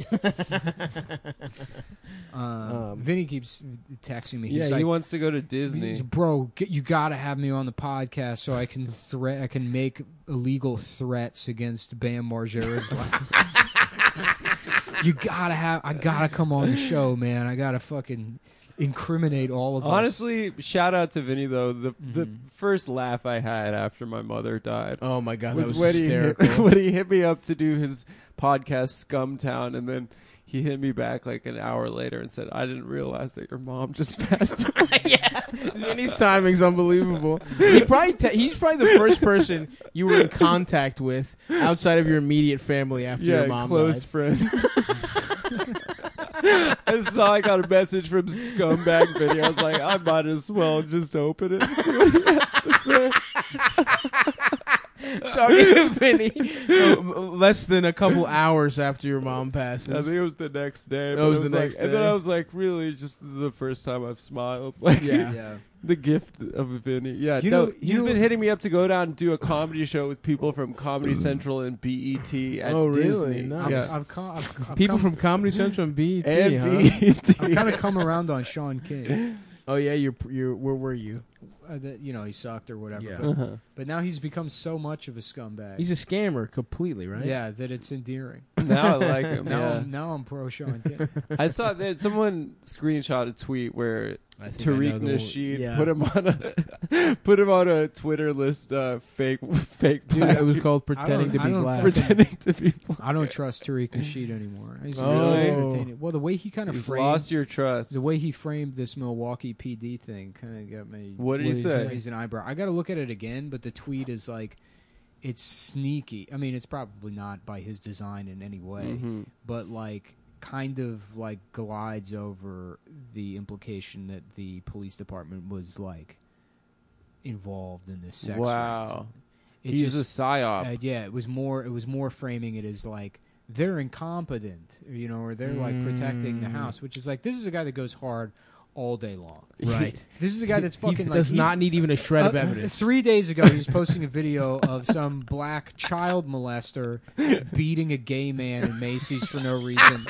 Speaker 1: Um,
Speaker 2: Um,
Speaker 1: Vinny keeps texting me. He's
Speaker 3: yeah,
Speaker 1: like,
Speaker 3: he wants to go to Disney.
Speaker 1: he's, bro, get, you gotta have me on the podcast so I can threat. I can make illegal threats against Bam Margera's life. you gotta have. I gotta come on the show, man. I gotta fucking incriminate all of us.
Speaker 3: Honestly, shout out to Vinny though. The the
Speaker 1: Mhm.
Speaker 3: first laugh I had after my mother died
Speaker 2: Oh my god,
Speaker 3: was,
Speaker 2: that was
Speaker 3: when he hit,
Speaker 2: hysterical.
Speaker 3: when he hit me up to do his podcast Scumtown, and then He hit me back like an hour later and said, "I didn't realize that your mom just passed." away."
Speaker 2: yeah, Vinny's timing's unbelievable. He probably te- he's probably the first person you were in contact with outside of your immediate family after
Speaker 3: yeah,
Speaker 2: your mom
Speaker 3: close
Speaker 2: died.
Speaker 3: friends. I saw I got a message from Scumbag Video. I was like, I might as well just open it and see what he has to say.
Speaker 2: Talking to Vinny uh, less than a couple hours after your mom passes.
Speaker 3: I think it was the next day.
Speaker 2: That
Speaker 3: but
Speaker 2: was
Speaker 3: it
Speaker 2: the
Speaker 3: like-
Speaker 2: next
Speaker 3: And then
Speaker 2: day.
Speaker 3: I was like, really, just the first time I've smiled. Like,
Speaker 2: Yeah.
Speaker 3: the gift of Vinny. Yeah,
Speaker 1: You
Speaker 3: no,
Speaker 1: know-
Speaker 3: he's
Speaker 1: you know-
Speaker 3: been hitting me up to go down and do a comedy show with people from Comedy Central and BET at
Speaker 2: Oh, really?
Speaker 3: Disney.
Speaker 2: Nice.
Speaker 1: I've,
Speaker 3: Yeah.
Speaker 1: I've, co- I've, I've
Speaker 2: People
Speaker 1: come,
Speaker 2: from Comedy Central and E BET,
Speaker 3: and E
Speaker 2: huh?
Speaker 3: BET.
Speaker 1: I've kind of come around on Sean King.
Speaker 2: Oh yeah, you're you're where were you?
Speaker 1: Uh, that you know he sucked or whatever.
Speaker 2: Yeah.
Speaker 1: But, but now he's become so much of a scumbag.
Speaker 2: He's a scammer completely, right?
Speaker 1: Yeah, that it's endearing.
Speaker 3: now I like him.
Speaker 1: Now
Speaker 3: yeah.
Speaker 1: I'm now I'm pro Sean King.
Speaker 3: I saw that someone screenshot a tweet where
Speaker 2: I think I know
Speaker 3: Tariq
Speaker 2: the one-
Speaker 3: Nasheed
Speaker 2: yeah.
Speaker 3: put him on a put him on a Twitter list. Uh, fake, fake.
Speaker 2: Dude,
Speaker 3: black
Speaker 2: it was called
Speaker 1: don't-
Speaker 2: pretending to
Speaker 1: I
Speaker 2: be
Speaker 1: don't
Speaker 2: black.
Speaker 1: fucking-
Speaker 3: pretending to be black.
Speaker 1: I don't trust Tariq Nasheed anymore. He's
Speaker 3: Oh.
Speaker 1: really entertaining. Well, the way he kind of
Speaker 3: You've
Speaker 1: framed
Speaker 3: lost your trust.
Speaker 1: the way he framed this Milwaukee PD thing kind of got me.
Speaker 3: What did he
Speaker 1: raised-
Speaker 3: say?
Speaker 1: Raised an eyebrow. I got to look at it again, but the tweet is like, it's sneaky. I mean, it's probably not by his design in any way,
Speaker 3: Mhm.
Speaker 1: but like kind of like glides over the implication that the police department was like involved in this sex. ring.
Speaker 3: Wow,
Speaker 1: It
Speaker 3: he's
Speaker 1: just-
Speaker 3: a psyop.
Speaker 1: uh, yeah, it was more. It was more framing it as like they're incompetent, or, you know, or they're like protecting the
Speaker 2: Mm.
Speaker 1: house, which is like this is a guy that goes hard all day long.
Speaker 2: Right.
Speaker 1: This is a guy that's fucking
Speaker 2: he
Speaker 1: like
Speaker 2: does
Speaker 1: he-
Speaker 2: not need even a shred of
Speaker 1: uh,
Speaker 2: evidence.
Speaker 1: Three days ago, he was posting a video of some black child molester beating a gay man in Macy's for no reason,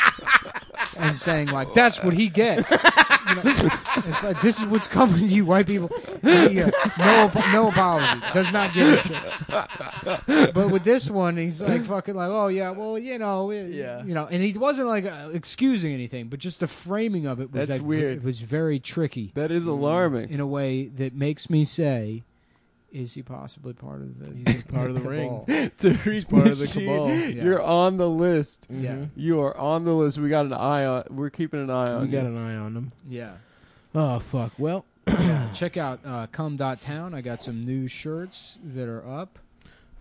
Speaker 1: and saying like, "That's what he gets." You know, it's like, this is what's coming to you, white people. Uh, yeah, no, ap- no apology. Does not give a shit. But with this one, he's like fucking like, "Oh yeah, well you know, it-
Speaker 2: Yeah.
Speaker 1: you know," and he wasn't like uh, excusing anything, but just the framing of it was
Speaker 3: That's
Speaker 1: like,
Speaker 3: weird.
Speaker 1: It was very tricky
Speaker 3: That is alarming.
Speaker 1: in a way that makes me say, "Is he possibly part of the
Speaker 2: He's part of the ring.
Speaker 1: cabal?
Speaker 3: Tariq
Speaker 2: part of the
Speaker 3: Nasheed,
Speaker 2: cabal.
Speaker 1: Yeah.
Speaker 3: You're on the list.
Speaker 2: mm-hmm.
Speaker 1: Yeah,
Speaker 3: You are on the list. We got an eye on. We're keeping an eye on.
Speaker 2: We
Speaker 3: you.
Speaker 2: got an eye on them.
Speaker 1: yeah.
Speaker 2: Oh fuck. Well,
Speaker 1: Check out uh, cum.town. I got some new shirts that are up.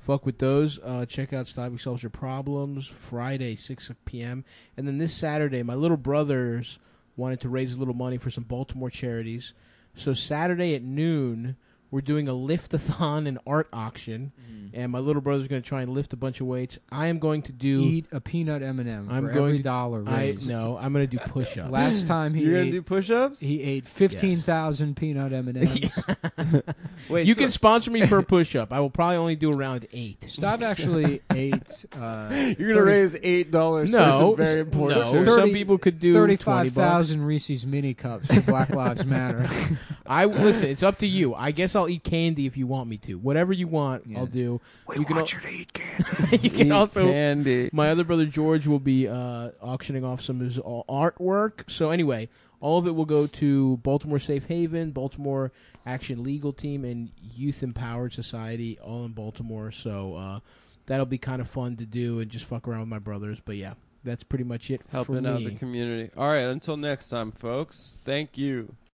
Speaker 2: fuck with those. Uh, check out Stop Solves Your Problems Friday, six p.m. And then this Saturday, my little brothers wanted to raise a little money for some Baltimore charities. So Saturday at noon, we're doing a lift-a-thon and art auction, and my little brother's going to try and lift a bunch of weights. I am going to do.
Speaker 1: Eat a peanut M and m for
Speaker 2: I'm
Speaker 1: every
Speaker 2: going to-
Speaker 1: dollar
Speaker 2: I
Speaker 1: raised.
Speaker 2: no, I'm going to do push-ups.
Speaker 1: Last time he
Speaker 3: You're gonna
Speaker 1: ate,
Speaker 3: do push-ups.
Speaker 1: he ate fifteen thousand peanut M and M's.
Speaker 3: Wait,
Speaker 2: you
Speaker 3: so-
Speaker 2: can sponsor me per push-up. I will probably only do around eight.
Speaker 1: Stop actually ate uh,
Speaker 3: You're
Speaker 1: 30
Speaker 3: gonna raise eight dollars. for
Speaker 2: No,
Speaker 3: some very important.
Speaker 2: no.
Speaker 3: shirts.
Speaker 2: Some
Speaker 1: 30
Speaker 2: people could do 20
Speaker 1: thirty-five
Speaker 2: bucks.
Speaker 1: thousand Reese's mini cups for Black Lives Matter.
Speaker 2: I listen. It's up to you. I guess I'll eat candy if you want me to. Whatever you want,
Speaker 1: Yeah.
Speaker 2: I'll do. We you can want you to eat candy. you
Speaker 3: Eat
Speaker 2: can also.
Speaker 3: candy.
Speaker 2: My other brother George will be uh, auctioning off some of his a- artwork. So anyway, all of it will go to Baltimore Safe Haven, Baltimore Action Legal Team, and Youth Empowered Society, all in Baltimore. So uh, that'll be kind of fun to do and just fuck around with my brothers. But yeah, that's pretty much it. for
Speaker 3: helping out the
Speaker 2: me.
Speaker 3: community. All right, until next time, folks. Thank you.